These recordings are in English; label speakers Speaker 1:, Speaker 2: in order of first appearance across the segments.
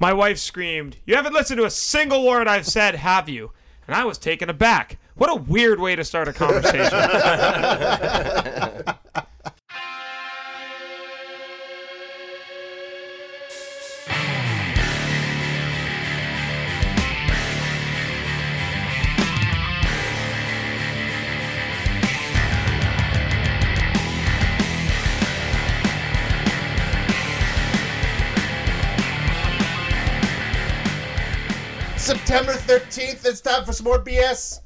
Speaker 1: My wife screamed, You haven't listened to a single word I've said, have you? And I was taken aback. What a weird way to start a conversation.
Speaker 2: September 13th, it's time for some more BS.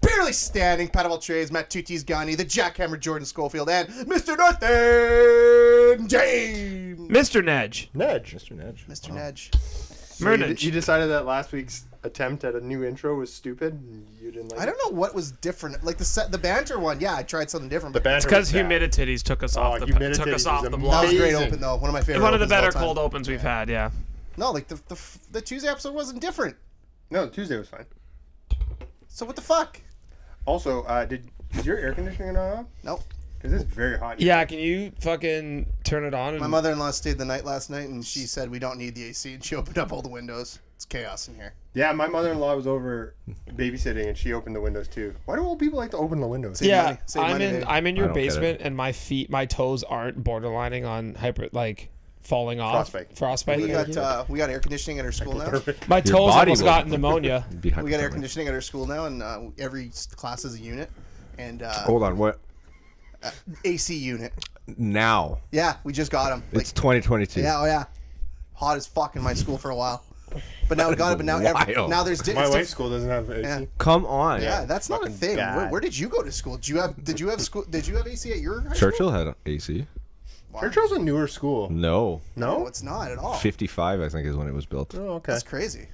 Speaker 2: Barely standing, Padaval Trades, Matt Tutis Gani, the Jackhammer Jordan Schofield, and Mr. Northern James.
Speaker 1: Mr. Nedge,
Speaker 3: Nedge.
Speaker 4: Mr. Nedge.
Speaker 2: Mr.
Speaker 3: Oh.
Speaker 2: Nedge.
Speaker 3: So you,
Speaker 1: Murnage.
Speaker 3: you decided that last week's attempt at a new intro was stupid. and You didn't like.
Speaker 2: I don't know what was different. Like the set, the banter one, yeah, I tried something different.
Speaker 3: The
Speaker 2: But
Speaker 3: banter
Speaker 1: because
Speaker 3: was bad.
Speaker 1: Humiditities took us
Speaker 3: Oh,
Speaker 1: off the
Speaker 3: Humiditities
Speaker 1: took us
Speaker 3: is
Speaker 1: off the
Speaker 3: amazing.
Speaker 2: that
Speaker 1: block.
Speaker 2: was a great
Speaker 3: Amazing.
Speaker 2: open, though. One of my favorite
Speaker 1: One of the
Speaker 2: opens all
Speaker 1: better
Speaker 2: time.
Speaker 1: cold opens we've had, yeah.
Speaker 2: No, like the, the, f- the Tuesday episode wasn't different.
Speaker 3: No, Tuesday was fine.
Speaker 2: So what the fuck?
Speaker 3: Also, uh, did is your air conditioning not on?
Speaker 2: Nope.
Speaker 3: Because it's very hot. in
Speaker 1: Yeah, can you fucking turn it on?
Speaker 2: My mother in law stayed the night last night and she said we don't need the AC and she opened up all the windows. It's chaos in here.
Speaker 3: Yeah, my mother-in-law was over babysitting, and she opened the windows too. Why do old people like to open the windows?
Speaker 1: yeah,
Speaker 2: money- save
Speaker 1: I'm
Speaker 2: money,
Speaker 1: in.
Speaker 2: babe.
Speaker 1: I'm in
Speaker 4: I
Speaker 1: your
Speaker 4: don't get it.
Speaker 1: basement, and my feet, my toes aren't borderlining on hyper like falling off.
Speaker 3: Frostbite.
Speaker 1: Frostbite.
Speaker 2: We
Speaker 1: yeah.
Speaker 2: got uh, we got air conditioning at our school now.
Speaker 1: my toes
Speaker 4: Your body
Speaker 1: almost
Speaker 4: will-
Speaker 1: got pneumonia.
Speaker 4: Be
Speaker 2: We got air
Speaker 4: hypothermic.
Speaker 2: conditioning at our school now, and uh, every s- class is a unit, and uh,
Speaker 4: Hold on, what?
Speaker 2: AC unit.
Speaker 4: Now
Speaker 2: Yeah, we just got them. Like,
Speaker 4: it's 2022.
Speaker 2: yeah, oh yeah, hot as fuck in my school for a while, but now we got it. But now every,
Speaker 4: Wild.
Speaker 2: now there's di-
Speaker 3: My
Speaker 2: it's
Speaker 3: wife's
Speaker 2: diff-
Speaker 3: school doesn't have AC.
Speaker 2: Yeah.
Speaker 4: Come on.
Speaker 2: Yeah, that's not a
Speaker 3: fucking
Speaker 2: thing. Where,
Speaker 3: bad.
Speaker 2: where did you go to school? Did you have did you have school? Did you have AC at your high
Speaker 4: Churchill had AC.
Speaker 2: School? Wow.
Speaker 3: Churchill's a newer school.
Speaker 4: No,
Speaker 2: No,
Speaker 3: No.
Speaker 2: it's not at all.
Speaker 4: 55 I think is when it was built.
Speaker 3: Oh, okay.
Speaker 2: That's crazy.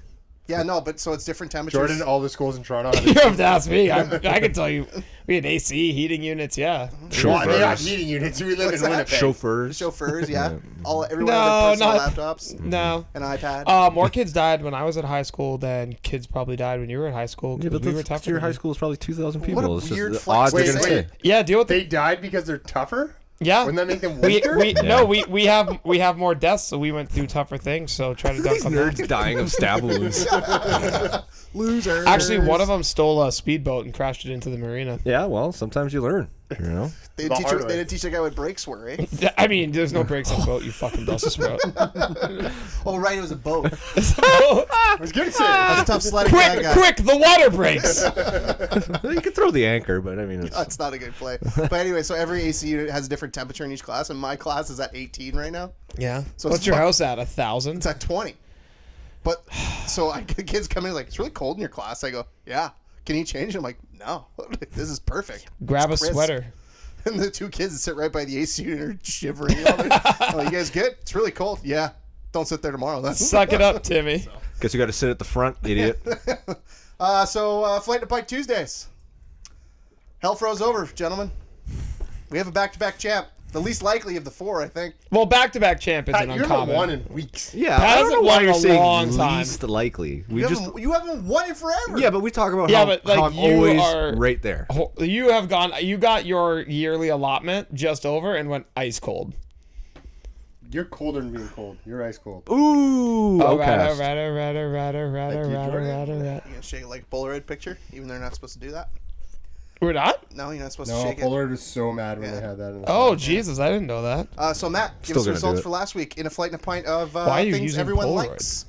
Speaker 2: Yeah, no, but so it's different temperatures.
Speaker 3: Jordan, oh. all the schools in Toronto. Have
Speaker 1: You have to ask me. I, I can tell you. We had AC heating units. Yeah.
Speaker 3: Well, they have
Speaker 4: Chauffeurs.
Speaker 3: heating units. We live
Speaker 2: What's
Speaker 3: in
Speaker 2: that?
Speaker 3: Winnipeg.
Speaker 4: Chauffeurs.
Speaker 2: chauffeurs, yeah, all
Speaker 1: No,
Speaker 2: everyone had their
Speaker 1: not-
Speaker 2: personal laptops,
Speaker 1: No.
Speaker 2: an iPad.
Speaker 1: Uh, more kids died when I was at high school than kids probably died when you were at high school.
Speaker 4: Yeah,
Speaker 1: 'cause
Speaker 4: but
Speaker 1: we were
Speaker 4: that's-
Speaker 1: tougher.
Speaker 4: your
Speaker 1: than
Speaker 4: high
Speaker 1: you.
Speaker 4: school is probably 2,000 people.
Speaker 2: a
Speaker 4: it's just
Speaker 2: weird
Speaker 4: the
Speaker 2: flex.
Speaker 4: odds
Speaker 3: Wait,
Speaker 4: they're going
Speaker 3: wait.
Speaker 4: to say.
Speaker 1: Yeah, deal with
Speaker 3: They
Speaker 1: it.
Speaker 3: died because they're tougher.
Speaker 1: Yeah.
Speaker 3: Wouldn't that make them
Speaker 1: we,
Speaker 3: weaker?
Speaker 1: we no we, we have we have more deaths so we went through tougher things so try to dump
Speaker 4: These
Speaker 1: on that.
Speaker 4: nerds dying of stab wounds.
Speaker 2: Loser.
Speaker 1: Actually, one of them stole a speedboat and crashed it into the marina.
Speaker 4: yeah, well, sometimes you learn. You know?
Speaker 2: They
Speaker 3: The
Speaker 2: didn't, teach,
Speaker 3: hard
Speaker 2: you-
Speaker 3: way.
Speaker 2: they didn't teach the guy what brakes were, eh?
Speaker 1: Th- I mean, there's no brakes on a boat, you fucking Brussels sprout.
Speaker 2: Oh, right, it was a boat.
Speaker 1: So,
Speaker 3: I was gonna
Speaker 1: Ah,
Speaker 3: say.
Speaker 2: That's tough sledding for that
Speaker 1: quick,
Speaker 2: guy.
Speaker 1: quick, the water breaks.
Speaker 4: you can throw the anchor, but I mean, it's,
Speaker 2: That's not a good play. But anyway, so every AC unit has a different temperature in each class, and my class is at 18 right now.
Speaker 1: Yeah.
Speaker 2: So
Speaker 1: What's
Speaker 2: it's
Speaker 1: your
Speaker 2: fu-
Speaker 1: house at? A thousand?
Speaker 2: It's at 20. But so I, the kids come in like, it's really cold in your class. I go, yeah. Can you change? I'm like, no. This is perfect.
Speaker 1: Grab a
Speaker 2: It's crisp.
Speaker 1: sweater.
Speaker 2: And the two kids that sit right by the AC unit are shivering. oh, you guys good? It's really cold. Yeah. Don't sit there tomorrow. That's
Speaker 1: Suck it up, Timmy.
Speaker 4: guess you got to sit at the front, idiot.
Speaker 2: Uh, so uh, flight to bike Tuesdays. Hell froze over, gentlemen. We have a back-to-back champ, the least likely of the four, I think.
Speaker 1: Well, back to back champ
Speaker 3: Pat,
Speaker 1: isn't
Speaker 3: You're the one
Speaker 1: uncommon.
Speaker 3: in weeks.
Speaker 4: Yeah,
Speaker 1: That
Speaker 4: I don't know
Speaker 1: hasn't
Speaker 4: why
Speaker 1: won
Speaker 4: you're
Speaker 1: in a
Speaker 4: saying
Speaker 1: long time.
Speaker 4: least likely. We
Speaker 2: You,
Speaker 4: just
Speaker 2: haven't, you haven't won it forever.
Speaker 4: yeah, but we talk about
Speaker 1: Yeah,
Speaker 4: how,
Speaker 1: but, like,
Speaker 4: how I'm
Speaker 1: you
Speaker 4: always
Speaker 1: are-
Speaker 4: right there.
Speaker 1: Ho- You have gone. You got your yearly allotment just over and went ice cold.
Speaker 3: You're colder than being cold. You're ice cold.
Speaker 4: Ooh,
Speaker 1: All right,
Speaker 5: oh,
Speaker 1: all
Speaker 4: outcast.
Speaker 1: right, all right, all right, all right, all
Speaker 3: Thank you,
Speaker 1: right, all
Speaker 3: Jordan.
Speaker 1: right, all right.
Speaker 2: You gonna shake it like a Polaroid picture, even though you're not supposed to do that.
Speaker 1: We're not.
Speaker 2: No, you're not supposed to
Speaker 3: No,
Speaker 2: shake it.
Speaker 3: Pollard was so mad when
Speaker 2: Yeah.
Speaker 3: they had that. In the
Speaker 1: Oh Jesus, I didn't know that.
Speaker 2: Uh, so Matt, give
Speaker 4: Still
Speaker 2: us the
Speaker 4: gonna do
Speaker 2: results
Speaker 4: it.
Speaker 2: for last week in a flight and a pint of uh,
Speaker 1: Why are you
Speaker 2: things
Speaker 1: using
Speaker 2: everyone
Speaker 1: Polaroid?
Speaker 2: likes.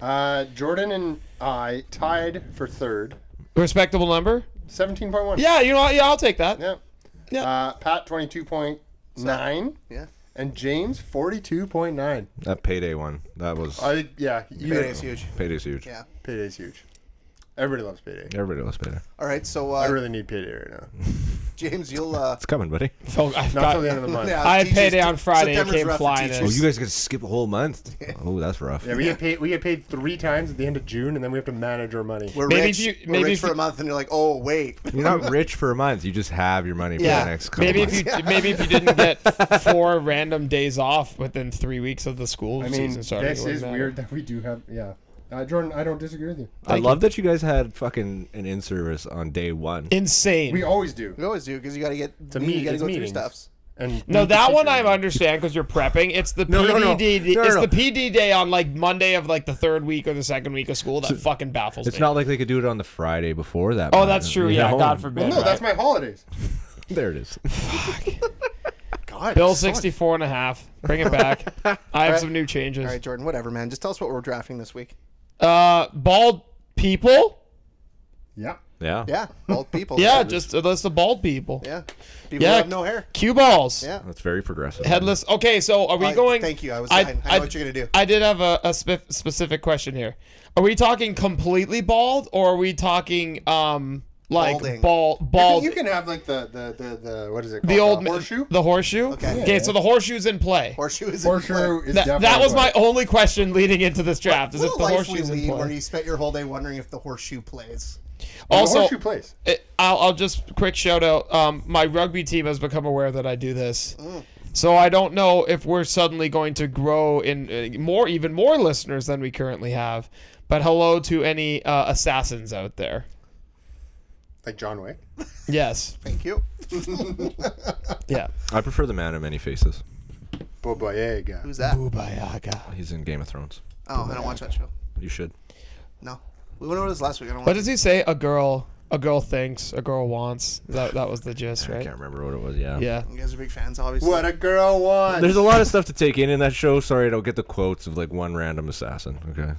Speaker 3: Uh, Jordan and I tied for third,
Speaker 1: Respectable number.
Speaker 3: seventeen point one.
Speaker 1: Yeah, you know, what? yeah, I'll take that.
Speaker 3: Yeah.
Speaker 1: Yeah.
Speaker 3: Uh, Pat twenty two point nine
Speaker 2: Yeah.
Speaker 3: and James forty two point nine.
Speaker 4: That payday one. That was
Speaker 3: I yeah. You,
Speaker 2: Payday's huge.
Speaker 4: payday's huge.
Speaker 2: Yeah.
Speaker 3: Payday's huge. Everybody loves payday.
Speaker 4: Everybody loves payday.
Speaker 2: All right. So
Speaker 3: I
Speaker 2: uh,
Speaker 3: really need payday right now.
Speaker 2: James, you'll. Uh,
Speaker 4: It's coming, buddy.
Speaker 1: Oh, I
Speaker 3: Not
Speaker 1: got,
Speaker 3: till the end of the month.
Speaker 2: yeah,
Speaker 1: I had
Speaker 2: teachers-
Speaker 1: payday on Friday, it
Speaker 2: September's
Speaker 1: came
Speaker 2: rough for
Speaker 1: flying in.
Speaker 2: teachers.
Speaker 4: Oh, you guys got to skip a whole month. Oh, that's rough.
Speaker 3: Yeah, we get paid. We get paid three times at the end of June, and then we have to manage our money.
Speaker 2: We're
Speaker 1: Maybe
Speaker 2: rich.
Speaker 1: if you-
Speaker 2: We're
Speaker 1: maybe
Speaker 2: rich
Speaker 1: if
Speaker 2: for
Speaker 1: you-
Speaker 2: a month, and you're like, oh wait,
Speaker 4: You're not rich for a month. You just have your money for
Speaker 1: Yeah.
Speaker 4: the next couple
Speaker 1: Maybe if
Speaker 4: months.
Speaker 1: you maybe if you didn't get four random days off within three weeks of the school
Speaker 3: I mean,
Speaker 1: season starting, it
Speaker 3: this
Speaker 1: wouldn't
Speaker 3: is
Speaker 1: matter.
Speaker 3: weird that we do have. Yeah, uh, Jordan, I don't disagree with you.
Speaker 4: I love that you guys had fucking an in service on day one.
Speaker 1: Insane.
Speaker 3: We always do.
Speaker 2: we always do because you got to get.
Speaker 3: a
Speaker 2: you
Speaker 3: meet-
Speaker 2: got to
Speaker 3: it's
Speaker 2: go through
Speaker 3: meetings.
Speaker 2: stuffs.
Speaker 3: And
Speaker 5: No, that one I understand because you're prepping. It's the
Speaker 4: No,
Speaker 5: PD
Speaker 4: no, no.
Speaker 5: day.
Speaker 4: No, no,
Speaker 5: it's
Speaker 4: no.
Speaker 5: the PD day on like Monday of like the third week or the second week of school that fucking baffles
Speaker 4: It's
Speaker 5: me.
Speaker 4: not like they could do it on the Friday before that.
Speaker 5: oh,
Speaker 4: man.
Speaker 5: that's true.
Speaker 4: You're
Speaker 5: Yeah,
Speaker 4: home.
Speaker 5: God forbid.
Speaker 3: Well, no,
Speaker 5: right?
Speaker 3: that's my holidays.
Speaker 4: There it is.
Speaker 2: God,
Speaker 5: Bill
Speaker 2: so much-
Speaker 5: 64 and a half. Bring it back. I have some new changes.
Speaker 2: All right, Jordan, whatever, man. Just tell us what we're drafting this week.
Speaker 5: Uh, bald people?
Speaker 3: Yeah.
Speaker 4: Yeah.
Speaker 2: Yeah, bald people.
Speaker 5: Yeah, just a list of bald people.
Speaker 2: yeah. People who
Speaker 5: Yeah.
Speaker 2: have no hair.
Speaker 5: Cue balls.
Speaker 2: Yeah.
Speaker 4: That's very progressive.
Speaker 5: Headless. Okay, so are we
Speaker 2: I-
Speaker 5: going?
Speaker 2: thank you. I was- I- I know what you're gonna do.
Speaker 5: I did have a, a spef- specific question here. Are we talking completely bald, or are we talking um like
Speaker 2: Balding.
Speaker 5: bald bald?
Speaker 3: You can have like the the the, the what is it? Called?
Speaker 5: the old ma-
Speaker 3: horseshoe.
Speaker 5: The horseshoe.
Speaker 2: Okay.
Speaker 5: Okay, so the horseshoe's in play.
Speaker 2: Horseshoe is
Speaker 3: horseshoe is
Speaker 5: that,
Speaker 3: definitely
Speaker 5: that was my
Speaker 3: what-
Speaker 5: only question leading into this draft. Is
Speaker 2: What
Speaker 5: if
Speaker 2: a
Speaker 5: the
Speaker 2: life we
Speaker 5: horseshoe's in
Speaker 2: lead where
Speaker 5: play?
Speaker 2: you spent your whole day wondering if the horseshoe plays.
Speaker 3: The
Speaker 5: Also,
Speaker 3: horseshoe place.
Speaker 5: it- Uh, I'll, I'll just quick shout out. Um, my rugby team has become aware that I do this, so I don't know if we're suddenly going to grow in uh, more, even more listeners than we currently have. But hello to any uh, assassins out there.
Speaker 3: Like John Wick.
Speaker 5: Yes,
Speaker 2: Thank you.
Speaker 5: yeah.
Speaker 4: I prefer the man of many faces.
Speaker 3: Boba Yaga.
Speaker 2: Who's that?
Speaker 5: Boobayaga.
Speaker 4: He's in Game of Thrones.
Speaker 2: Oh, I don't watch that show.
Speaker 4: You should.
Speaker 2: No. We went over this last week. I don't
Speaker 5: What
Speaker 2: watch
Speaker 5: does he say? A girl, a girl thinks, a girl wants. That that was the gist,
Speaker 4: I
Speaker 5: right?
Speaker 4: can't remember what it was. Yeah.
Speaker 5: Yeah.
Speaker 2: You guys are big fans, obviously.
Speaker 3: What a girl wants.
Speaker 4: There's a lot of stuff to take in in that show. Sorry, I don't get the quotes of like one random assassin. Okay.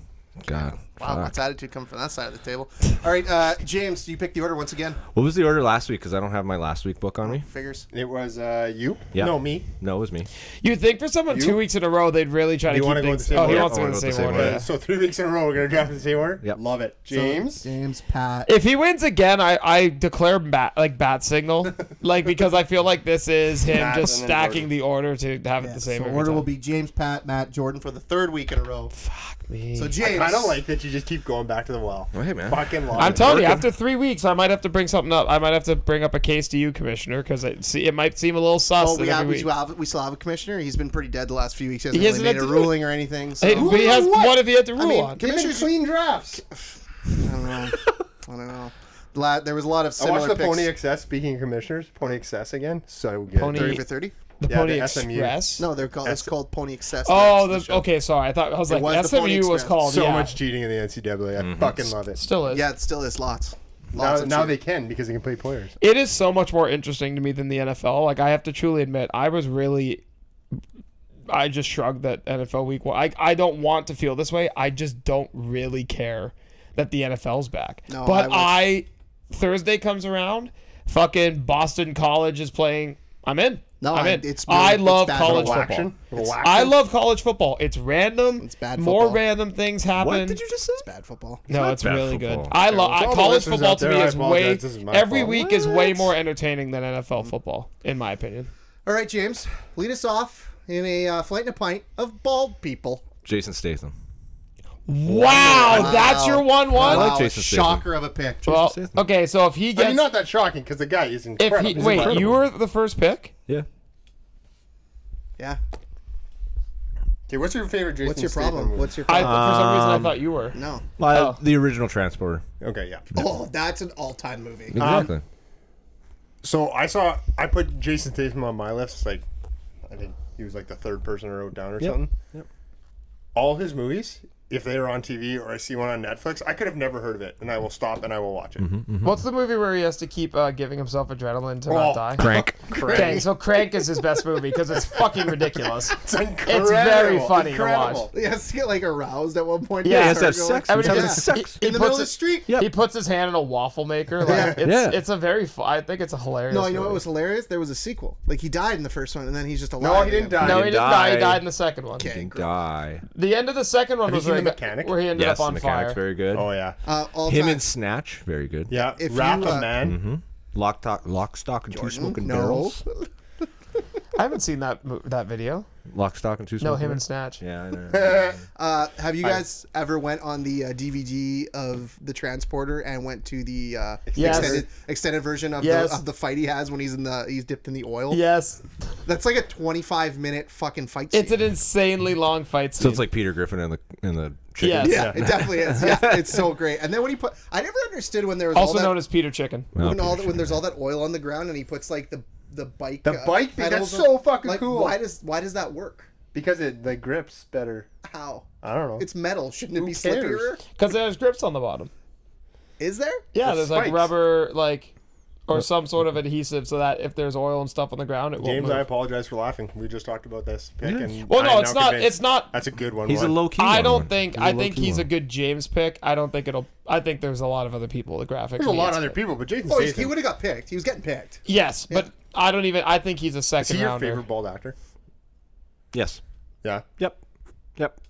Speaker 4: God.
Speaker 2: Wow,
Speaker 4: fuck.
Speaker 2: what's attitude come from that side of the table? All right, uh, James, you pick the order once again.
Speaker 4: What was the order last week? Because I don't have my last week book on me.
Speaker 2: Figures.
Speaker 3: It was uh you.
Speaker 4: Yeah.
Speaker 3: No me.
Speaker 4: No, it was me.
Speaker 5: You'd think for someone two weeks in a row they'd really try to
Speaker 3: You
Speaker 5: keep
Speaker 3: wanna go in
Speaker 5: things.
Speaker 3: the same
Speaker 5: oh, he
Speaker 3: order?
Speaker 5: wants
Speaker 4: I
Speaker 5: to go in
Speaker 4: wanna
Speaker 5: the
Speaker 4: go in
Speaker 5: same
Speaker 4: the same
Speaker 5: order.
Speaker 4: order.
Speaker 5: yeah.
Speaker 3: So three weeks in a row we're gonna draft in the same order.
Speaker 4: Yep.
Speaker 3: Love it, James.
Speaker 2: James, Pat.
Speaker 5: If he wins again, I, I declare bat like bat signal, like because I feel like this is him
Speaker 3: Matt
Speaker 5: just
Speaker 3: and then
Speaker 5: stacking the order to have it the same.
Speaker 2: so
Speaker 5: every
Speaker 2: order
Speaker 5: time.
Speaker 2: will be James, Pat, Matt, Jordan for the third week in a row.
Speaker 5: Fuck me.
Speaker 2: So James,
Speaker 3: I don't like that you just keep going back to the well.
Speaker 4: Well, hey, man.
Speaker 3: Fucking love
Speaker 5: I'm
Speaker 3: it.
Speaker 5: telling you, after three weeks, I might have to bring something up. I might have to bring up a case to you, Commissioner, because it see it might seem a little sus.
Speaker 2: Oh, we,
Speaker 5: that
Speaker 2: have,
Speaker 5: every
Speaker 2: we,
Speaker 5: week-
Speaker 2: still have, we still have a commissioner. He's been pretty dead the last few weeks. He hasn't
Speaker 5: He
Speaker 2: really
Speaker 5: hasn't
Speaker 2: made a
Speaker 5: had to do
Speaker 2: ruling or anything. So
Speaker 5: Hey,
Speaker 2: I
Speaker 5: but he has
Speaker 3: what?
Speaker 5: one of you had to rule
Speaker 2: mean,
Speaker 5: on.
Speaker 3: Give me
Speaker 2: commissioners.
Speaker 3: clean drafts.
Speaker 2: I don't know. I don't know. La- there was a lot of
Speaker 3: I
Speaker 2: similar
Speaker 3: watched the
Speaker 2: picks.
Speaker 3: Pony Excess. Speaking of commissioners, Pony Excess again. So good.
Speaker 5: Pony-
Speaker 2: Thirty for thirty.
Speaker 5: The
Speaker 3: Yeah,
Speaker 5: Pony
Speaker 3: the SMU.
Speaker 5: Express.
Speaker 2: No, they're called. It's called Pony Excess.
Speaker 5: Oh,
Speaker 2: That's
Speaker 5: the, okay. Sorry, I thought I was like
Speaker 2: was the
Speaker 5: SMU
Speaker 2: Pony
Speaker 5: was
Speaker 2: Express.
Speaker 5: called.
Speaker 3: So
Speaker 5: yeah.
Speaker 3: much cheating in the NCAA. I fucking love it.
Speaker 5: Still is.
Speaker 2: Yeah, it still is lots.
Speaker 3: Now,
Speaker 2: Lots of
Speaker 3: now
Speaker 2: cheating.
Speaker 3: they can because they can play players.
Speaker 5: It is so much more interesting to me than the NFL. Like I have to truly admit, I was really I just shrugged that NFL week one. I, I don't want to feel this way. I just don't really care that the NFL's back.
Speaker 2: No,
Speaker 5: but
Speaker 2: I
Speaker 5: I, Thursday comes around, fucking Boston College is playing. I'm in.
Speaker 2: No,
Speaker 5: I'm
Speaker 2: I-
Speaker 5: in.
Speaker 2: it's
Speaker 5: I
Speaker 2: really-
Speaker 5: love
Speaker 2: it's bad.
Speaker 5: college
Speaker 2: No
Speaker 5: football.
Speaker 3: Action.
Speaker 5: I love college football. It's random.
Speaker 2: It's bad
Speaker 5: More
Speaker 2: football.
Speaker 5: random things happen.
Speaker 4: What did you just say?
Speaker 2: It's bad football.
Speaker 5: No, it's
Speaker 4: bad
Speaker 5: really
Speaker 4: football.
Speaker 5: good. I love
Speaker 3: all the
Speaker 5: college
Speaker 3: listeners
Speaker 5: football
Speaker 3: out
Speaker 5: to
Speaker 3: there,
Speaker 5: me
Speaker 3: I
Speaker 5: is way
Speaker 3: apologize. This is my
Speaker 5: every
Speaker 3: fault.
Speaker 5: week is way more entertaining than NFL football, in my opinion.
Speaker 2: All right, James, lead us off in a uh, flight and a pint of bald people.
Speaker 4: Jason Statham.
Speaker 5: Wow, that's your one one.
Speaker 4: like
Speaker 2: Wow,
Speaker 4: Jason
Speaker 2: a
Speaker 4: Statham.
Speaker 2: shocker of a pick.
Speaker 5: Well,
Speaker 4: Statham.
Speaker 5: okay, so if he
Speaker 3: I
Speaker 5: gets,
Speaker 3: mean, not that shocking because the guy is
Speaker 5: if
Speaker 3: incredible.
Speaker 5: he
Speaker 3: He's
Speaker 5: wait,
Speaker 3: incredible.
Speaker 5: you were the first pick.
Speaker 4: Yeah.
Speaker 2: yeah.
Speaker 3: Okay, what's your favorite Jason
Speaker 2: What's your
Speaker 3: Statham
Speaker 2: problem?
Speaker 3: movie?
Speaker 2: What's your
Speaker 5: I
Speaker 2: problem?
Speaker 5: for some reason I thought you were.
Speaker 2: no.
Speaker 4: Well,
Speaker 5: Oh.
Speaker 4: The original Transporter.
Speaker 3: okay, yeah.
Speaker 2: Oh, that's an all-time movie.
Speaker 4: Exactly.
Speaker 3: So I saw I put Jason Statham on my list. Like, I think he was like the third person I wrote down or something.
Speaker 4: Yep.
Speaker 3: All his movies, if they are on TV or I see one on Netflix, I could have never heard of it, and I will stop and I will watch it.
Speaker 5: What's the movie where he has to keep uh, giving himself adrenaline to
Speaker 3: Oh,
Speaker 5: not die?
Speaker 4: Crank.
Speaker 3: Craig.
Speaker 5: Okay, so Crank is his best movie because it's fucking ridiculous.
Speaker 3: It's incredible.
Speaker 5: very funny to
Speaker 3: incredible.
Speaker 5: watch.
Speaker 2: He has to get like aroused at one point.
Speaker 5: Yeah, he
Speaker 4: has to have
Speaker 2: Start going-
Speaker 4: sex. I mean,
Speaker 5: he
Speaker 4: Having
Speaker 5: just-
Speaker 4: sex.
Speaker 5: he
Speaker 2: in the
Speaker 5: puts
Speaker 2: middle of the
Speaker 5: it-
Speaker 2: street.
Speaker 4: Yep.
Speaker 5: He puts his hand in a waffle maker. Like, It's,
Speaker 4: Yeah.
Speaker 5: it's a very. Fu- I think it's a hilarious.
Speaker 2: No, you know what
Speaker 5: movie.
Speaker 2: was hilarious? There was a sequel. Like he died in the first one, and then he's just alive.
Speaker 3: No, Oh, he didn't
Speaker 2: again.
Speaker 3: die.
Speaker 5: No, he
Speaker 4: He
Speaker 5: didn't die. He
Speaker 4: died.
Speaker 5: died in the second one.
Speaker 2: Okay.
Speaker 4: Didn't die.
Speaker 5: The end of the second one
Speaker 3: you
Speaker 5: was
Speaker 3: seen
Speaker 5: where,
Speaker 3: The
Speaker 5: he got-
Speaker 3: Mechanic?
Speaker 5: where he ended
Speaker 4: Yes,
Speaker 5: up on
Speaker 4: the
Speaker 5: fire.
Speaker 4: mechanic's very good.
Speaker 3: Oh yeah,
Speaker 2: Uh, all
Speaker 4: Him
Speaker 2: time.
Speaker 4: and Snatch, very good.
Speaker 3: yeah.
Speaker 2: If
Speaker 3: Wrath
Speaker 2: you, uh,
Speaker 3: of Man.
Speaker 4: Lock, stock, lock, stock, and two smoking
Speaker 2: no.
Speaker 4: barrels.
Speaker 5: I haven't seen that mo- that video.
Speaker 4: Lock, stock, and two smoking
Speaker 5: No, him and
Speaker 4: barrels.
Speaker 5: Snatch.
Speaker 4: Yeah, I know.
Speaker 2: Uh, have you guys ever went on the uh, DVD of the transporter and went to the uh,
Speaker 5: Yes.
Speaker 2: extended extended version of,
Speaker 5: Yes.
Speaker 2: the, of the fight he has when he's in the he's dipped in the oil?
Speaker 5: Yes,
Speaker 2: That's like a 25 minute fucking fight scene.
Speaker 5: it's an insanely long fight scene.
Speaker 4: so it's like Peter Griffin and the and the chicken.
Speaker 5: Yes.
Speaker 2: yeah, it definitely is. Yeah, it's so great. And then when he put, I never understood when there was all
Speaker 5: also
Speaker 2: that,
Speaker 5: known as Peter Chicken.
Speaker 4: Oh,
Speaker 2: when all
Speaker 4: Peter
Speaker 2: that, when there's all that oil on the ground and he puts like the the bike.
Speaker 3: The
Speaker 2: uh,
Speaker 3: bike thing?
Speaker 2: pedals
Speaker 3: That's
Speaker 2: are-
Speaker 3: so fucking
Speaker 2: like,
Speaker 3: cool.
Speaker 2: Why does why does that work?
Speaker 3: because it the grips better.
Speaker 2: How?
Speaker 3: I don't know.
Speaker 2: It's metal. Shouldn't it
Speaker 3: Who
Speaker 2: be
Speaker 3: cares?
Speaker 2: slipperier?
Speaker 5: Because there's grips on the bottom.
Speaker 2: Is there?
Speaker 5: Yeah,
Speaker 3: With
Speaker 5: there's like
Speaker 3: spikes.
Speaker 5: rubber, like, or some sort of adhesive so that if there's oil and stuff on the ground, it won't
Speaker 3: James,
Speaker 5: move.
Speaker 3: I apologize for laughing. We just talked about this pick, and
Speaker 5: Well, no,
Speaker 3: I am
Speaker 5: it's
Speaker 3: now
Speaker 5: not-
Speaker 3: convinced
Speaker 5: it's not-
Speaker 3: That's a good one.
Speaker 4: He's a
Speaker 3: Juan.
Speaker 4: low key.
Speaker 5: I
Speaker 4: one,
Speaker 5: don't
Speaker 4: man.
Speaker 5: think.
Speaker 4: He's a
Speaker 5: I think
Speaker 4: low-key
Speaker 5: he's a
Speaker 4: one.
Speaker 5: good James pick. I don't think it'll. I think there's a lot of other people. The graphic.
Speaker 3: There's a lot
Speaker 5: needs
Speaker 3: of other
Speaker 5: it.
Speaker 3: people, but Jason
Speaker 2: Oh, he's- he
Speaker 3: Statham.
Speaker 2: would have got picked. He was getting picked.
Speaker 5: Yes, but I don't even. I think he's a
Speaker 3: Is
Speaker 5: second
Speaker 3: he your
Speaker 5: rounder.
Speaker 3: favorite bald actor?
Speaker 4: Yes.
Speaker 3: Yeah.
Speaker 4: Yep. Yep.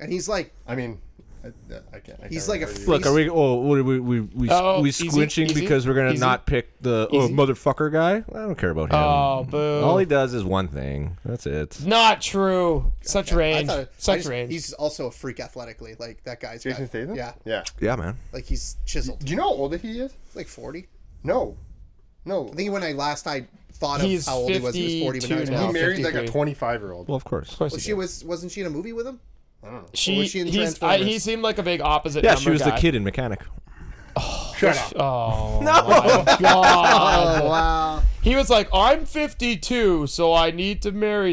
Speaker 2: And he's like,
Speaker 3: I mean, I, I can't. I
Speaker 2: He's
Speaker 3: can't
Speaker 2: like a
Speaker 3: remember either.
Speaker 2: freak.
Speaker 4: Look, are we? Oh, what are we? We we,
Speaker 5: Oh,
Speaker 4: we
Speaker 5: easy,
Speaker 4: squinching
Speaker 5: easy,
Speaker 4: because we're gonna
Speaker 5: easy.
Speaker 4: not pick the oh,
Speaker 5: Easy.
Speaker 4: motherfucker guy. I don't care about him.
Speaker 5: Oh, boo.
Speaker 4: All he does is one thing. That's it.
Speaker 5: Not true. Such
Speaker 2: I
Speaker 5: range.
Speaker 2: thought, I
Speaker 5: Such
Speaker 2: just-
Speaker 5: range.
Speaker 2: He's also a freak athletically. Like that guy's got-
Speaker 3: Jason Statham.
Speaker 2: Yeah,
Speaker 3: Yeah.
Speaker 4: Yeah, man.
Speaker 2: like he's chiseled.
Speaker 3: Do you know how old he is?
Speaker 2: Like forty.
Speaker 3: No. No.
Speaker 2: I think when I last I thought of
Speaker 5: He's
Speaker 2: how old he was, he was forty. But now
Speaker 5: 52
Speaker 2: he's
Speaker 5: now.
Speaker 3: he
Speaker 5: Oh,
Speaker 2: 40.
Speaker 3: married like a
Speaker 5: 53.
Speaker 3: 25 year old.
Speaker 4: Well, of course.
Speaker 5: course
Speaker 2: Well,
Speaker 5: he
Speaker 2: she
Speaker 5: did.
Speaker 2: was. Wasn't she in a movie with him?
Speaker 5: She,
Speaker 2: was she in
Speaker 5: he's, I, he
Speaker 2: Transformers?
Speaker 5: seemed like a big opposite.
Speaker 4: Yeah,
Speaker 5: number
Speaker 4: she was
Speaker 5: guy.
Speaker 4: the kid in Mechanic.
Speaker 3: Shut up.
Speaker 5: Oh my god!
Speaker 2: Wow.
Speaker 5: He was like, "I'm 52, so I need to marry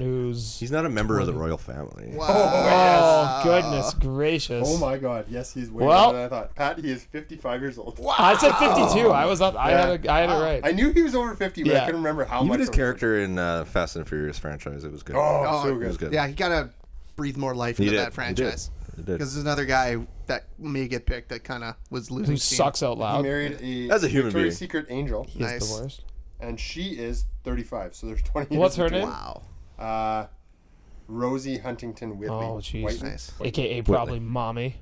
Speaker 5: who's."
Speaker 4: He's not a member of the royal family.
Speaker 5: Oh goodness gracious!
Speaker 3: Oh my god. Yes, he's way
Speaker 5: Well-
Speaker 3: older than I thought. Pat, he is 55 years old. Wow.
Speaker 5: I said 52. I was up. I
Speaker 3: Yeah.
Speaker 5: had. A, I had it right.
Speaker 3: I knew he was over 50, but
Speaker 5: Yeah.
Speaker 3: I couldn't remember how
Speaker 4: Even
Speaker 3: much.
Speaker 4: his
Speaker 3: over-
Speaker 4: character in uh, Fast and Furious franchise, it was good.
Speaker 3: Oh,
Speaker 2: Oh,
Speaker 3: so
Speaker 4: it was
Speaker 3: good.
Speaker 4: good.
Speaker 2: Yeah, he gotta breathe more life into
Speaker 4: did.
Speaker 2: that
Speaker 4: He did.
Speaker 2: franchise.
Speaker 4: It did.
Speaker 2: Because there's another guy that may get picked that kind of was losing.
Speaker 5: Who
Speaker 2: steam.
Speaker 5: sucks out
Speaker 3: He
Speaker 5: loud?
Speaker 3: married a,
Speaker 4: That's a human
Speaker 3: Victoria's
Speaker 4: being.
Speaker 3: Secret angel,
Speaker 5: He's
Speaker 2: Nice.
Speaker 5: the worst.
Speaker 3: and she is 35, so there's 20 years.
Speaker 5: What's her
Speaker 3: between-
Speaker 5: name?
Speaker 2: Wow.
Speaker 3: Uh, Rosie Huntington Whitley.
Speaker 5: Oh, jeez.
Speaker 3: White-
Speaker 2: Nice.
Speaker 5: AKA probably mommy.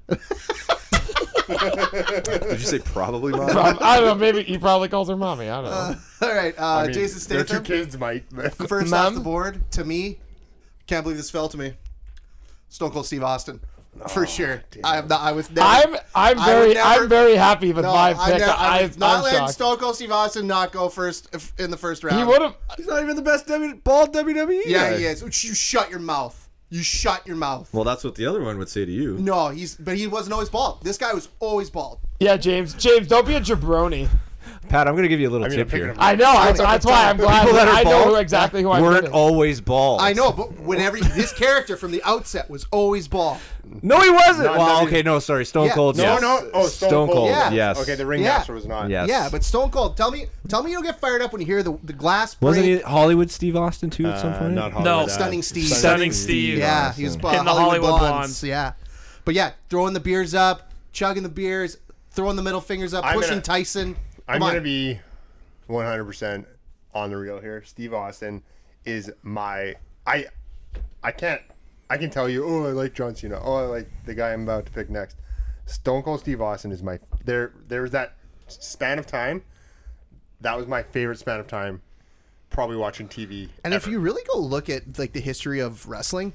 Speaker 4: Did you say probably?
Speaker 5: Prob- I don't know. Maybe he probably calls her mommy. I don't know.
Speaker 2: All right, uh,
Speaker 3: I mean,
Speaker 2: Jason
Speaker 3: their
Speaker 2: Statham.
Speaker 3: two kids might. but-
Speaker 2: First off
Speaker 5: Ma'am?
Speaker 2: the board, to me, can't believe this fell to me. Stone Cold Steve Austin,
Speaker 4: Oh,
Speaker 2: for sure. I am not. I was. Never,
Speaker 5: I'm I'm
Speaker 2: I
Speaker 5: very
Speaker 2: would never-
Speaker 5: I'm very happy with
Speaker 2: no,
Speaker 5: my
Speaker 2: I
Speaker 5: pick.
Speaker 2: never- I
Speaker 5: I,
Speaker 2: was not
Speaker 5: am
Speaker 2: letting
Speaker 5: shocked.
Speaker 2: Stone Cold Steve Austin not go first if, in the first round.
Speaker 5: He would have.
Speaker 4: He's not even the best w- bald WWE.
Speaker 2: Yeah,
Speaker 4: guy.
Speaker 2: he is. You shut your mouth. You shut your mouth.
Speaker 4: Well, that's what the other one would say to you.
Speaker 2: No, he's. But he wasn't always bald. This guy was always bald.
Speaker 5: Yeah, James. James, don't be a jabroni.
Speaker 4: Pat, I'm going to give you a little
Speaker 3: I mean, I'm
Speaker 4: tip
Speaker 3: picking
Speaker 4: here.
Speaker 3: him.
Speaker 5: I know. I, that's why I'm glad
Speaker 4: People that are
Speaker 5: I know
Speaker 4: bald
Speaker 5: who- exactly who I'm.
Speaker 4: Weren't
Speaker 5: getting.
Speaker 4: always bald.
Speaker 2: I know, but whenever his character from the outset was always bald.
Speaker 4: No, he wasn't.
Speaker 3: Not
Speaker 4: well,
Speaker 3: W-
Speaker 4: okay, no, sorry, Stone
Speaker 2: Yeah.
Speaker 4: Cold.
Speaker 2: No,
Speaker 4: yes.
Speaker 3: no, oh, Stone Cold,
Speaker 2: yeah.
Speaker 4: Yes.
Speaker 3: Okay, the ringmaster was not.
Speaker 4: Yes.
Speaker 2: Yeah, but Stone Cold, tell me, tell me you don't get fired up when you hear the, the glass break.
Speaker 4: wasn't he Hollywood Steve Austin too at some
Speaker 3: Uh,
Speaker 4: point?
Speaker 3: not Hollywood.
Speaker 1: No.
Speaker 3: uh,
Speaker 2: Stunning Steve.
Speaker 1: Stunning Steve.
Speaker 2: Yeah, he was uh,
Speaker 1: In the Hollywood Blondes.
Speaker 2: Yeah, but yeah, throwing the beers up, chugging the beers, throwing the middle fingers up,
Speaker 3: I'm
Speaker 2: pushing
Speaker 3: gonna-
Speaker 2: Tyson.
Speaker 3: I'm
Speaker 2: Come on.
Speaker 3: gonna be 100% on the real here. Steve Austin is my I I can't I can tell you. Oh, I like John Cena. Oh, I like the guy I'm about to pick next. Stone Cold Steve Austin is my there. There was that span of time. That was my favorite span of time. Probably watching TV.
Speaker 2: And if
Speaker 3: ever.
Speaker 2: you really go look at like the history of wrestling,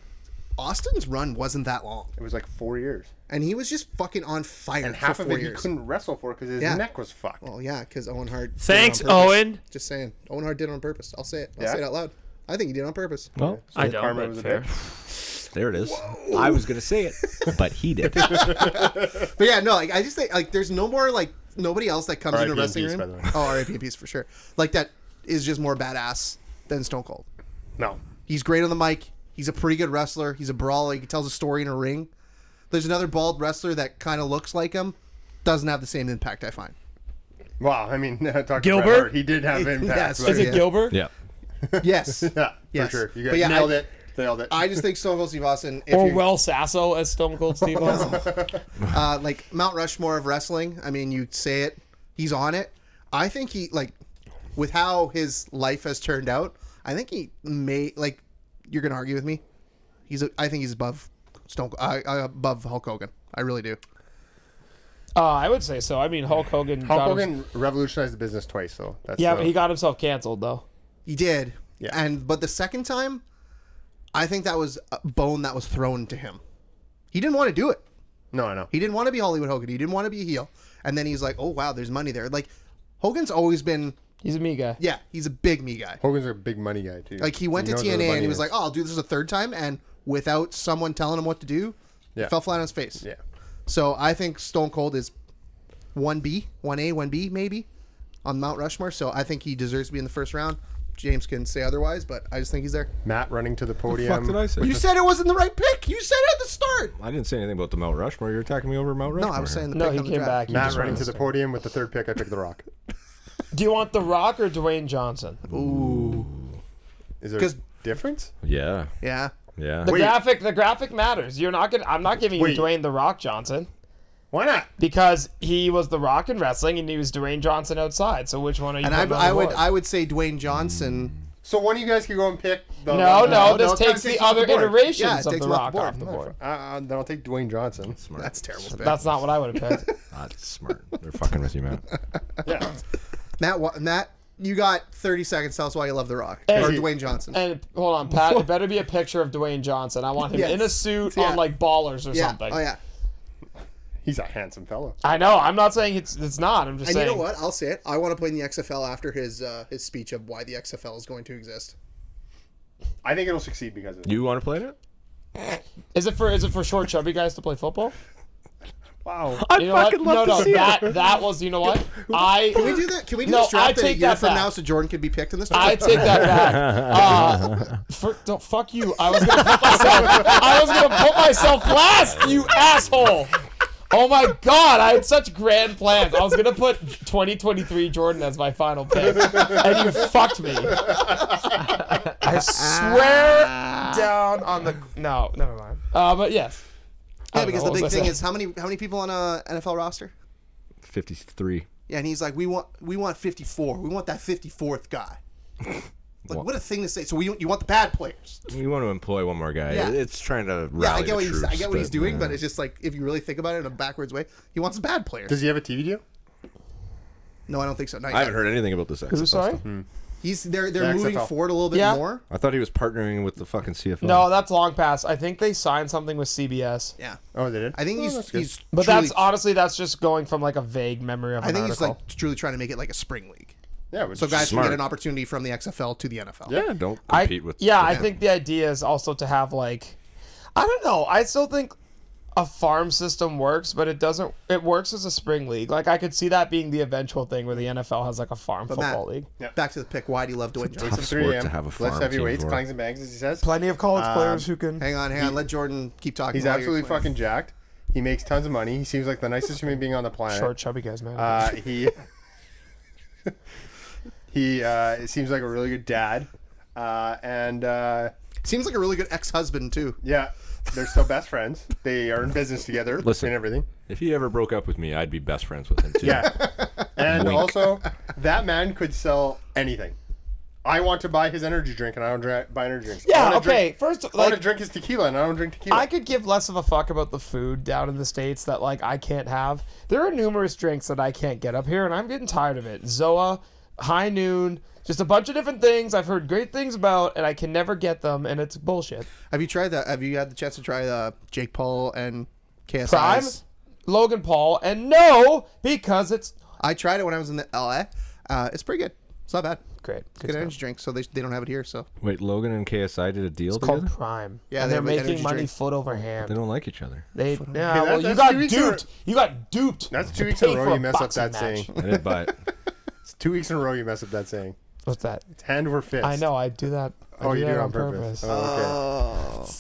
Speaker 2: Austin's run wasn't that long,
Speaker 3: it was like four years,
Speaker 2: and he was just fucking on fire
Speaker 3: and
Speaker 2: for
Speaker 3: half of
Speaker 2: four
Speaker 3: it
Speaker 2: years.
Speaker 3: he couldn't wrestle for because his
Speaker 2: Yeah.
Speaker 3: neck was fucked.
Speaker 2: Well, yeah, because Owen Hart. did it
Speaker 1: Thanks,
Speaker 2: on purpose.
Speaker 1: Owen.
Speaker 2: Just saying, Owen Hart did it on purpose. I'll say it. I'll
Speaker 3: Yeah?
Speaker 2: say it out loud. I think he did it on purpose.
Speaker 4: Well,
Speaker 1: I
Speaker 3: So
Speaker 1: don't.
Speaker 3: karma
Speaker 1: But
Speaker 3: was a
Speaker 1: fair.
Speaker 3: bitch.
Speaker 4: there it is. I was gonna say it, but he did.
Speaker 2: But yeah, no, like I just think like there's no more like nobody else that comes into a
Speaker 3: R.I.P.
Speaker 2: wrestling
Speaker 3: in peace,
Speaker 2: room.
Speaker 3: by the way.
Speaker 2: Oh, RIP in peace for sure. Like that is just more badass than Stone Cold.
Speaker 3: No,
Speaker 2: He's great on the mic. He's a pretty good wrestler. He's a brawler. He tells a story in a ring. There's another bald wrestler that kind of looks like him, doesn't have the same impact. I find.
Speaker 3: wow. I mean, talk to Bret
Speaker 5: Gilbert?
Speaker 3: Hart, he did have impact.
Speaker 2: Yes,
Speaker 3: but-
Speaker 5: Is it
Speaker 2: Yeah.
Speaker 5: Gilbert?
Speaker 4: yeah.
Speaker 2: Yes,
Speaker 3: Yeah,
Speaker 2: Yes.
Speaker 3: for sure. You
Speaker 2: But
Speaker 3: guys
Speaker 2: yeah,
Speaker 3: nailed
Speaker 2: I-
Speaker 3: it. Nailed it.
Speaker 2: I just think Stone Cold Steve Austin. If
Speaker 5: Or
Speaker 2: you-
Speaker 5: Will Sasso as Stone Cold Steve Austin.
Speaker 2: uh, like Mount Rushmore of wrestling. I mean, you say it, he's on it. I think he like with how his life has turned out. I think he may like you're gonna argue with me. He's a, I think he's above Stone uh, uh, above Hulk Hogan. I really do.
Speaker 5: uh, I would say so. I mean, Hulk Hogan.
Speaker 3: Hulk
Speaker 5: got him-
Speaker 3: Hogan revolutionized the business twice, so that's
Speaker 5: yeah,
Speaker 3: uh,
Speaker 5: but he got himself canceled though.
Speaker 2: He did.
Speaker 3: Yeah.
Speaker 2: And but the second time, I think that was a bone that was thrown to him. He didn't want to do it.
Speaker 3: no, I know.
Speaker 2: He didn't want to be Hollywood Hogan. He didn't want to be a heel. And then he's like, "Oh wow, there's money there." Like Hogan's always been,
Speaker 5: He's a me guy.
Speaker 2: yeah, he's a big me guy.
Speaker 3: Hogan's a big money guy too.
Speaker 2: Like he went to
Speaker 3: knows where
Speaker 2: TNA
Speaker 3: the
Speaker 2: and
Speaker 3: money
Speaker 2: he was
Speaker 3: is.
Speaker 2: like, "Oh, I'll do this a third time," and without someone telling him what to do, he
Speaker 3: Yeah.
Speaker 2: fell flat on his face.
Speaker 3: yeah,
Speaker 2: So I think Stone Cold is one B, one A, one B maybe on Mount Rushmore. So I think he deserves to be in the first round. James can say otherwise, but I just think he's there.
Speaker 3: Matt running to the
Speaker 4: The
Speaker 3: podium.
Speaker 4: fuck did I say?
Speaker 2: You said it wasn't the right pick. You said it at the start.
Speaker 4: I didn't say anything about the Mount Rushmore. You're attacking me over Mount
Speaker 2: No,
Speaker 4: Rushmore.
Speaker 2: I was saying the
Speaker 5: No,
Speaker 2: pick
Speaker 5: he
Speaker 2: on the
Speaker 5: came
Speaker 2: draft.
Speaker 5: back. He
Speaker 3: Matt
Speaker 5: just
Speaker 3: running
Speaker 5: ran
Speaker 3: to the
Speaker 5: this
Speaker 3: podium with the third pick. I picked the Rock.
Speaker 5: thing. Do you want The Rock or Dwayne Johnson?
Speaker 3: Is there
Speaker 2: 'Cause-
Speaker 3: a difference?
Speaker 4: Yeah,
Speaker 2: Yeah.
Speaker 4: yeah.
Speaker 5: The
Speaker 3: Wait.
Speaker 5: graphic, the graphic matters. You're not gonna. I'm not giving
Speaker 3: Wait.
Speaker 5: you Dwayne The Rock Johnson
Speaker 3: Why not?
Speaker 5: because he was The Rock in wrestling and he was Dwayne Johnson outside. So which one are you?
Speaker 2: And I,
Speaker 5: putting on
Speaker 2: I
Speaker 5: the
Speaker 2: would
Speaker 5: board?
Speaker 2: I would say Dwayne Johnson.
Speaker 3: So one of you guys can go and pick the.
Speaker 5: no, no,
Speaker 2: no,
Speaker 5: this
Speaker 2: no, it
Speaker 5: takes
Speaker 2: kinda
Speaker 5: the
Speaker 2: takes off
Speaker 5: other
Speaker 2: the board.
Speaker 5: iterations
Speaker 2: Yeah, it
Speaker 5: of
Speaker 2: takes
Speaker 5: The
Speaker 2: him off the
Speaker 5: Rock
Speaker 2: board.
Speaker 5: off the board.
Speaker 3: Uh, uh, then I'll take Dwayne Johnson.
Speaker 4: smart.
Speaker 2: That's a terrible. Pick.
Speaker 5: That's not what I would have picked.
Speaker 4: That's smart. They're fucking with you, man.
Speaker 3: Yeah.
Speaker 2: Matt. Wa- Matt, you got 30 seconds. Tell us why you love The Rock
Speaker 5: Hey.
Speaker 2: or Dwayne Johnson.
Speaker 5: And hold on, Pat. It better be a picture of Dwayne Johnson. I want him
Speaker 2: Yes.
Speaker 5: in a suit
Speaker 2: Yeah.
Speaker 5: on like ballers or
Speaker 2: yeah.
Speaker 5: something.
Speaker 2: Oh yeah.
Speaker 3: He's a handsome fellow.
Speaker 5: I know. I'm not saying it's it's not. I'm just
Speaker 2: And
Speaker 5: saying.
Speaker 2: you know what? I'll say it. I want to play in the XFL after his uh, his speech of why the XFL is going to exist.
Speaker 3: I think it'll succeed because of it.
Speaker 4: You want to play it?
Speaker 5: Is it for is it for short chubby guys to play football?
Speaker 3: Wow.
Speaker 4: I'd
Speaker 5: You know what? no, no, that that was you know what? I
Speaker 2: Can we do that? Can we do
Speaker 5: No,
Speaker 2: this
Speaker 5: I
Speaker 2: draft in a
Speaker 5: take
Speaker 2: year
Speaker 5: that
Speaker 2: from
Speaker 5: back.
Speaker 2: now so Jordan could be picked in this?
Speaker 5: I
Speaker 2: draft?
Speaker 5: take that back. Uh, for, don't fuck you. I was gonna put myself. I was gonna put myself last. You asshole. Oh my god! I had such grand plans. I was gonna put 2023 Jordan as my final pick, and you fucked me. I swear down on the. No, never mind. Uh, but yes. I
Speaker 2: yeah,
Speaker 5: don't
Speaker 2: because
Speaker 5: know,
Speaker 2: the
Speaker 5: what
Speaker 2: big
Speaker 5: was I
Speaker 2: thing
Speaker 5: saying?
Speaker 2: is how many how many people on a NFL roster?
Speaker 4: Fifty-three.
Speaker 2: Yeah, and he's like, we want we want 54. We want that 54th guy. Like what,
Speaker 4: What?
Speaker 2: a thing to say. So we you want the bad players.
Speaker 4: We want to employ one more guy.
Speaker 2: Yeah.
Speaker 4: It's trying to rally
Speaker 2: Yeah, I get
Speaker 4: the
Speaker 2: what he's I
Speaker 4: troops,
Speaker 2: get what he's doing,
Speaker 4: yeah.
Speaker 2: but it's just like if you really think about it in a backwards way, he wants the bad players.
Speaker 3: Does he have a TV deal?
Speaker 2: no, I don't think so. Not
Speaker 4: I haven't
Speaker 2: yet.
Speaker 4: heard anything about this. XFL
Speaker 5: Who's sorry?
Speaker 4: stuff.
Speaker 2: He's they're they're
Speaker 3: Yeah,
Speaker 2: moving
Speaker 3: XFL.
Speaker 2: forward a little bit
Speaker 5: Yeah.
Speaker 2: more.
Speaker 4: I thought he was partnering with the fucking CFL.
Speaker 5: No, that's long past. I think they signed something with CBS.
Speaker 2: Yeah.
Speaker 3: Oh, they did.
Speaker 2: I think
Speaker 3: Oh,
Speaker 2: he's
Speaker 3: that's good.
Speaker 2: he's
Speaker 5: But
Speaker 2: truly-
Speaker 5: that's honestly that's just going from like a vague memory of an
Speaker 2: I think he's
Speaker 5: article.
Speaker 2: like truly trying to make it like a spring league.
Speaker 3: yeah. Which
Speaker 2: So guys
Speaker 3: smart.
Speaker 2: can get an opportunity from the XFL to the NFL.
Speaker 4: yeah, don't
Speaker 5: I,
Speaker 4: compete with.
Speaker 5: yeah, I think the idea is also to have like I don't know. I still think a farm system works, but it doesn't it works as a spring league. Like I could see that being the eventual thing where the NFL has like a farm
Speaker 2: Matt,
Speaker 5: football league.
Speaker 3: Yeah.
Speaker 2: Back to the pick. Why do you love Dwayne Johnson?
Speaker 3: Some
Speaker 4: Tough sport
Speaker 3: 3 a.m.
Speaker 4: to have a
Speaker 3: Less
Speaker 4: farm team
Speaker 3: heavyweights,
Speaker 4: for.
Speaker 3: clangs and bangs, as he says.
Speaker 5: Plenty of college players who can
Speaker 2: Hang on, hang on. Let Jordan keep talking.
Speaker 3: He's
Speaker 2: while you're
Speaker 3: absolutely
Speaker 2: explaining.
Speaker 3: fucking jacked. He makes tons of money. He seems like the nicest human being on the planet.
Speaker 5: short chubby guys, man.
Speaker 3: Uh, he he uh, it seems like a really good dad, uh, and uh,
Speaker 2: Seems like a really good ex-husband too.
Speaker 3: yeah, they're still best friends. They are in business together
Speaker 4: Listen.
Speaker 3: and everything.
Speaker 4: If he ever broke up with me, I'd be best friends with him too.
Speaker 3: Yeah, and
Speaker 4: Wink.
Speaker 3: also that man could sell anything. I want to buy his energy drink, and I don't dra- buy energy drinks. I
Speaker 5: yeah,
Speaker 3: wanna
Speaker 5: okay.
Speaker 3: Drink,
Speaker 5: First
Speaker 3: I want to
Speaker 5: like
Speaker 3: drink his tequila, and I don't drink tequila.
Speaker 5: I could give less of a fuck about the food down in the states that like I can't have. There are numerous drinks that I can't get up here, and I'm getting tired of it. Zoa, High Noon, just a bunch of different things I've heard great things about, and I can never get them, and it's bullshit.
Speaker 2: Have you tried that? Have you had the chance to try the Jake Paul and KSI's?
Speaker 5: Prime, Logan Paul, and no, because it's
Speaker 2: I tried it when I was in the LA. Uh, it's pretty good. It's not bad.
Speaker 5: great.
Speaker 2: Good
Speaker 5: Good
Speaker 2: energy drink. So they, they don't have it here. So
Speaker 4: Wait, Logan and KSI did a deal
Speaker 5: stuff. called
Speaker 4: together.
Speaker 5: Prime.
Speaker 2: Yeah,
Speaker 5: Yeah, and
Speaker 2: they
Speaker 5: they're
Speaker 2: have an
Speaker 5: making
Speaker 2: energy
Speaker 5: money
Speaker 2: drink.
Speaker 5: foot over
Speaker 4: They
Speaker 5: hand.
Speaker 4: don't like each other.
Speaker 5: They, yeah,
Speaker 3: that-
Speaker 5: well, you
Speaker 3: that's
Speaker 5: got
Speaker 3: two weeks in a
Speaker 5: duped. You got duped.
Speaker 3: That's
Speaker 5: to
Speaker 3: two weeks in
Speaker 5: pay
Speaker 3: a
Speaker 5: for
Speaker 3: row you mess up
Speaker 5: boxing
Speaker 3: that
Speaker 5: match.
Speaker 3: saying.
Speaker 4: I did buy it.
Speaker 3: It's two weeks in a row you mess up that saying.
Speaker 5: What's that?
Speaker 3: Hand over fist.
Speaker 5: I know. I do that. I
Speaker 3: Oh,
Speaker 5: do
Speaker 3: you
Speaker 5: that
Speaker 3: do it on purpose. Oh, okay.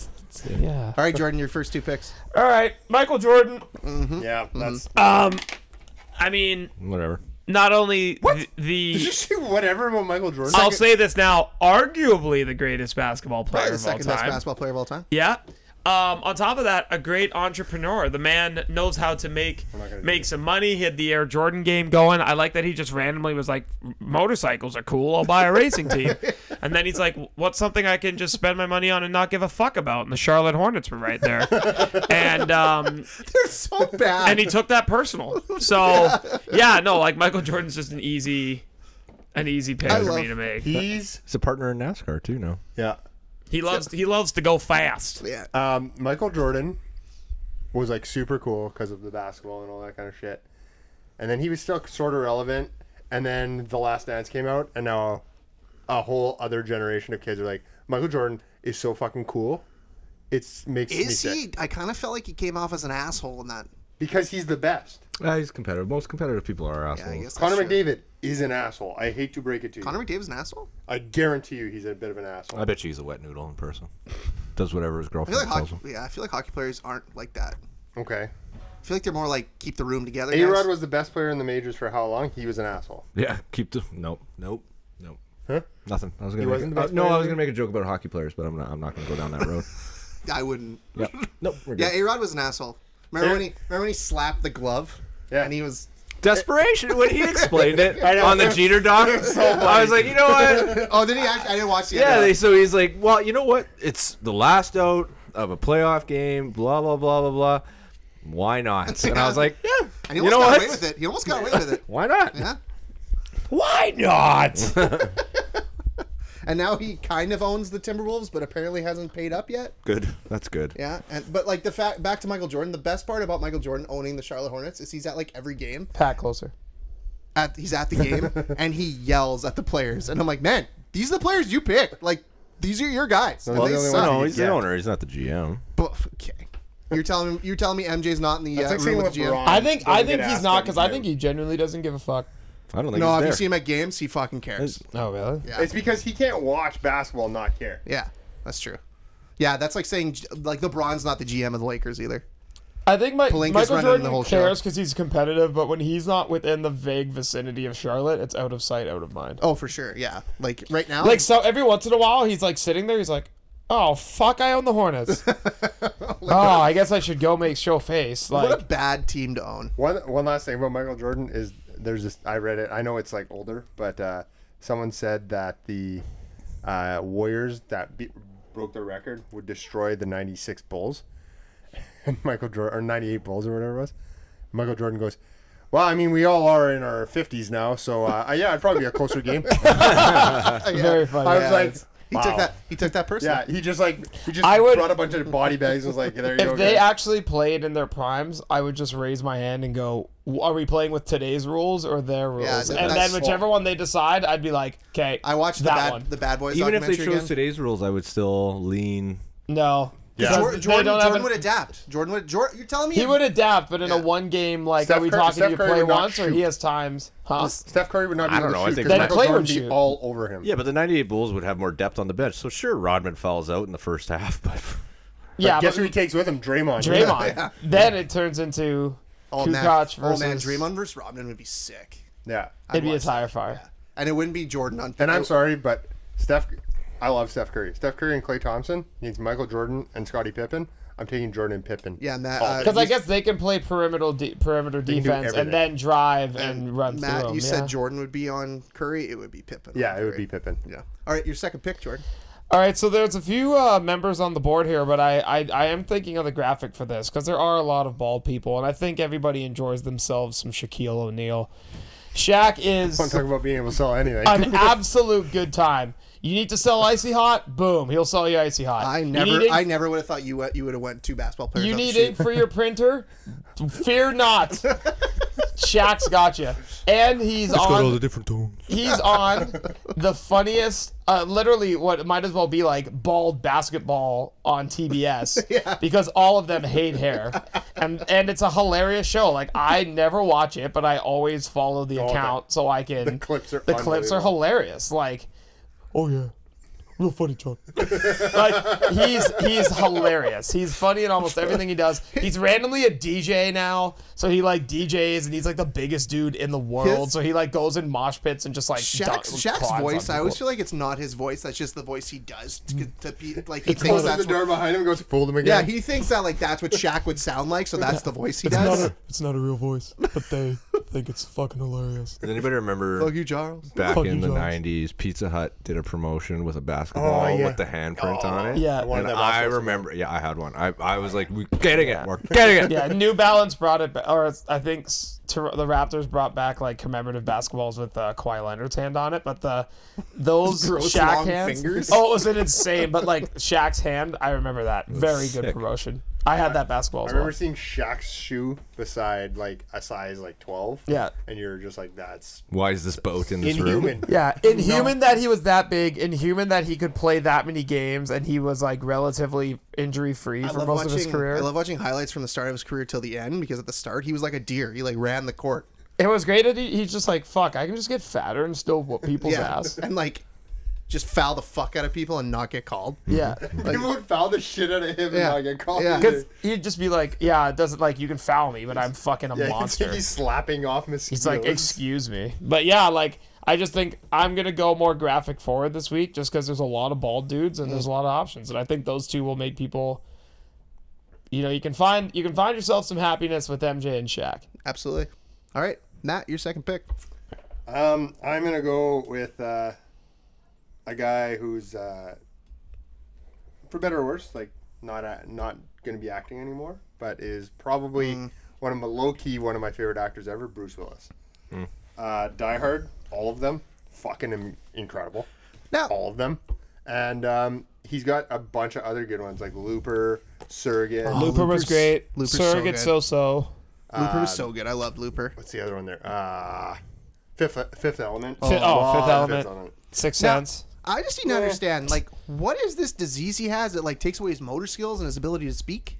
Speaker 5: Yeah.
Speaker 2: all right, Jordan, your first two picks.
Speaker 5: All right, Michael Jordan.
Speaker 2: Uh-huh.
Speaker 3: Yeah, that's.
Speaker 2: Mm-hmm.
Speaker 1: Um, I mean,
Speaker 4: Whatever.
Speaker 1: not only th- the.
Speaker 3: Did you say whatever about Michael Jordan?
Speaker 1: I'll say this now, arguably the greatest basketball player
Speaker 2: Probably the
Speaker 1: of all
Speaker 2: second
Speaker 1: time.
Speaker 2: best basketball player of all time.
Speaker 1: Yeah. Um, on top of that, a great entrepreneur. The man knows how to make
Speaker 3: gonna do
Speaker 1: make some money. He had the Air Jordan game going. I like that he just randomly was like, "Motorcycles are cool. I'll buy a racing team." and then he's like, "What's something I can just spend my money on and not give a fuck about?" And the Charlotte Hornets were right there. and um,
Speaker 2: They're so bad.
Speaker 1: and he took that personal. So yeah, no, like Michael Jordan's just an easy an easy pick for
Speaker 2: love-
Speaker 1: me to make.
Speaker 3: He's
Speaker 4: He's a partner in NASCAR too now.
Speaker 3: yeah.
Speaker 1: He loves he loves to go fast.
Speaker 2: yeah.
Speaker 3: Um, Michael Jordan was like super cool because of the basketball and all that kind of shit, and then he was still sort of relevant. And then The Last Dance came out, and now a whole other generation of kids are like, Michael Jordan is so fucking cool. It's makes me
Speaker 2: Is
Speaker 3: sick.
Speaker 2: he? I kind of felt like he came off as an asshole in that.
Speaker 3: because he's the best.
Speaker 4: Ah, he's competitive. Most competitive people are assholes.
Speaker 2: I guess that's
Speaker 3: Connor
Speaker 2: true.
Speaker 3: McDavid is an asshole. I hate to break it to you.
Speaker 2: Connor McDavid's an asshole.
Speaker 3: I guarantee you he's a bit of an asshole.
Speaker 4: I bet you he's a wet noodle in person. Does whatever his
Speaker 2: I feel
Speaker 4: girlfriend
Speaker 2: like
Speaker 4: tells
Speaker 2: hockey.
Speaker 4: him.
Speaker 2: Yeah, I feel like hockey players aren't like that.
Speaker 3: Okay.
Speaker 2: I feel like they're more like keep the room together.
Speaker 3: A Rod
Speaker 2: guys.
Speaker 3: was the best player in the majors for how long? He was an asshole.
Speaker 4: Yeah, keep the nope, nope, nope.
Speaker 3: Huh?
Speaker 4: Nothing. I was gonna.
Speaker 3: He
Speaker 4: make
Speaker 3: wasn't
Speaker 4: a-
Speaker 3: the best
Speaker 4: uh, no,
Speaker 3: player
Speaker 4: I
Speaker 3: in
Speaker 4: was
Speaker 3: the
Speaker 4: gonna make a joke about hockey players, but I'm not. I'm not gonna go down that road.
Speaker 2: I wouldn't.
Speaker 4: yeah. Nope. We're
Speaker 2: Yeah,
Speaker 4: good.
Speaker 2: A Rod was an asshole. Remember
Speaker 3: Yeah.
Speaker 2: when he remember when he slapped the glove?
Speaker 3: Yeah.
Speaker 2: And he was
Speaker 4: Desperation when he explained it
Speaker 3: know.
Speaker 4: on the Jeter doc. I was like, you know what?
Speaker 2: Oh, did he actually I didn't watch the
Speaker 4: Yeah,
Speaker 2: end of
Speaker 4: they,
Speaker 2: that.
Speaker 4: so he's like, well, you know what? It's the last out of a playoff game. Blah blah blah blah blah. Why not? And I was like, yeah.
Speaker 2: and he
Speaker 4: you
Speaker 2: almost
Speaker 4: know
Speaker 2: got
Speaker 4: what?
Speaker 2: away with it. He almost got away with it.
Speaker 4: Why not?
Speaker 2: Yeah.
Speaker 4: Why not?
Speaker 2: And now he kind of owns the Timberwolves, but apparently hasn't paid up yet.
Speaker 4: good. That's good.
Speaker 2: Yeah, and but like the fact back to Michael Jordan, the best part about Michael Jordan owning the Charlotte Hornets is he's at like every game.
Speaker 5: Pat closer.
Speaker 2: At he's at the game and he yells at the players, and I'm like, man, these are the players you picked. Like these are your guys. and
Speaker 3: Well,
Speaker 2: they
Speaker 3: the only
Speaker 2: suck.
Speaker 3: one-
Speaker 4: No, he's
Speaker 3: Yeah.
Speaker 4: the owner. He's not the GM.
Speaker 2: But, okay, you're telling me you're telling me MJ's not in the uh,
Speaker 3: It's like saying
Speaker 2: room with the GM.
Speaker 3: LeBron
Speaker 5: I think I
Speaker 3: doesn't
Speaker 5: think
Speaker 3: get
Speaker 5: he's
Speaker 3: asked
Speaker 5: not
Speaker 3: what
Speaker 5: because I think
Speaker 3: did.
Speaker 5: he genuinely doesn't give a fuck.
Speaker 4: I don't think.
Speaker 2: No,
Speaker 4: he's
Speaker 2: have you
Speaker 4: there.
Speaker 2: seen him at games? He fucking cares.
Speaker 5: Oh really?
Speaker 2: Yeah.
Speaker 3: It's because he can't watch basketball and not care.
Speaker 2: Yeah, that's true. Yeah, that's like saying like LeBron's not the GM of the Lakers either.
Speaker 5: I think my,
Speaker 2: Palenka's
Speaker 5: Michael
Speaker 2: running
Speaker 5: Jordan
Speaker 2: the whole show.
Speaker 5: cares because he's competitive, but when he's not within the vague vicinity of Charlotte, it's out of sight, out of mind.
Speaker 2: Oh, for sure. Yeah, like right now.
Speaker 5: Like so, every once in a while, he's like sitting there. He's like, "Oh fuck, I own the Hornets. oh, I guess I should go make show face."
Speaker 2: what a
Speaker 5: Like,
Speaker 2: bad team to own.
Speaker 3: One one last thing about Michael Jordan is there's this I read it I know it's like older but uh, someone said that the uh, Warriors that be, broke their record would destroy the '96 Bulls and Michael Jordan or '98 Bulls or whatever it was. Michael Jordan goes, "Well, I mean we all are in our 50s now, so uh, yeah, it'd probably be a closer game."
Speaker 5: very funny.
Speaker 3: I was
Speaker 5: Yeah,
Speaker 3: like,
Speaker 5: it's-
Speaker 2: He
Speaker 3: wow.
Speaker 2: took that. He took that personally.
Speaker 3: Yeah, he just like he just
Speaker 5: I would-
Speaker 3: brought a bunch of body bags and was like, "There you go."
Speaker 5: if they
Speaker 3: guys."
Speaker 5: actually played in their primes, I would just raise my hand and go, "W- "Are we playing with today's rules or their rules?"
Speaker 2: that-
Speaker 5: and
Speaker 2: that's-
Speaker 5: then whichever one they decide, I'd be like, "Okay."
Speaker 2: I watched the
Speaker 5: that
Speaker 2: bad
Speaker 5: one.
Speaker 2: the Bad Boys
Speaker 4: Even if they
Speaker 2: documentary
Speaker 4: chose
Speaker 2: again.
Speaker 4: today's rules, I would still lean.
Speaker 5: no.
Speaker 3: Yeah.
Speaker 5: because
Speaker 2: Jor-
Speaker 5: they
Speaker 2: Jordan,
Speaker 5: don't have
Speaker 2: Jordan
Speaker 5: an-
Speaker 2: would adapt. Jordan would. Jordan, you're telling me
Speaker 5: He would adapt, but in a
Speaker 2: Yeah.
Speaker 5: one game, like,
Speaker 3: Steph
Speaker 5: are we
Speaker 3: Curry-
Speaker 5: talking?
Speaker 3: Steph
Speaker 5: you
Speaker 3: Curry
Speaker 5: play
Speaker 3: would not
Speaker 5: once, or
Speaker 3: shoot.
Speaker 5: he has times? Huh?
Speaker 3: Steph Curry would not be
Speaker 4: I
Speaker 3: able
Speaker 4: don't know, I
Speaker 3: to shoot
Speaker 4: think
Speaker 3: 'cause
Speaker 5: that-
Speaker 3: Michael
Speaker 5: Clay
Speaker 3: Jordan
Speaker 5: would
Speaker 3: would be
Speaker 5: shoot.
Speaker 3: all over him.
Speaker 4: Yeah, but the '98 Bulls would have more depth on the bench. So sure, Rodman falls out in the first half, but
Speaker 5: Yeah,
Speaker 3: Guess who
Speaker 5: but
Speaker 3: he takes with him? Draymond.
Speaker 5: Draymond. Then it turns into
Speaker 2: old man,
Speaker 5: Kukoc
Speaker 2: old man
Speaker 5: versus-
Speaker 2: Draymond versus Robin would be sick,
Speaker 3: Yeah.
Speaker 5: it'd be a
Speaker 2: watch
Speaker 5: tire fire.
Speaker 2: and it wouldn't be Jordan on.
Speaker 3: And I'm sorry, but Steph, I love Steph Curry. Steph Curry and Clay Thompson needs Michael Jordan and Scottie Pippen. I'm taking Jordan and Pippen.
Speaker 2: Yeah, and that
Speaker 3: Oh,
Speaker 2: uh,
Speaker 5: Because I guess they can play perimeter de- perimeter
Speaker 3: can do
Speaker 5: defense
Speaker 3: everything.
Speaker 5: and then drive and, run
Speaker 2: Matt,
Speaker 5: through them.
Speaker 2: you
Speaker 5: yeah.
Speaker 2: said Jordan would be on Curry. It would be Pippen.
Speaker 3: Yeah,
Speaker 2: on
Speaker 3: it would
Speaker 2: Curry.
Speaker 3: be Pippen.
Speaker 2: Yeah. All right, your second pick, Jordan.
Speaker 5: All right, so there's a few uh, members on the board here, but I, I, I am thinking of the graphic for this because there are a lot of bald people, and I think everybody enjoys themselves some Shaquille O'Neal. Shaq is
Speaker 3: I'm talking about being able to sell anything.
Speaker 5: an absolute good time. You need to sell icy hot, boom, he'll sell you icy hot.
Speaker 2: I
Speaker 5: You
Speaker 2: never,
Speaker 5: need ink-
Speaker 2: I never would have thought you went, you would have went two basketball players.
Speaker 5: You
Speaker 2: off
Speaker 5: need
Speaker 2: the sheet.
Speaker 5: ink for your printer? Fear not. Shaq's got you, and he's on.
Speaker 4: different tones.
Speaker 5: he's on the funniest uh, literally what might as well be like bald basketball on TBS because all of them hate hair and and it's a hilarious show like I never watch it but I always follow the account so I can the
Speaker 3: clips are
Speaker 5: the clips are
Speaker 3: unbelievable.
Speaker 5: hilarious like
Speaker 6: Oh yeah, real funny, Chuck.
Speaker 5: like he's he's hilarious. He's funny in almost everything he does. He's randomly a DJ now, so he like DJs and he's like the biggest dude in the world.
Speaker 2: His-
Speaker 5: so he like goes in mosh pits and just like
Speaker 2: Shaq's,
Speaker 5: dunk- climbs
Speaker 2: Shaq's
Speaker 5: on
Speaker 2: voice. I
Speaker 5: people.
Speaker 2: always feel like it's not his voice. That's just the voice he does to, to be like he thinks
Speaker 3: Closes
Speaker 2: that's.
Speaker 3: the door
Speaker 2: What,
Speaker 3: behind him and goes, fooled him
Speaker 2: yeah,
Speaker 3: again.
Speaker 2: he thinks that like that's what Shaq would sound like. So that's the voice he
Speaker 6: It's not,
Speaker 2: does.
Speaker 6: a, it's not a real voice, but they think it's fucking hilarious.
Speaker 4: Does anybody remember
Speaker 2: Fuck you, Charles.
Speaker 4: back
Speaker 6: Fuck
Speaker 4: in
Speaker 6: you,
Speaker 4: the
Speaker 6: Jones.
Speaker 4: '90s? Pizza Hut did a promotion with a basketball
Speaker 3: yeah.
Speaker 4: with the handprint on it.
Speaker 5: Yeah.
Speaker 3: One of
Speaker 4: and
Speaker 3: them
Speaker 4: I
Speaker 3: also-
Speaker 4: remember. Yeah, I had one. I, I was like, we're getting it. We're getting it.
Speaker 5: Yeah, New Balance brought it, ba- or it's- I think s- Tor- the Raptors brought back like commemorative basketballs with uh, Kawhi Leonard's hand on it, but the those
Speaker 2: Gross
Speaker 5: Shaq
Speaker 2: long
Speaker 5: hands.
Speaker 2: fingers.
Speaker 5: Oh, it was an insane, but like Shaq's hand, I remember that. Very good
Speaker 4: sick.
Speaker 5: promotion. I had that
Speaker 3: I
Speaker 5: basketball as
Speaker 3: remember
Speaker 5: well.
Speaker 3: seeing Shaq's shoe beside like a size like twelve.
Speaker 5: Yeah.
Speaker 3: And you're just like, that's
Speaker 4: Why is this boat in this room?
Speaker 3: inhuman.
Speaker 5: Yeah, inhuman that he was that big, inhuman that he could play that many games, and he was like relatively injury free
Speaker 2: I
Speaker 5: for
Speaker 2: love
Speaker 5: most
Speaker 2: watching.
Speaker 5: of his career.
Speaker 2: I love watching highlights from the start of his career till the end because at the start he was like a deer. He like ran the court.
Speaker 5: it was great that he, he's just like, fuck, I can just get fatter and still whoop people's
Speaker 2: yeah,
Speaker 5: ass.
Speaker 2: and like just foul the fuck out of people and not get called.
Speaker 5: Yeah.
Speaker 3: People would foul the shit out of him
Speaker 2: Yeah.
Speaker 3: and not get caught.
Speaker 2: Yeah.
Speaker 3: either.
Speaker 5: Because he'd just be like, yeah, it doesn't like you can foul me, but I'm fucking a
Speaker 3: Yeah, you can see
Speaker 5: monster.
Speaker 3: he's slapping off mosquitoes.
Speaker 5: It's like, excuse me. But yeah, like I just think I'm gonna go more graphic forward this week, just because there's a lot of bald dudes and there's a lot of options, and I think those two will make people. You know, you can find you can find yourself some happiness with MJ and Shaq.
Speaker 2: Absolutely. All right, Matt, your second pick.
Speaker 3: Um, I'm gonna go with uh, a guy who's, uh, for better or worse, like not a, not gonna be acting anymore, but is probably
Speaker 5: Mm.
Speaker 3: one of my low key one of my favorite actors ever, Bruce Willis. Uh, Die Hard, all of them, fucking Im- incredible,
Speaker 2: Now,
Speaker 3: all of them, and um, he's got a bunch of other good ones like Looper, Surrogate.
Speaker 5: Looper was
Speaker 2: Oh, Looper's-
Speaker 5: great.
Speaker 2: Looper's so
Speaker 5: Surrogate
Speaker 2: good.
Speaker 5: so so.
Speaker 2: Looper
Speaker 3: Um,
Speaker 2: was so good. I loved Looper.
Speaker 3: What's the other one there? Uh, Fifth Fifth Element.
Speaker 5: Fi- oh,
Speaker 3: Love
Speaker 5: Fifth Element. Sixth
Speaker 2: Now-
Speaker 5: Sense.
Speaker 2: I just need to understand, like, what is this disease he has that like takes away his motor skills and his ability to speak?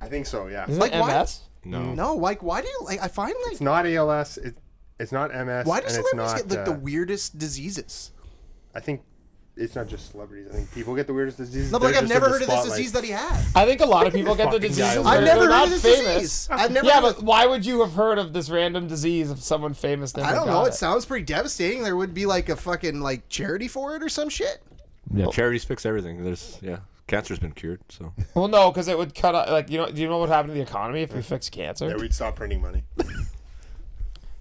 Speaker 3: I think so. Yeah.
Speaker 5: Isn't
Speaker 2: like,
Speaker 5: it
Speaker 2: why-
Speaker 5: MS?
Speaker 4: No.
Speaker 2: No, like, why do you like? I find like,
Speaker 3: It's not ALS. It, it's not MS.
Speaker 2: why do
Speaker 3: and it's
Speaker 2: celebrities
Speaker 3: not,
Speaker 2: get like the
Speaker 3: uh,
Speaker 2: weirdest diseases?
Speaker 3: I think it's not just celebrities. I think people get the weirdest diseases.
Speaker 2: No, but like,
Speaker 3: They're
Speaker 2: I've
Speaker 3: just in
Speaker 2: never
Speaker 3: the
Speaker 2: heard of this
Speaker 3: spotlight.
Speaker 2: disease that he has.
Speaker 5: I think a lot of people get the
Speaker 3: fucking guy
Speaker 5: disease.
Speaker 3: over
Speaker 5: but
Speaker 2: I've
Speaker 3: They're-
Speaker 2: never
Speaker 5: they're
Speaker 2: heard
Speaker 5: not
Speaker 2: of this
Speaker 5: famous.
Speaker 2: disease. I've never.
Speaker 5: Yeah,
Speaker 2: heard of-
Speaker 5: but why would you have heard of this random disease if someone famous never
Speaker 2: I don't
Speaker 5: got
Speaker 2: know.
Speaker 5: It?
Speaker 2: It sounds pretty devastating. There would be like a fucking like charity for it or some shit.
Speaker 4: Yeah, charities fix everything. There's yeah, cancer's been cured. So
Speaker 5: Well, no, because it would cut out. Like, you know, do you know what happened to the economy if we fixed cancer?
Speaker 3: Yeah, we'd stop printing money.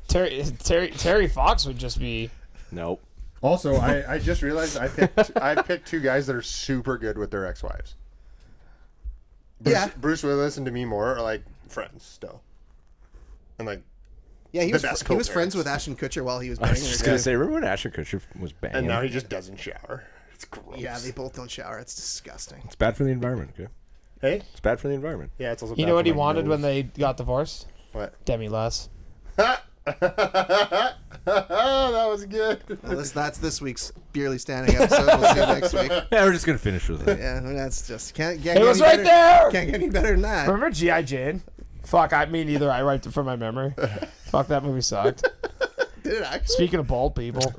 Speaker 5: Terry, Terry, Terry Fox would just be.
Speaker 4: nope.
Speaker 3: Also, I, I just realized I picked I picked two guys that are super good with their ex-wives. Bruce,
Speaker 2: Yeah.
Speaker 3: Bruce Willis and Demi Moore are like friends still, and like
Speaker 2: Yeah, he
Speaker 3: The
Speaker 2: was
Speaker 3: best
Speaker 2: he was
Speaker 3: co-parents.
Speaker 2: friends with Ashton Kutcher while he was
Speaker 4: I was
Speaker 2: banging
Speaker 4: just
Speaker 2: her.
Speaker 4: gonna say, remember when Ashton Kutcher was banging?
Speaker 3: and now he just doesn't shower. It's gross.
Speaker 2: Yeah, they both don't shower. It's disgusting.
Speaker 4: it's bad for the environment. Okay,
Speaker 3: Hey.
Speaker 4: it's bad for the environment.
Speaker 3: Yeah, it's also.
Speaker 5: You
Speaker 3: bad
Speaker 5: know
Speaker 3: for
Speaker 5: what he
Speaker 3: my
Speaker 5: wanted when
Speaker 3: nose.
Speaker 5: they got divorced?
Speaker 3: What?
Speaker 5: Demi Less.
Speaker 3: Oh, that was good.
Speaker 2: Well, this, that's this week's Beerly Standing episode. We'll see you next week.
Speaker 4: Yeah, we're just gonna finish with it.
Speaker 2: Yeah, that's just can't. can't
Speaker 5: It
Speaker 2: get
Speaker 5: was
Speaker 2: any
Speaker 5: right
Speaker 2: better-
Speaker 5: there!
Speaker 2: Can't get any better than that.
Speaker 5: Remember G.I. Jane? Fuck, I mean either. I wiped it from my memory. Fuck, that movie sucked.
Speaker 2: Did it actually?
Speaker 5: Speaking of bald people,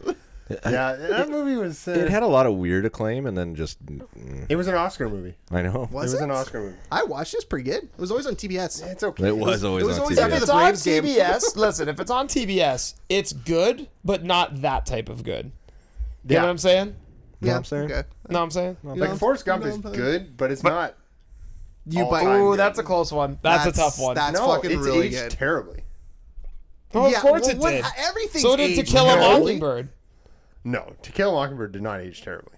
Speaker 3: Yeah, that movie was. Uh,
Speaker 4: It had a lot of weird acclaim, and then just mm,
Speaker 3: It was an Oscar movie.
Speaker 4: I know
Speaker 2: Was
Speaker 3: it was
Speaker 2: it?
Speaker 3: an Oscar movie.
Speaker 2: I watched this pretty good. It was always on TBS.
Speaker 3: It's okay.
Speaker 4: it was always
Speaker 2: it was
Speaker 4: on
Speaker 2: always
Speaker 4: TV.
Speaker 2: after
Speaker 5: if
Speaker 2: the
Speaker 5: it's on
Speaker 2: Braves game.
Speaker 5: TBS, listen, if it's on TBS, it's good, but not that type of good. You know what I'm saying?
Speaker 4: You know what I'm saying?
Speaker 2: Okay.
Speaker 5: No, I'm saying.
Speaker 3: Like
Speaker 2: know,
Speaker 3: Forrest Gump
Speaker 2: you know,
Speaker 3: is
Speaker 2: but-
Speaker 3: good, but it's not.
Speaker 2: You
Speaker 3: All
Speaker 2: bite.
Speaker 3: time.
Speaker 5: Ooh, that's a close one. That's, a tough one.
Speaker 2: That's
Speaker 3: no,
Speaker 2: fucking
Speaker 3: it's
Speaker 2: really
Speaker 3: aged
Speaker 2: good.
Speaker 3: terribly.
Speaker 5: Oh, of
Speaker 2: yeah,
Speaker 5: course
Speaker 2: well,
Speaker 5: it
Speaker 2: what-
Speaker 5: did.
Speaker 2: Everything's
Speaker 5: So did To
Speaker 2: aged
Speaker 5: Kill a
Speaker 2: terribly.
Speaker 5: Mockingbird.
Speaker 3: No, To Kill a Mockingbird did not age terribly.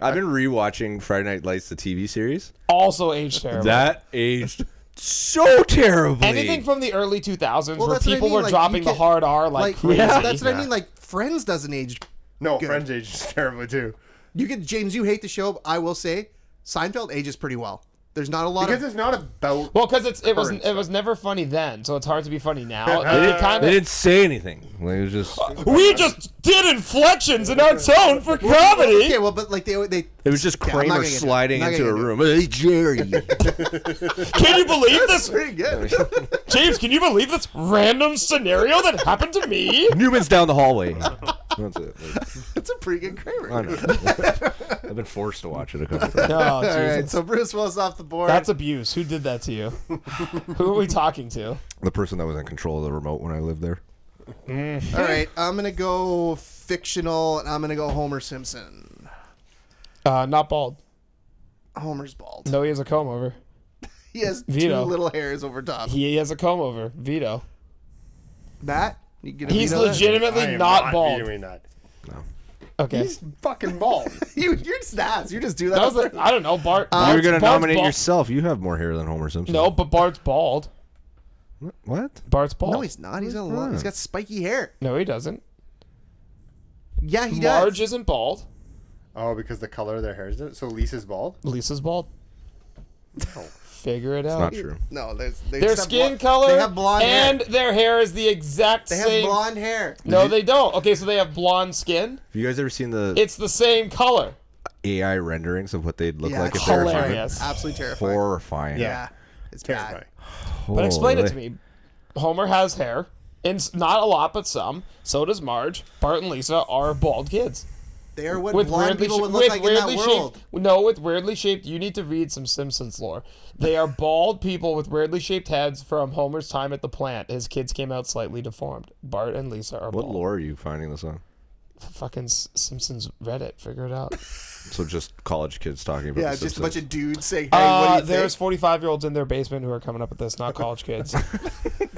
Speaker 4: I've been rewatching Friday Night Lights, the TV series.
Speaker 5: Also aged terrible.
Speaker 4: That aged so terribly.
Speaker 5: Anything from the early 2000s
Speaker 2: Well,
Speaker 5: where
Speaker 2: that's what I
Speaker 5: people
Speaker 2: mean,
Speaker 5: were
Speaker 2: like, you
Speaker 5: dropping the
Speaker 2: can-
Speaker 5: hard R like,
Speaker 2: Like,
Speaker 5: crazy.
Speaker 2: that's what I mean. Like, Friends doesn't age.
Speaker 3: No,
Speaker 2: Good.
Speaker 3: Friends aged terribly too.
Speaker 2: You could James, you hate the show. but I will say, Seinfeld ages pretty well. There's not a lot
Speaker 3: Because
Speaker 2: of.
Speaker 3: it's not about.
Speaker 5: Well, because it's it was
Speaker 3: Current
Speaker 5: it was never funny then, so it's hard to be funny now. It
Speaker 4: They
Speaker 5: kinda-
Speaker 4: didn't Uh, say anything. Like, it was just.
Speaker 5: we just did inflections in our tone for
Speaker 2: Okay,
Speaker 5: comedy.
Speaker 2: well, but like they they.
Speaker 4: It was just
Speaker 2: Yeah, I'm not
Speaker 4: Kramer
Speaker 2: gonna get-
Speaker 4: sliding
Speaker 2: I'm not
Speaker 4: into a
Speaker 2: gonna get-
Speaker 4: room. Hey, Jerry.
Speaker 5: Can you believe this,
Speaker 2: Pretty good.
Speaker 5: James? Can you believe this random scenario that happened to me?
Speaker 4: Newman's down the hallway. That's it. Like,
Speaker 2: That's a pretty good Kramer.
Speaker 4: I don't know. I've been forced to watch it a couple times.
Speaker 5: Oh,
Speaker 2: All right,
Speaker 5: Jesus.
Speaker 2: so Bruce Willis off the board.
Speaker 5: That's abuse. Who did that to you? Who are we talking to?
Speaker 4: The person that was in control of the remote when I lived there.
Speaker 2: All right, I'm gonna go fictional, and I'm gonna go Homer Simpson.
Speaker 5: Uh, not bald.
Speaker 2: Homer's bald.
Speaker 5: No, he has a comb over.
Speaker 2: He has
Speaker 5: Vito.
Speaker 2: two little hairs over top.
Speaker 5: He has a comb over. Vito.
Speaker 2: Matt, you gonna
Speaker 5: He's
Speaker 2: Vito that?
Speaker 3: I
Speaker 5: legitimately
Speaker 3: am
Speaker 5: not bald.
Speaker 3: vetoing that.
Speaker 5: Okay.
Speaker 3: He's fucking bald.
Speaker 2: You, you're stats. You just do that.
Speaker 5: That was the, I don't know, Bart.
Speaker 4: you were
Speaker 5: Bart's-
Speaker 4: going to
Speaker 5: Bart's
Speaker 4: nominate
Speaker 5: bald.
Speaker 4: yourself. You have more hair than Homer Simpson.
Speaker 5: No, but Bart's bald.
Speaker 4: What?
Speaker 5: Bart's bald.
Speaker 2: no, he's not. He's got long. He's got spiky hair.
Speaker 5: No, he doesn't.
Speaker 2: Yeah, he does.
Speaker 5: Marge isn't bald.
Speaker 3: Oh, because the color of their hair is. So Lisa's bald.
Speaker 5: Lisa's bald. figure it out.
Speaker 4: Not true.
Speaker 2: No, there's they
Speaker 5: Their
Speaker 2: just have
Speaker 5: skin
Speaker 2: blon-
Speaker 5: color
Speaker 2: They have blonde
Speaker 5: and
Speaker 2: hair.
Speaker 5: their hair is the exact
Speaker 2: They have
Speaker 5: same.
Speaker 2: blonde hair.
Speaker 5: No, they don't. Okay, so they have blonde skin.
Speaker 4: Have you guys ever seen the
Speaker 5: It's the same color.
Speaker 4: AI renderings of what they'd look
Speaker 2: Yeah,
Speaker 4: like if
Speaker 2: it's
Speaker 4: they were
Speaker 2: terrifying.
Speaker 4: human?
Speaker 5: Hilarious.
Speaker 2: Absolutely terrifying.
Speaker 4: Horrifying.
Speaker 2: Yeah, it's bad.
Speaker 3: Terrifying.
Speaker 4: Oh,
Speaker 5: But explain it to me. Homer has hair, and s- not a lot, but some. So does Marge. Bart and Lisa are bald kids.
Speaker 2: They are what
Speaker 5: With
Speaker 2: blonde
Speaker 5: weirdly
Speaker 2: people
Speaker 5: sh-
Speaker 2: would look
Speaker 5: with
Speaker 2: like in that
Speaker 5: weirdly
Speaker 2: world.
Speaker 5: Shaped, no, with weirdly shaped. You need to read some Simpsons lore. They are bald people with weirdly shaped heads from Homer's time at the plant. His kids came out slightly deformed. Bart and Lisa are
Speaker 4: What
Speaker 5: bald.
Speaker 4: lore are you finding this on?
Speaker 5: Fucking S- Simpsons Reddit. Figure it out.
Speaker 4: So just college kids talking about
Speaker 2: Yeah,
Speaker 4: the
Speaker 2: just a bunch
Speaker 4: Simpsons.
Speaker 2: of dudes saying, "Hey,
Speaker 5: Uh,
Speaker 2: what do you
Speaker 5: there's
Speaker 2: think?"
Speaker 5: 45 year olds in their basement who are coming up with this, not college kids.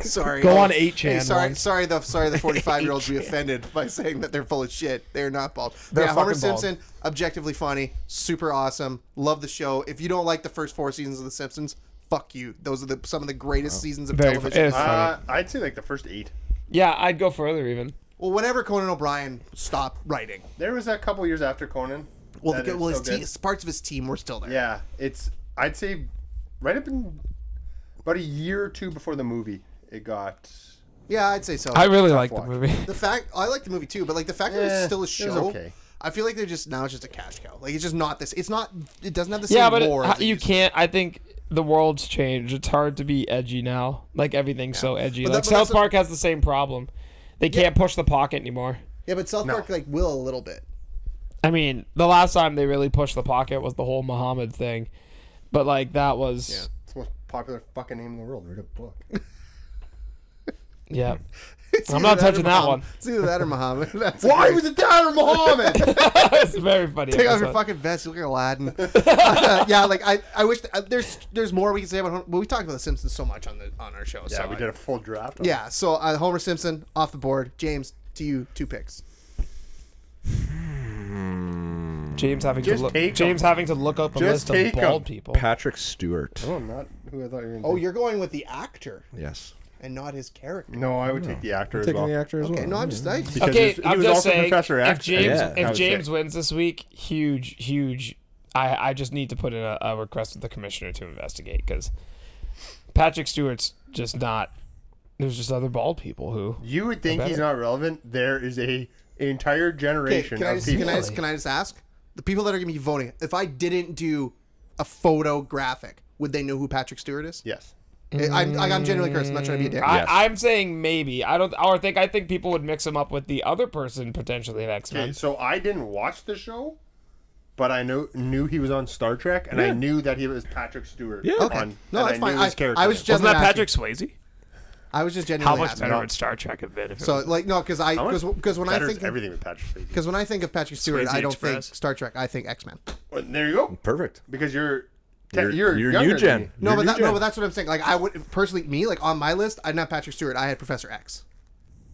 Speaker 2: Sorry.
Speaker 1: Go
Speaker 2: Oh,
Speaker 1: on 8chan
Speaker 2: Hey, sorry,
Speaker 1: once.
Speaker 2: sorry, the sorry the 45 year olds be offended by saying that they're full of shit. They're not bald. yeah, Homer
Speaker 5: fucking bald.
Speaker 2: Simpson, objectively funny, super awesome. Love the show. If you don't like the first four seasons of The Simpsons, fuck you. Those are the some of the
Speaker 3: Oh.
Speaker 2: greatest seasons of
Speaker 5: Very-
Speaker 2: television.
Speaker 5: it's-
Speaker 3: Uh, I'd say like the first eight.
Speaker 5: yeah, I'd go further even.
Speaker 2: well, whenever Conan O'Brien stopped writing,
Speaker 3: There was a couple years after Conan.
Speaker 2: well,
Speaker 3: that
Speaker 2: the,
Speaker 3: is
Speaker 2: well, his
Speaker 3: still good.
Speaker 2: te- parts of his team were still there.
Speaker 3: Yeah, it's I'd say right up in about a year or two before the movie it got.
Speaker 2: Yeah, I'd say so.
Speaker 5: I really like the
Speaker 3: watch.
Speaker 5: movie.
Speaker 2: the fact I like the movie too, but like the fact that it's
Speaker 3: Eh,
Speaker 2: still a
Speaker 3: it was
Speaker 2: show.
Speaker 3: okay.
Speaker 2: I feel like they're just now it's just a cash cow. Like it's just not this. It's not. It doesn't have the same
Speaker 5: Yeah, but it-
Speaker 2: lore.
Speaker 5: how-
Speaker 2: as it
Speaker 5: you
Speaker 2: used to.
Speaker 5: can't. I think the world's changed. It's hard to be edgy now. Like everything's so edgy.
Speaker 2: But
Speaker 5: like
Speaker 2: that- but
Speaker 5: South
Speaker 2: that's a-
Speaker 5: Park has the same problem. They can't push the pocket anymore.
Speaker 2: Yeah, but South Park like will a little bit.
Speaker 5: I mean, the last time they really pushed the pocket was the whole Muhammad thing, but like that was
Speaker 3: It's the most popular fucking name in the world. Read a book.
Speaker 5: yeah.
Speaker 2: It's
Speaker 5: I'm
Speaker 2: either
Speaker 5: not
Speaker 2: or
Speaker 5: touching that
Speaker 2: Muhammad.
Speaker 5: one.
Speaker 2: It's either that or Muhammad. That's
Speaker 3: Why was it down on Muhammad?
Speaker 5: it's very funny.
Speaker 2: Take off your
Speaker 5: episode.
Speaker 2: fucking vest. You look like Aladdin. yeah, like I, I wish uh, there's there's more we can say about. Homer, but we talked about the Simpsons so much on the on our show.
Speaker 3: yeah,
Speaker 2: so
Speaker 3: we
Speaker 2: I-
Speaker 3: did a full draft. on
Speaker 2: Yeah, so uh, Homer Simpson off the board. James, to you, two picks.
Speaker 5: James having
Speaker 3: Just
Speaker 5: to look.
Speaker 3: take 'em.
Speaker 5: James having to look up a
Speaker 3: Just
Speaker 5: list of
Speaker 3: take 'em.
Speaker 5: bald people.
Speaker 4: Patrick Stewart.
Speaker 3: it. Oh, not who I thought you were. Gonna
Speaker 2: Oh,
Speaker 3: take.
Speaker 2: you're going with the actor
Speaker 4: Yes.
Speaker 2: and not his character.
Speaker 3: no, I would take the actor as
Speaker 4: Taking
Speaker 3: well.
Speaker 4: the actor as
Speaker 2: Okay,
Speaker 4: well.
Speaker 2: no, I'm just I,
Speaker 3: Because
Speaker 5: Okay,
Speaker 3: he was- he
Speaker 5: I'm
Speaker 3: was
Speaker 5: just
Speaker 3: also
Speaker 5: saying.
Speaker 3: Professor
Speaker 5: if
Speaker 3: actor.
Speaker 5: James,
Speaker 4: Yeah,
Speaker 3: I
Speaker 5: if
Speaker 3: would
Speaker 5: James
Speaker 3: say.
Speaker 5: wins this week, huge, huge. I, I just need to put in a, a request to the commissioner to investigate because Patrick Stewart's just not. There's just other bald people who.
Speaker 3: You would think
Speaker 5: I bet
Speaker 3: he's
Speaker 5: it.
Speaker 3: not relevant. There is a entire
Speaker 2: Okay,
Speaker 3: generation
Speaker 2: can I
Speaker 3: of
Speaker 2: just,
Speaker 3: people.
Speaker 2: can I just, can I just ask the people that are going to be voting? If I didn't do a photographic, would they know who Patrick Stewart is?
Speaker 3: yes.
Speaker 2: I, I'm, I'm genuinely curious. I'm not trying to be a
Speaker 3: Mm.
Speaker 2: dick.
Speaker 4: Yes.
Speaker 5: I, I'm saying maybe. I don't. Or think I think people would mix him up with the other person potentially in X Men.
Speaker 3: Okay, so I didn't watch the show, but I know knew he was on Star Trek, and I knew that he was Patrick Stewart. Yeah.
Speaker 2: Okay.
Speaker 3: On,
Speaker 2: No,
Speaker 3: and
Speaker 2: that's
Speaker 3: I knew
Speaker 2: fine.
Speaker 3: his
Speaker 2: I-
Speaker 3: character.
Speaker 2: I was
Speaker 3: name.
Speaker 2: just-
Speaker 1: Wasn't that
Speaker 2: Doesn't
Speaker 1: Patrick Swayze?
Speaker 2: I was just
Speaker 1: How
Speaker 2: genuinely
Speaker 1: much
Speaker 2: happy.
Speaker 1: better would Star Trek have been if it
Speaker 2: So
Speaker 1: was
Speaker 2: like no, because I
Speaker 3: How much
Speaker 2: because because when I
Speaker 3: better is
Speaker 2: think
Speaker 3: everything with Patrick Stewart.
Speaker 2: because when I think of Patrick Stewart,
Speaker 1: Swayze
Speaker 2: I don't think
Speaker 1: Express.
Speaker 2: Star Trek. I think X Men.
Speaker 3: Well, there you go.
Speaker 4: Perfect.
Speaker 3: Because you're te-
Speaker 4: You're,
Speaker 3: you're,
Speaker 4: you're,
Speaker 3: younger
Speaker 4: new
Speaker 3: than
Speaker 4: gen.
Speaker 3: me.
Speaker 2: No,
Speaker 4: You're
Speaker 2: but
Speaker 4: new
Speaker 2: that, no,
Speaker 4: gen.
Speaker 2: but that's what I'm saying. Like I would personally, me like on my list, I would not Patrick Stewart. I had Professor X.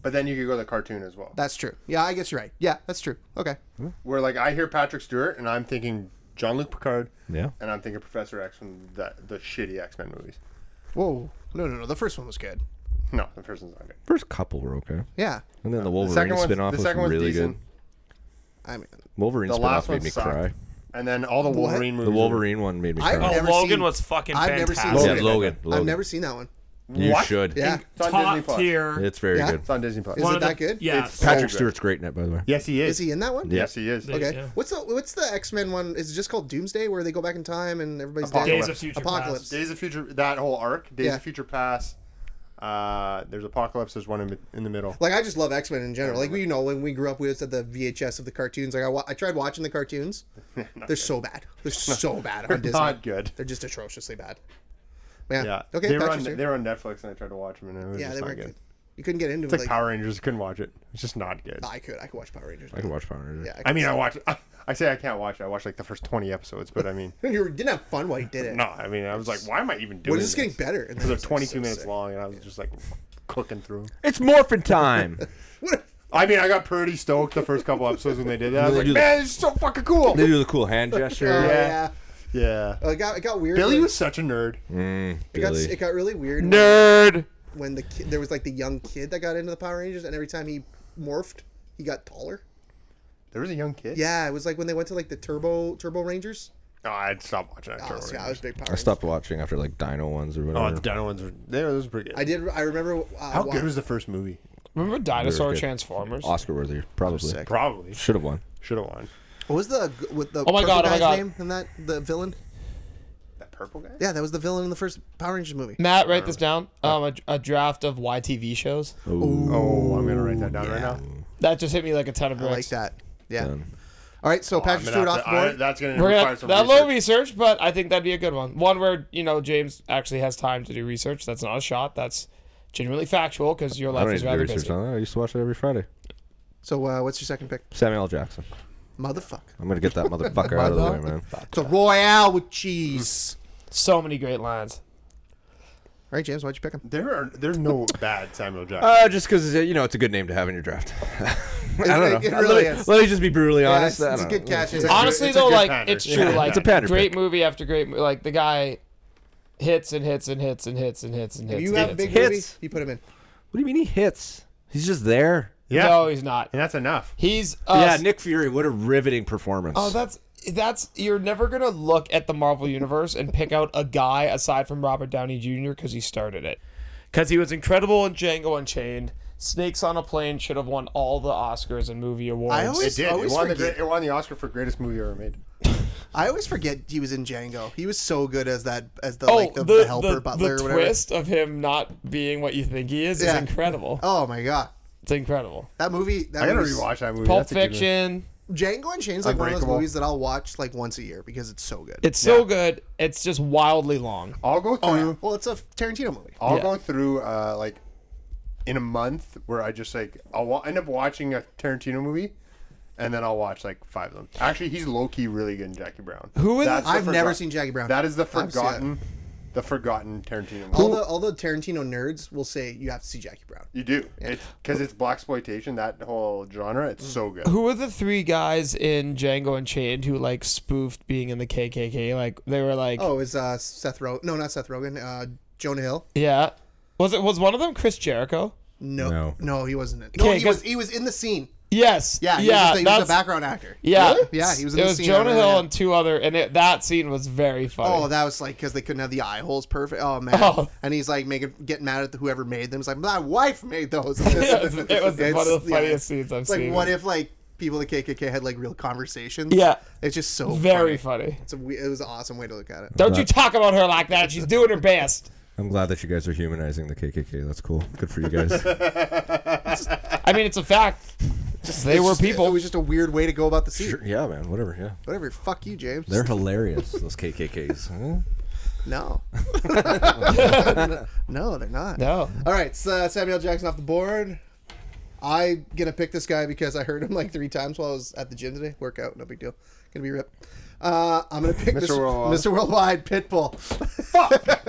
Speaker 3: But then you could go the cartoon as well.
Speaker 2: That's true. Yeah, I guess you're right. Yeah, that's true. Okay.
Speaker 3: Where like I hear Patrick Stewart and I'm thinking John Luke Picard.
Speaker 4: Yeah.
Speaker 3: And I'm thinking Professor X from that the shitty X Men movies.
Speaker 2: Whoa. No, no, no. The first one was good.
Speaker 3: No, the first one's not good.
Speaker 4: First couple were okay.
Speaker 2: Yeah.
Speaker 4: And then the
Speaker 3: The
Speaker 4: Wolverine
Speaker 3: second one's,
Speaker 4: spin-off
Speaker 3: the
Speaker 4: was
Speaker 3: second one's
Speaker 4: really
Speaker 3: decent.
Speaker 4: good.
Speaker 2: I mean,
Speaker 4: Wolverine
Speaker 3: The
Speaker 4: spin-off
Speaker 3: last one
Speaker 4: made me
Speaker 3: sucked.
Speaker 4: cry.
Speaker 3: And then all the Wolverine
Speaker 4: The
Speaker 3: movies. were-
Speaker 4: Wolverine one made me
Speaker 2: I've
Speaker 4: cry.
Speaker 1: Oh,
Speaker 2: never
Speaker 1: Logan
Speaker 2: seen-
Speaker 1: was fucking
Speaker 2: I've never seen
Speaker 1: fantastic.
Speaker 4: Yeah,
Speaker 2: Logan.
Speaker 4: Logan. Logan.
Speaker 2: I've never seen that one.
Speaker 4: You
Speaker 3: What?
Speaker 4: should.
Speaker 2: Yeah.
Speaker 3: It's on Disney
Speaker 1: Top
Speaker 3: Plus.
Speaker 1: tier.
Speaker 4: It's very
Speaker 2: Yeah.
Speaker 4: good.
Speaker 3: It's on Disney Plus.
Speaker 2: Is
Speaker 1: one
Speaker 2: it
Speaker 1: of the-
Speaker 2: that good?
Speaker 1: Yeah.
Speaker 3: It's-
Speaker 4: Patrick
Speaker 3: So good.
Speaker 4: Stewart's great in it, by the way.
Speaker 3: Yes, he is.
Speaker 2: Is he in that one?
Speaker 4: Yeah.
Speaker 3: Yes, he is.
Speaker 1: Yeah.
Speaker 2: Okay.
Speaker 1: Yeah.
Speaker 2: What's the What's the X Men one? Is it just called Doomsday, where they go back in time and everybody's dead?
Speaker 3: Apocalypse. Days
Speaker 1: of Future
Speaker 2: Apocalypse.
Speaker 3: Days of Future, that whole arc, Days
Speaker 2: Yeah.
Speaker 3: of Future Past. Uh, there's Apocalypse. There's one in, in the middle.
Speaker 2: Like I just love X Men in general. Like you know, when we grew up, we always had the VHS of the cartoons. Like I, wa- I tried watching the cartoons. They're so bad. They're so bad on Disney.
Speaker 3: Not good.
Speaker 2: They're just atrociously bad. Yeah.
Speaker 3: Yeah.
Speaker 2: Okay.
Speaker 3: They were,
Speaker 2: Patrick
Speaker 3: on,
Speaker 2: Stewart.
Speaker 3: they were on Netflix, and I tried to watch them, and it was
Speaker 2: yeah,
Speaker 3: just
Speaker 2: they
Speaker 3: not
Speaker 2: were
Speaker 3: good.
Speaker 2: good. You couldn't get into
Speaker 3: It's
Speaker 2: it.
Speaker 3: like
Speaker 2: Like,
Speaker 3: Power Rangers. Couldn't watch it. It's just not good.
Speaker 2: I could. I could watch Power Rangers.
Speaker 4: I can watch Power Rangers.
Speaker 2: Yeah. I, could.
Speaker 3: I mean, I watched. I say I can't watch it. I watched like the first 20 episodes, but I mean,
Speaker 2: you didn't have fun while you did it.
Speaker 3: no. I mean, I was like, why am I even doing
Speaker 2: Well, it's just getting better. And
Speaker 3: Because
Speaker 2: then
Speaker 3: they're
Speaker 2: it's, like,
Speaker 3: 22
Speaker 2: so
Speaker 3: minutes
Speaker 2: sick.
Speaker 3: long, and I was just like cooking through. 'em.
Speaker 4: It's morphin time.
Speaker 2: What? if-
Speaker 3: I mean, I got pretty stoked the first couple episodes when they did that. I was
Speaker 4: They
Speaker 3: like,
Speaker 4: do the-
Speaker 3: man, it's so fucking cool.
Speaker 4: they do the cool hand gesture.
Speaker 2: Oh,
Speaker 3: Yeah.
Speaker 2: yeah.
Speaker 3: Yeah.
Speaker 2: Uh, it got it got weird.
Speaker 3: Billy
Speaker 2: when-
Speaker 3: was such a nerd.
Speaker 2: It got,
Speaker 4: Mm, Billy.
Speaker 2: it got really weird. when-
Speaker 5: Nerd.
Speaker 2: when the kid, there was like the young kid that got into the Power Rangers, and every time he morphed, he got taller.
Speaker 3: There was a young kid.
Speaker 2: Yeah, it was like when they went to like the Turbo Turbo Rangers.
Speaker 3: No, I'd stop watching.
Speaker 2: Oh,
Speaker 3: After
Speaker 2: see, I was a big Power
Speaker 4: I stopped watching after like Dino ones or
Speaker 3: Oh,
Speaker 4: whatever.
Speaker 3: the Dino ones were they were, those were pretty good.
Speaker 2: I did. I remember. Uh,
Speaker 3: How
Speaker 2: wa-
Speaker 3: good was the first movie?
Speaker 5: Remember Dinosaur
Speaker 4: good.
Speaker 5: Transformers?
Speaker 4: Oscar worthy, probably.
Speaker 2: sick.
Speaker 3: Probably
Speaker 4: Should have won.
Speaker 3: should have won.
Speaker 2: What was the with the
Speaker 5: Oh my
Speaker 2: purple
Speaker 5: God, oh my
Speaker 2: guy's
Speaker 5: God.
Speaker 2: name and that the villain?
Speaker 3: That purple guy.
Speaker 2: Yeah, that was the villain in the first Power Rangers movie.
Speaker 5: Matt, write this down.
Speaker 4: Uh,
Speaker 5: Um, a, a draft of YTV shows.
Speaker 3: Oh, I'm gonna write that down right now.
Speaker 5: That just hit me like a ton of
Speaker 2: I like
Speaker 5: bricks.
Speaker 2: that. Yeah.
Speaker 4: Done.
Speaker 2: All right,
Speaker 5: Oh,
Speaker 2: so
Speaker 3: I'm
Speaker 2: Patrick
Speaker 3: gonna
Speaker 2: Stewart
Speaker 3: have
Speaker 2: off
Speaker 3: to-
Speaker 2: the
Speaker 3: I-
Speaker 2: board.
Speaker 3: that's gonna
Speaker 5: We're
Speaker 3: require
Speaker 5: gonna,
Speaker 3: some
Speaker 5: that
Speaker 3: research.
Speaker 5: low research, but I think that'd be a good one. One where you know James actually has time to do research. That's not a shot. That's genuinely factual because your
Speaker 4: I
Speaker 5: life
Speaker 4: don't need
Speaker 5: is
Speaker 4: to do
Speaker 5: rather
Speaker 4: research
Speaker 5: busy.
Speaker 4: on that. I used to watch it every Friday.
Speaker 2: So uh, what's your second pick?
Speaker 4: Samuel L. Jackson.
Speaker 2: Motherfucker.
Speaker 4: I'm gonna get that motherfucker out of the way, man.
Speaker 2: It's a Royale with cheese.
Speaker 5: So many great lines.
Speaker 2: All right, James, why'd you pick him?
Speaker 3: There are there's no bad Samuel Jackson.
Speaker 4: Uh, just because you know it's a good name to have in your draft. I don't know.
Speaker 2: It- it
Speaker 4: Let me-
Speaker 2: really
Speaker 4: let,
Speaker 2: is.
Speaker 4: me just be brutally
Speaker 2: Yeah, it's,
Speaker 4: honest.
Speaker 2: it's
Speaker 4: I
Speaker 2: a
Speaker 4: don't
Speaker 2: good
Speaker 4: know.
Speaker 2: catch. It's a-
Speaker 5: Honestly
Speaker 3: it's a
Speaker 5: though,
Speaker 3: good
Speaker 5: like
Speaker 3: pander.
Speaker 5: it's
Speaker 3: Yeah.
Speaker 5: true. Like
Speaker 4: It's a pander
Speaker 5: great
Speaker 4: pick.
Speaker 5: movie after great. mo- Like the guy hits and hits and hits and hits and hits and hits.
Speaker 2: you
Speaker 5: and
Speaker 2: have a
Speaker 5: hits.
Speaker 2: big
Speaker 4: hits.
Speaker 2: movie. You put him in.
Speaker 4: What do you mean he hits? He's just there.
Speaker 3: yeah,
Speaker 5: No, he's not.
Speaker 3: and that's enough.
Speaker 5: He's uh,
Speaker 4: yeah, Nick Fury. What a riveting performance.
Speaker 5: Oh, that's that's you're never gonna look at the Marvel universe and pick out a guy aside from Robert Downey Jr. because he started it. Because he was incredible in Django Unchained. Snakes on a Plane should have won all the Oscars and movie awards.
Speaker 2: I always,
Speaker 3: It did. It
Speaker 2: always
Speaker 3: won, the,
Speaker 2: forget.
Speaker 3: great- it won the Oscar for greatest movie ever made.
Speaker 2: I always forget he was in Django. He was so good as that as the
Speaker 5: oh,
Speaker 2: like the,
Speaker 5: the,
Speaker 2: the
Speaker 5: the,
Speaker 2: helper
Speaker 5: the
Speaker 2: butler or whatever.
Speaker 5: twist of him not being what you think he is
Speaker 2: Yeah.
Speaker 5: is incredible.
Speaker 2: Oh my god,
Speaker 5: It's incredible.
Speaker 2: that movie. That
Speaker 3: I gotta
Speaker 2: movie was-
Speaker 3: rewatch that movie.
Speaker 5: Pulp
Speaker 3: That's a good movie.
Speaker 5: Fiction.
Speaker 2: Django Unchained's like one of those
Speaker 3: Unbreakable.
Speaker 2: movies that I'll watch like once a year because it's so good.
Speaker 5: It's so good. It's just wildly long.
Speaker 3: I'll go through.
Speaker 2: oh, yeah. well, it's a Tarantino movie.
Speaker 3: I'll
Speaker 5: Yeah.
Speaker 3: go through uh, like in a month where I just like I'll wa- end up watching a Tarantino movie, and then I'll watch like five of them. Actually, he's low key really good in Jackie Brown.
Speaker 5: Who in
Speaker 3: That's
Speaker 5: the,
Speaker 3: the
Speaker 2: I've never
Speaker 3: forgot-
Speaker 2: seen Jackie Brown.
Speaker 3: That is the
Speaker 2: I've seen it.
Speaker 3: forgotten, the forgotten Tarantino movie.
Speaker 2: All the all the Tarantino nerds will say you have to see Jackie Brown.
Speaker 3: you do because it's black exploitation. That whole genre, it's so good.
Speaker 5: who were the three guys in Django Unchained who like spoofed being in the KKK? Like they were like,
Speaker 2: Oh, is uh, Seth Rogen? No, not Seth Rogen. Uh, Jonah Hill.
Speaker 5: yeah. Was it was one of them Chris Jericho?
Speaker 2: No,
Speaker 4: No.
Speaker 2: no, he wasn't. In it. No,
Speaker 5: Okay,
Speaker 2: he
Speaker 5: 'cause-
Speaker 2: was. He was in the scene.
Speaker 5: Yes.
Speaker 2: Yeah, he
Speaker 5: yeah.
Speaker 2: was, just, he was
Speaker 5: that's,
Speaker 2: a background actor.
Speaker 5: Yeah.
Speaker 2: Yeah, he was in
Speaker 5: it
Speaker 2: the
Speaker 5: was
Speaker 2: scene, I
Speaker 5: Jonah
Speaker 2: remember
Speaker 5: Hill
Speaker 2: that.
Speaker 5: and two other, and it, that scene was very funny.
Speaker 2: Oh, that was like because they couldn't have the eye holes perfect. Oh man!
Speaker 5: Oh.
Speaker 2: And he's like making, getting mad at whoever made them. He's like, my wife made those.
Speaker 5: it was, it was
Speaker 2: It's-
Speaker 5: one of the
Speaker 2: yeah.
Speaker 5: funniest scenes I've
Speaker 2: It's
Speaker 5: seen.
Speaker 2: like, what if like people at KKK had like real conversations?
Speaker 5: Yeah.
Speaker 2: it's just so
Speaker 5: Very
Speaker 2: funny.
Speaker 5: funny.
Speaker 2: It's a, we- it was an awesome way to look at it.
Speaker 5: Don't you talk about her like that. She's doing her best.
Speaker 4: I'm glad that you guys are humanizing the KKK. That's cool. Good for you guys.
Speaker 5: I mean, it's a fact. they were
Speaker 2: It
Speaker 5: people.
Speaker 2: was just a weird way to go about the scene.
Speaker 4: Sure, yeah, man. Whatever. Yeah,
Speaker 2: Whatever. Fuck you, James.
Speaker 4: they're hilarious. Those KKKs. Huh?
Speaker 2: No. no, they're not.
Speaker 5: No.
Speaker 2: All right, so uh, Samuel Jackson off the board. I'm gonna pick this guy because I heard him like three times while I was at the gym today. Workout, no big deal. Gonna be ripped. Uh, I'm gonna pick Mr. Mr. Worldwide,
Speaker 3: Worldwide.
Speaker 2: Pitbull.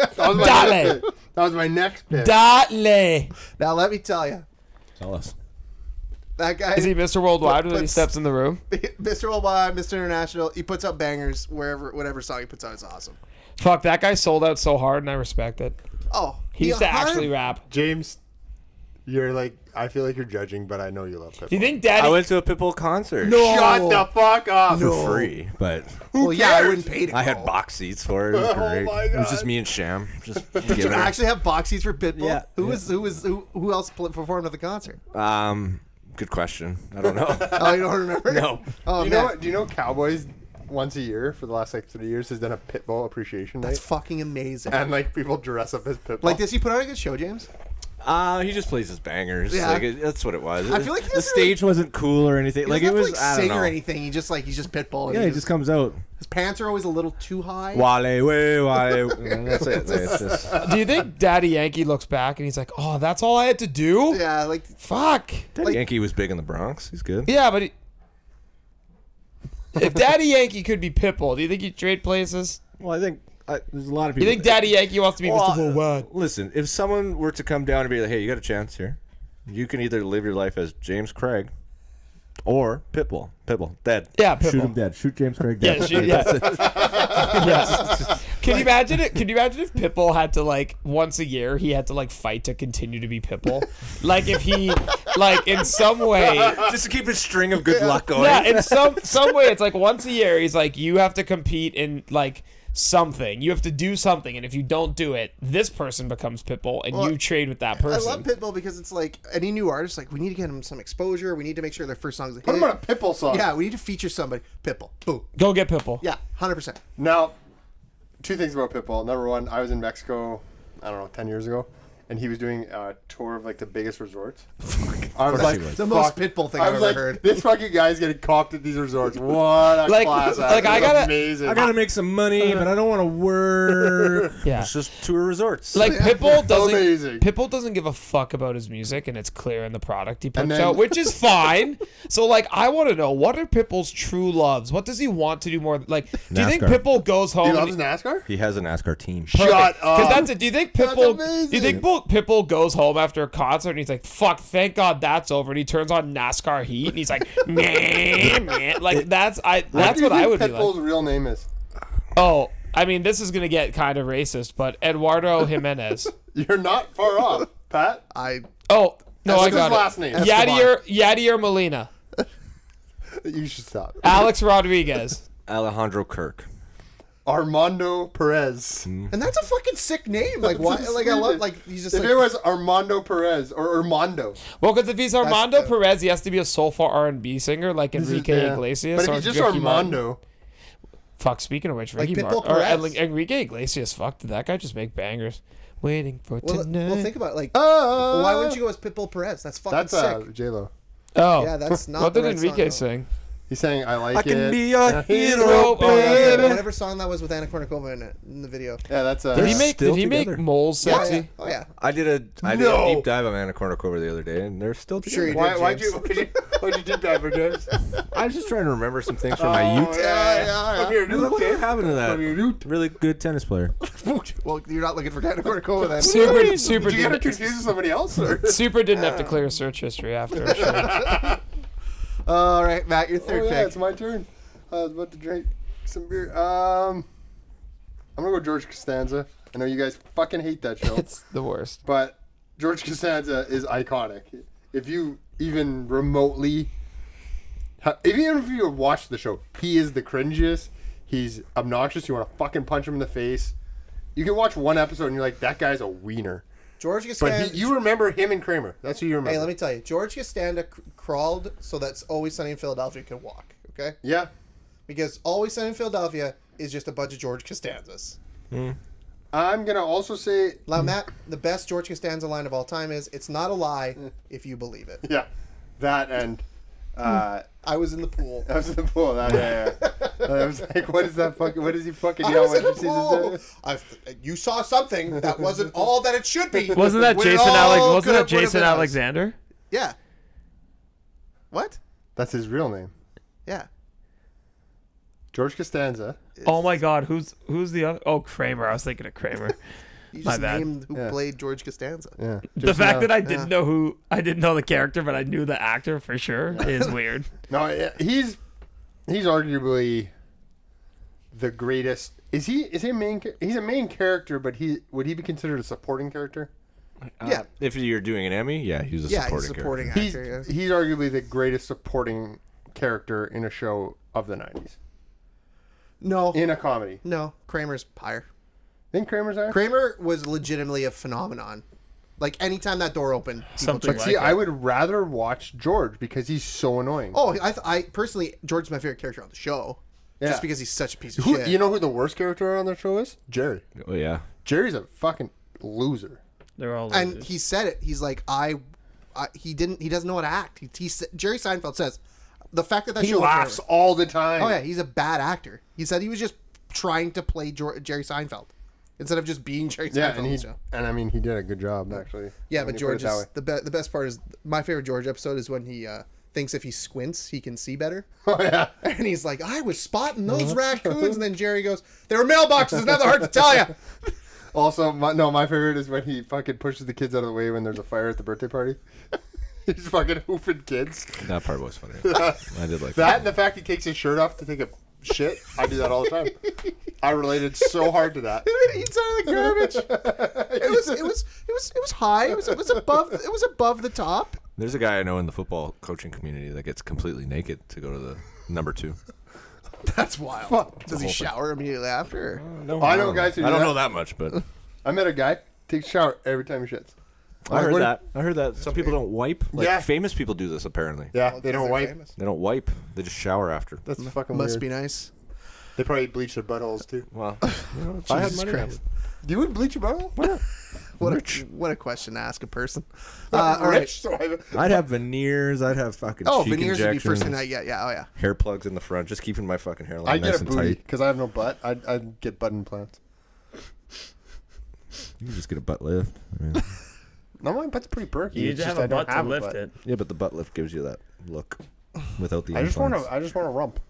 Speaker 3: That was my
Speaker 5: Dale.
Speaker 3: next pick. That was my next pick.
Speaker 5: Dale.
Speaker 2: Now let me tell you,
Speaker 4: Tell us.
Speaker 2: that guy,
Speaker 5: Is he Mr. Worldwide
Speaker 2: Put-
Speaker 5: when he
Speaker 2: puts-
Speaker 5: steps in the room?
Speaker 2: Mr. Worldwide, Mr. International. He puts out bangers wherever, whatever song he puts out is awesome.
Speaker 5: Fuck, that guy sold out so hard, and I respect it.
Speaker 2: Oh,
Speaker 5: He used to actually
Speaker 2: 100
Speaker 5: rap.
Speaker 3: James, you're like I feel like you're judging, but I know you love
Speaker 5: Do you
Speaker 3: Pitbull.
Speaker 5: think Daddy?
Speaker 4: I went to a Pitbull concert.
Speaker 3: Shut the fuck up.
Speaker 4: for free, but
Speaker 2: Well, yeah, I wouldn't pay to.
Speaker 4: I
Speaker 2: go.
Speaker 4: had box seats for it. It was
Speaker 3: Oh
Speaker 4: great.
Speaker 3: my
Speaker 4: It was
Speaker 3: God.
Speaker 4: just me and Sham. Just
Speaker 2: Did you
Speaker 4: giving it.
Speaker 2: actually have boxies for Pitbull?
Speaker 4: Yeah,
Speaker 2: Who
Speaker 4: yeah.
Speaker 2: was who was who, who else pl- performed at the concert?
Speaker 4: Um, good question. I don't know.
Speaker 2: Oh, you don't remember?
Speaker 4: no.
Speaker 2: Oh
Speaker 3: Do you
Speaker 2: man,
Speaker 3: know what? Do you know Cowboys once a year for the last like three years has done a Pitbull appreciation night,
Speaker 2: that's fucking amazing.
Speaker 3: and like people dress up as Pitbull.
Speaker 2: Like, does he put on a good show, James?
Speaker 4: Uh, he just plays his bangers.
Speaker 2: Yeah.
Speaker 4: Like it, that's what it was.
Speaker 2: I feel like he
Speaker 4: the
Speaker 2: doesn't
Speaker 4: stage wasn't cool or anything.
Speaker 2: He
Speaker 4: like it
Speaker 2: doesn't have
Speaker 4: was.
Speaker 2: to, like,
Speaker 4: I don't
Speaker 2: sing
Speaker 4: know.
Speaker 2: or anything. He just like he's just Pitbull. and
Speaker 4: Yeah,
Speaker 2: he
Speaker 4: he just comes out.
Speaker 2: his pants are always a little too high.
Speaker 4: Wale, way, wale. and That's it. Like, it's just-
Speaker 5: do you think Daddy Yankee looks back and he's like, "Oh, that's all I had to do"?
Speaker 2: Yeah, like
Speaker 5: Fuck.
Speaker 2: Like-
Speaker 4: Yankee was big in the Bronx. He's good.
Speaker 5: Yeah, but he- if Daddy Yankee could be Pitbull, do you think he'd trade places?
Speaker 4: Well, I think I, there's a lot of
Speaker 5: You
Speaker 4: people.
Speaker 5: think Daddy Yankee wants to be
Speaker 4: Well,
Speaker 5: Mr. Worldwide?
Speaker 4: Listen, if someone were to come down and be like, "Hey, you got a chance here. You can either live your life as James Craig or Pitbull. Pitbull, dead.
Speaker 5: Yeah, Pitbull.
Speaker 4: dead. Shoot James Craig
Speaker 5: Yeah, shoot, yeah. yeah. Can you imagine it? Can you imagine if Pitbull had to like once a year he had to like fight to continue to be Pitbull? Like if he like in some way
Speaker 4: Just to keep his string of good luck going.
Speaker 5: yeah, in some some way, it's like once a year, he's like, you have to compete in like something. You have to do something, and if you don't do it, this person becomes Pitbull, and
Speaker 2: Well,
Speaker 5: you trade with that
Speaker 2: I
Speaker 5: person.
Speaker 2: love Pitbull because it's like any new artist, like we need to get them some exposure. We need to make sure their first song's a hit.
Speaker 3: Put him on a Pitbull song.
Speaker 2: yeah, we need to feature somebody. Pitbull. Boom.
Speaker 5: Go get Pitbull.
Speaker 2: Yeah, hundred percent.
Speaker 3: Now, two things about Pitbull. Number one, I was in Mexico, I don't know, ten years ago, and he was doing a tour of like the biggest resorts. I was like,
Speaker 2: The most
Speaker 3: fuck.
Speaker 2: Pitbull thing
Speaker 3: I
Speaker 2: I've
Speaker 3: was
Speaker 2: ever
Speaker 3: like,
Speaker 2: heard.
Speaker 3: this fucking guy's getting copped at these resorts. What a
Speaker 5: Like-
Speaker 3: class act.
Speaker 5: like, I
Speaker 3: It was
Speaker 5: gotta-
Speaker 3: amazing.
Speaker 7: I gotta make some money, but I don't want to work.
Speaker 5: Yeah.
Speaker 4: It's just tour resorts.
Speaker 5: Like Pitbull doesn't
Speaker 3: Amazing.
Speaker 5: Pitbull doesn't give a fuck about his music and it's clear in the product he puts
Speaker 3: then-
Speaker 5: out, which is fine. so like I want to know what are Pitbull's true loves? What does he want to do more like do you think
Speaker 4: NASCAR.
Speaker 5: Pitbull goes home
Speaker 3: he
Speaker 5: and-
Speaker 3: loves NASCAR.
Speaker 4: he has a NASCAR team.
Speaker 3: Shut
Speaker 5: Because
Speaker 3: up.
Speaker 5: that's it. Do you think Pitbull?
Speaker 3: amazing.
Speaker 5: Do you think Bull, Pitbull goes home after a concert and he's like, "Fuck, thank God that's over," and he turns on NASCAR Heat and he's like, "Meh, meh." Like that's I. That's
Speaker 3: do you
Speaker 5: what I
Speaker 3: think
Speaker 5: would be
Speaker 3: Pitbull's
Speaker 5: like.
Speaker 3: real name is.
Speaker 5: Oh, I mean, this is gonna get kind of racist, but Eduardo Jimenez.
Speaker 3: You're not far off, Pat.
Speaker 2: I
Speaker 5: Oh no, I
Speaker 3: What's his
Speaker 5: got
Speaker 3: last
Speaker 5: it.
Speaker 3: name?
Speaker 5: Yadier Yadier Molina,
Speaker 3: You should stop.
Speaker 5: Alex Rodriguez.
Speaker 4: Alejandro Kirk.
Speaker 3: Armando Perez.
Speaker 5: Mm-hmm.
Speaker 2: and that's a fucking sick name. Like why? Like I love. Like he's just
Speaker 3: If
Speaker 2: like
Speaker 3: it was Armando Perez or Armando,
Speaker 5: Well, because if he's Armando
Speaker 2: the-
Speaker 5: Perez, he has to be a soulful R and B singer like Enrique
Speaker 3: yeah.
Speaker 5: Iglesias.
Speaker 3: but if
Speaker 5: or
Speaker 3: he's just
Speaker 5: Ricky Martin.
Speaker 3: Armando,
Speaker 5: Fuck. Speaking of which, Ricky
Speaker 2: Pitbull
Speaker 5: Martin or
Speaker 2: Perez.
Speaker 5: Enli- Enrique Iglesias. Fuck. Did that guy just make bangers? Waiting for
Speaker 2: well,
Speaker 5: tonight.
Speaker 2: well, think about it. Like
Speaker 3: Ah.
Speaker 2: why wouldn't you go as Pitbull Perez? That's fucking
Speaker 3: that's
Speaker 2: sick.
Speaker 3: uh, J Lo.
Speaker 5: oh,
Speaker 2: yeah, that's not.
Speaker 5: what
Speaker 2: the
Speaker 5: did
Speaker 2: right
Speaker 5: Enrique
Speaker 2: song,
Speaker 5: sing?
Speaker 3: He's saying I like
Speaker 4: I
Speaker 3: it.
Speaker 4: can be a hero,
Speaker 5: Oh, that's
Speaker 2: No.
Speaker 4: baby.
Speaker 2: Whatever song that was with Anna Kournikova in it in the video.
Speaker 3: Yeah, that's uh,
Speaker 5: Did he make?
Speaker 4: still
Speaker 5: Did he
Speaker 4: together.
Speaker 5: make moles
Speaker 2: Yeah,
Speaker 5: sexy?
Speaker 2: yeah. Oh yeah.
Speaker 4: I did a I did
Speaker 3: No.
Speaker 4: a deep dive on Anna Kournikova the other day, and they're still
Speaker 2: Sure
Speaker 4: together.
Speaker 2: you
Speaker 3: Why,
Speaker 2: did,
Speaker 3: why'd you,
Speaker 2: James.
Speaker 3: why'd you, why'd you do that for James?
Speaker 4: I was just trying to remember some things from my youth.
Speaker 3: yeah, From your
Speaker 4: Look
Speaker 3: new
Speaker 4: what
Speaker 3: kid.
Speaker 4: happened to
Speaker 3: From your
Speaker 4: that.
Speaker 3: new
Speaker 4: Really good tennis player.
Speaker 2: Well, you're not looking for Anna Kournikova then.
Speaker 5: Super, super,
Speaker 3: Did you get her
Speaker 5: didn't,
Speaker 3: confused with somebody else? Or?
Speaker 5: super didn't have to clear his search history after. I'm sure.
Speaker 2: All right, Matt, your
Speaker 3: Oh,
Speaker 2: third
Speaker 3: yeah, it's
Speaker 2: pick.
Speaker 3: my turn. I was about to drink some beer. Um, I'm gonna go George Costanza. I know you guys fucking hate that show,
Speaker 5: it's the worst.
Speaker 3: but George Costanza is iconic. If you even remotely, ha- if even if you watch the show, he is the cringiest. He's obnoxious. You want to fucking punch him in the face. You can watch one episode and you're like, that guy's a wiener.
Speaker 2: George
Speaker 3: But
Speaker 2: Costanza.
Speaker 3: he, you remember him and Kramer. That's who you remember.
Speaker 2: Hey, let me tell you, George Costanza c- crawled so that's Always Sunny in Philadelphia could walk. Okay,
Speaker 3: yeah.
Speaker 2: because Always Sunny in Philadelphia is just a bunch of George Costanzas.
Speaker 3: I'm gonna also say
Speaker 2: Now, Matt, the best George Costanza line of all time is, "It's not a lie if you believe it."
Speaker 3: yeah, that and uh,
Speaker 2: I was in the pool.
Speaker 3: that was the pool. That, yeah, yeah. I was like, what is that fucking? What is he fucking?
Speaker 2: I
Speaker 3: yell
Speaker 2: was
Speaker 3: when
Speaker 2: in the
Speaker 3: he sees his
Speaker 2: pool.
Speaker 3: dad?
Speaker 2: I've, you saw something that wasn't all that it should be.
Speaker 1: Wasn't that
Speaker 2: When it
Speaker 1: Jason Alex?
Speaker 2: all
Speaker 1: Wasn't
Speaker 2: could've-
Speaker 1: that
Speaker 2: would've
Speaker 1: Jason
Speaker 2: been us.
Speaker 1: Alexander?
Speaker 2: Yeah. What?
Speaker 3: That's his real name,
Speaker 2: Yeah.
Speaker 3: George Costanza.
Speaker 1: Oh my God, who's who's the other? Oh Kramer. I was thinking of Kramer.
Speaker 2: You
Speaker 1: My
Speaker 2: just
Speaker 1: bad.
Speaker 2: named who
Speaker 3: Yeah.
Speaker 2: played George Costanza.
Speaker 3: Yeah.
Speaker 1: the fact that I didn't know who I didn't know the character, but I knew the actor for sure is weird.
Speaker 3: no, yeah, he's he's arguably the greatest. Is he? Is he a main? cha- He's a main character, but he would he be considered a supporting character?
Speaker 2: yeah.
Speaker 4: Uh, If you're doing an Emmy, yeah, he's a
Speaker 2: Yeah,
Speaker 4: supporting
Speaker 2: he's a supporting
Speaker 4: character.
Speaker 3: He's
Speaker 2: actor. yeah.
Speaker 3: he's arguably the greatest supporting character in a show of the '90s
Speaker 2: No.
Speaker 3: in a comedy.
Speaker 2: no. Kramer's higher.
Speaker 3: Think Kramer's there?
Speaker 2: Kramer was legitimately a phenomenon. Like anytime that door opened, people
Speaker 1: Something
Speaker 2: checked.
Speaker 1: like-
Speaker 3: See, I would rather watch George because he's so annoying.
Speaker 2: Oh, I, th- I personally George's my favorite character on the show,
Speaker 3: Yeah.
Speaker 2: just because he's such a piece of
Speaker 3: who,
Speaker 2: shit.
Speaker 3: you know who the worst character on the show is? Jerry.
Speaker 4: Oh yeah.
Speaker 3: Jerry's a fucking loser.
Speaker 1: They're all
Speaker 2: and
Speaker 1: losers.
Speaker 2: he said it. He's like, I, I he didn't. He doesn't know how to act. He, he sa- Jerry Seinfeld says, the fact that that
Speaker 3: He
Speaker 2: show was
Speaker 3: laughs
Speaker 2: over-
Speaker 3: all the time.
Speaker 2: Oh yeah, he's a bad actor. He said he was just trying to play Jor Jerry Seinfeld instead of just being Jerry
Speaker 3: Yeah,
Speaker 2: Seinfeld.
Speaker 3: and
Speaker 2: on the
Speaker 3: he
Speaker 2: show.
Speaker 3: and I mean he did a good job actually.
Speaker 2: Yeah,
Speaker 3: when
Speaker 2: but
Speaker 3: you put it
Speaker 2: George
Speaker 3: that
Speaker 2: is
Speaker 3: way.
Speaker 2: the be- the best part is my favorite George episode is when he uh, thinks if he squints he can see better,
Speaker 3: Oh yeah.
Speaker 2: and he's like, "I was spotting those raccoons," and then Jerry goes, "They were mailboxes. Not that hard to tell you."
Speaker 3: Also, my, no, my favorite is when he fucking pushes the kids out of the way when there's a fire at the birthday party. he's fucking hoofing kids.
Speaker 4: That part was funny. I did
Speaker 3: That
Speaker 4: like that.
Speaker 3: and the fact he takes his shirt off to take a shit. I do that all the time. I related so hard to that.
Speaker 2: He sounded like garbage. It was it was it was it was high. It was it was above it was above the top.
Speaker 4: There's a guy I know in the football coaching community that gets completely naked to go to the number two.
Speaker 2: That's wild. Does he shower immediately after?
Speaker 4: No,
Speaker 3: I know guys who
Speaker 4: I
Speaker 3: do
Speaker 4: don't
Speaker 3: that.
Speaker 4: know that much, but
Speaker 3: I met a guy takes a shower every time he shits.
Speaker 4: I
Speaker 3: Like, what-
Speaker 4: heard that. I heard that some people don't wipe. Like
Speaker 3: Yeah.
Speaker 4: famous people do this apparently.
Speaker 3: Yeah,
Speaker 2: Well,
Speaker 3: they
Speaker 2: 'cause
Speaker 3: don't
Speaker 2: they're
Speaker 3: wipe.
Speaker 2: famous.
Speaker 4: They don't wipe. They just shower after.
Speaker 3: That's fucking
Speaker 2: Must
Speaker 3: weird.
Speaker 2: be nice.
Speaker 3: They probably bleach their buttholes too.
Speaker 4: Well, you know, if I had
Speaker 2: Jesus
Speaker 4: money, I
Speaker 2: Christ.
Speaker 3: You would bleach your butthole?
Speaker 2: What a, what a question to ask a person. Uh,
Speaker 3: I'm
Speaker 2: all right.
Speaker 3: rich, so I
Speaker 4: would. I'd have veneers. I'd have fucking
Speaker 2: Oh,
Speaker 4: cheek
Speaker 2: veneers would be first thing
Speaker 4: injections,
Speaker 2: I get. Yeah, oh yeah.
Speaker 4: Hair plugs in the front, just keeping my fucking hairline
Speaker 3: I
Speaker 4: nice
Speaker 3: get a
Speaker 4: and
Speaker 3: booty
Speaker 4: tight.
Speaker 3: because I have no butt. I'd, I'd get butt implants.
Speaker 4: You can just get a butt lift. I mean,
Speaker 3: No, my butt's pretty perky.
Speaker 5: You
Speaker 3: it's
Speaker 5: just
Speaker 3: just
Speaker 5: have a
Speaker 3: I don't
Speaker 5: butt to
Speaker 3: have a
Speaker 5: lift
Speaker 3: butt.
Speaker 5: it.
Speaker 4: yeah, but the butt lift gives you that look without the.
Speaker 3: I just want
Speaker 4: implants.
Speaker 3: to. I just want to rump.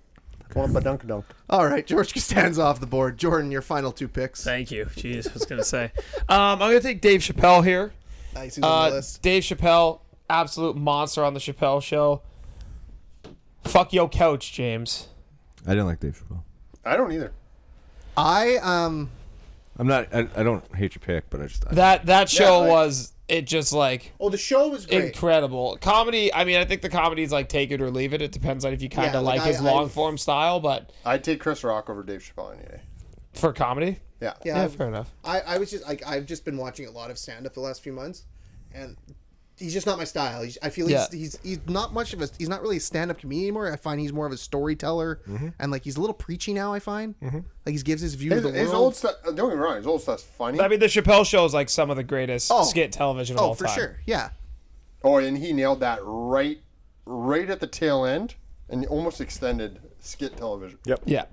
Speaker 3: I want a dunk dunk.
Speaker 2: All right, George Costanza off the board. Jordan, your final two picks.
Speaker 5: Thank you. Jeez, I was gonna say. Um, I'm gonna take Dave Chappelle here.
Speaker 2: I see
Speaker 5: Uh,
Speaker 2: the list.
Speaker 5: Dave Chappelle, absolute monster on the Chappelle Show. Fuck your couch, James.
Speaker 4: I didn't like Dave Chappelle.
Speaker 3: I don't either.
Speaker 2: I um
Speaker 4: I'm not. I, I don't hate your pick, but I just. I,
Speaker 5: That that show
Speaker 3: like-
Speaker 5: was it just like
Speaker 2: Oh, the show was great.
Speaker 5: incredible comedy. I mean, I think the comedy is like take it or leave it. It depends on if you kind of
Speaker 2: Yeah, like,
Speaker 5: like his
Speaker 2: I- I-
Speaker 5: long form style, but
Speaker 3: I'd take Chris Rock over Dave Chappelle any day.
Speaker 5: for comedy,
Speaker 3: Yeah.
Speaker 2: yeah,
Speaker 5: yeah,
Speaker 2: I've-
Speaker 5: fair enough.
Speaker 2: I, I was just like I've just been watching a lot of stand up the last few months, and he's just not my style. He's, I feel he's,
Speaker 5: Yeah.
Speaker 2: he's he's not much of a he's not really a stand up comedian anymore. I find he's more of a storyteller,
Speaker 5: Mm-hmm.
Speaker 2: and like he's a little preachy now. I find like he gives his view
Speaker 3: His,
Speaker 2: of the
Speaker 3: his
Speaker 2: world.
Speaker 3: old stuff. uh, Don't get me wrong. His old stuff's funny.
Speaker 5: I mean, the Chappelle Show is like some of the greatest
Speaker 2: Oh.
Speaker 5: skit television of
Speaker 2: oh,
Speaker 5: all
Speaker 2: for
Speaker 5: time.
Speaker 2: sure, yeah.
Speaker 3: Oh, and he nailed that right, right at the tail end, and almost extended skit television.
Speaker 4: yep.
Speaker 5: Yeah,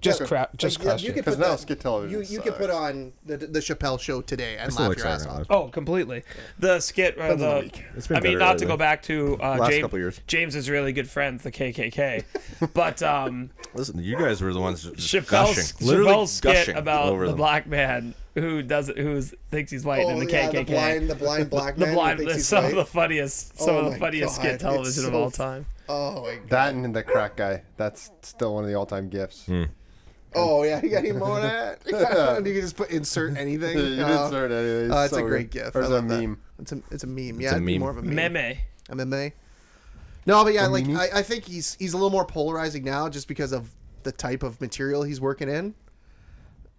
Speaker 5: just
Speaker 2: Yeah.
Speaker 5: crap, just
Speaker 2: Like, yeah,
Speaker 5: crushed
Speaker 2: you
Speaker 5: it.
Speaker 2: could
Speaker 3: 'Cause
Speaker 2: put
Speaker 3: now
Speaker 2: that-
Speaker 3: skit television
Speaker 2: You you could
Speaker 3: sucks.
Speaker 2: put on the the Chappelle show today and
Speaker 4: Still
Speaker 2: laugh
Speaker 4: like
Speaker 2: your ass
Speaker 4: Saturday Night
Speaker 2: off.
Speaker 4: Live.
Speaker 5: Oh, completely. The skit or the.
Speaker 4: It's been
Speaker 5: I mean,
Speaker 4: better
Speaker 5: not to
Speaker 4: lately.
Speaker 5: go back to uh,
Speaker 4: Last
Speaker 5: James,
Speaker 4: couple years.
Speaker 5: James's really good friend, the KKK, but um,
Speaker 4: Listen, you guys were the ones just gushing,
Speaker 5: Chappelle's,
Speaker 4: literally
Speaker 5: Chappelle's skit
Speaker 4: gushing
Speaker 5: about
Speaker 4: over
Speaker 5: the
Speaker 4: them.
Speaker 5: black man who does who thinks he's white and Oh, the
Speaker 2: Oh, yeah, the
Speaker 5: KKK.
Speaker 2: blind the blind black
Speaker 5: the
Speaker 2: man. who
Speaker 5: blind
Speaker 2: thinks
Speaker 5: is
Speaker 2: he's
Speaker 5: some
Speaker 2: white.
Speaker 5: of the funniest some
Speaker 2: Oh
Speaker 5: of
Speaker 2: my
Speaker 5: the funniest
Speaker 2: God,
Speaker 5: skit
Speaker 2: it's
Speaker 5: television of
Speaker 2: so
Speaker 5: all
Speaker 2: f-
Speaker 5: time.
Speaker 2: Oh my god.
Speaker 3: That and the crack guy. That's still one of the all-time gifs.
Speaker 2: Oh yeah, you got any more of that? and you can just put insert anything.
Speaker 3: You did
Speaker 2: Uh,
Speaker 3: start anyways.
Speaker 2: Oh, it's
Speaker 3: so
Speaker 2: a great
Speaker 3: good.
Speaker 2: gift.
Speaker 3: Or
Speaker 2: I
Speaker 3: is it a
Speaker 2: love that.
Speaker 3: meme.
Speaker 2: It's a it's a meme. Yeah,
Speaker 4: a
Speaker 2: it'd be
Speaker 4: meme.
Speaker 2: more of a meme.
Speaker 5: Meme.
Speaker 2: A meme. No, but yeah, like I, I think he's he's a little more polarizing now just because of the type of material he's working in.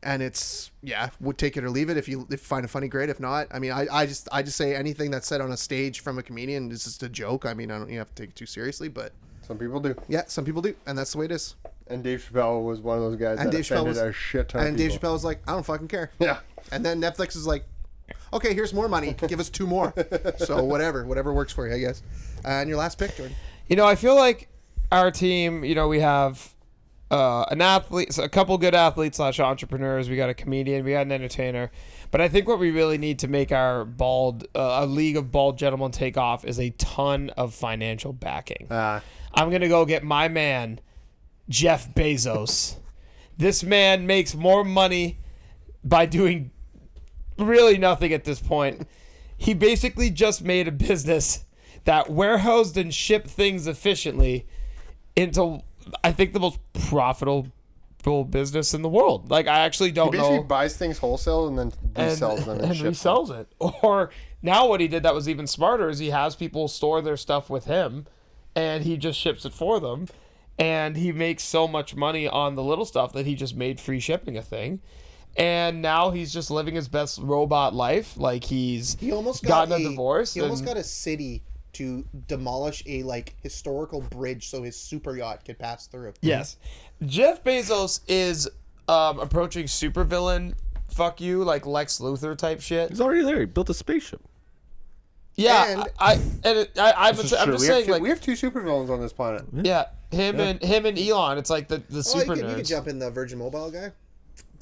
Speaker 2: And it's yeah, would take it or leave it. If you if you find it funny, great. If not, I mean, I, I just I just say anything that's said on a stage from a comedian is just a joke. I mean, I don't you have to take it too seriously, but
Speaker 3: Some people do.
Speaker 2: yeah, some people do, and that's the way it is.
Speaker 3: And Dave Chappelle was one of those guys
Speaker 2: And
Speaker 3: that
Speaker 2: Dave Chappelle
Speaker 3: offended
Speaker 2: was
Speaker 3: a shit ton of
Speaker 2: and Dave
Speaker 3: people.
Speaker 2: Chappelle was like, I don't fucking care.
Speaker 3: Yeah.
Speaker 2: And then Netflix is like, okay, here's more money. Give us two more. so whatever, whatever works for you, I guess. Uh, and your last pick, Jordan.
Speaker 5: You know, I feel like our team. You know, we have uh, an athlete, a couple good athletes slash entrepreneurs. We got a comedian. We got an entertainer. But I think what we really need to make our bald, uh, a league of bald gentlemen take off is a ton of financial backing.
Speaker 3: Ah.
Speaker 5: I'm gonna go get my man, Jeff Bezos. this man makes more money by doing really nothing at this point. He basically just made a business that warehoused and shipped things efficiently into, I think, the most profitable business in the world. Like, I actually don't
Speaker 3: Basically
Speaker 5: know.
Speaker 3: buys things wholesale and then resells them and,
Speaker 5: and
Speaker 3: shit.
Speaker 5: resells it. Or now what he did that was even smarter is he has people store their stuff with him and he just ships it for them. And he makes so much money on the little stuff that he just made free shipping a thing. And now he's just living his best robot life. Like he's
Speaker 2: He almost got
Speaker 5: gotten a, divorce.
Speaker 2: He almost
Speaker 5: and-
Speaker 2: got a city to demolish a like historical bridge so his super yacht could pass through.
Speaker 5: Yes. Jeff Bezos is um, approaching supervillain fuck you, like Lex Luthor type shit.
Speaker 4: He's already there. He built a spaceship.
Speaker 5: Yeah.
Speaker 2: And-
Speaker 5: I, and it, I, I'm,
Speaker 3: This
Speaker 5: just,
Speaker 3: is
Speaker 5: I'm
Speaker 3: true.
Speaker 5: just
Speaker 3: we, have
Speaker 5: saying,
Speaker 3: two,
Speaker 5: like,
Speaker 3: we have two supervillains on this planet.
Speaker 5: Yeah, him and him and Elon. It's like the the
Speaker 2: Oh, you
Speaker 5: super
Speaker 2: could, you could
Speaker 5: nerds.
Speaker 2: jump in the Virgin Mobile guy.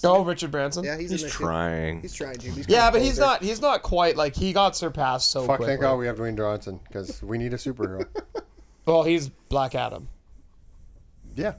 Speaker 5: Oh, Richard Branson.
Speaker 2: Yeah,
Speaker 5: Yeah,
Speaker 2: he's,
Speaker 4: He's
Speaker 2: in there too.
Speaker 4: trying.
Speaker 2: He's trying to.
Speaker 5: but he's not. He's not quite like he got surpassed so
Speaker 3: Fuck,
Speaker 5: quickly.
Speaker 3: thank God we have Dwayne Johnson because we need a superhero.
Speaker 5: Well, he's Black Adam.
Speaker 3: yeah.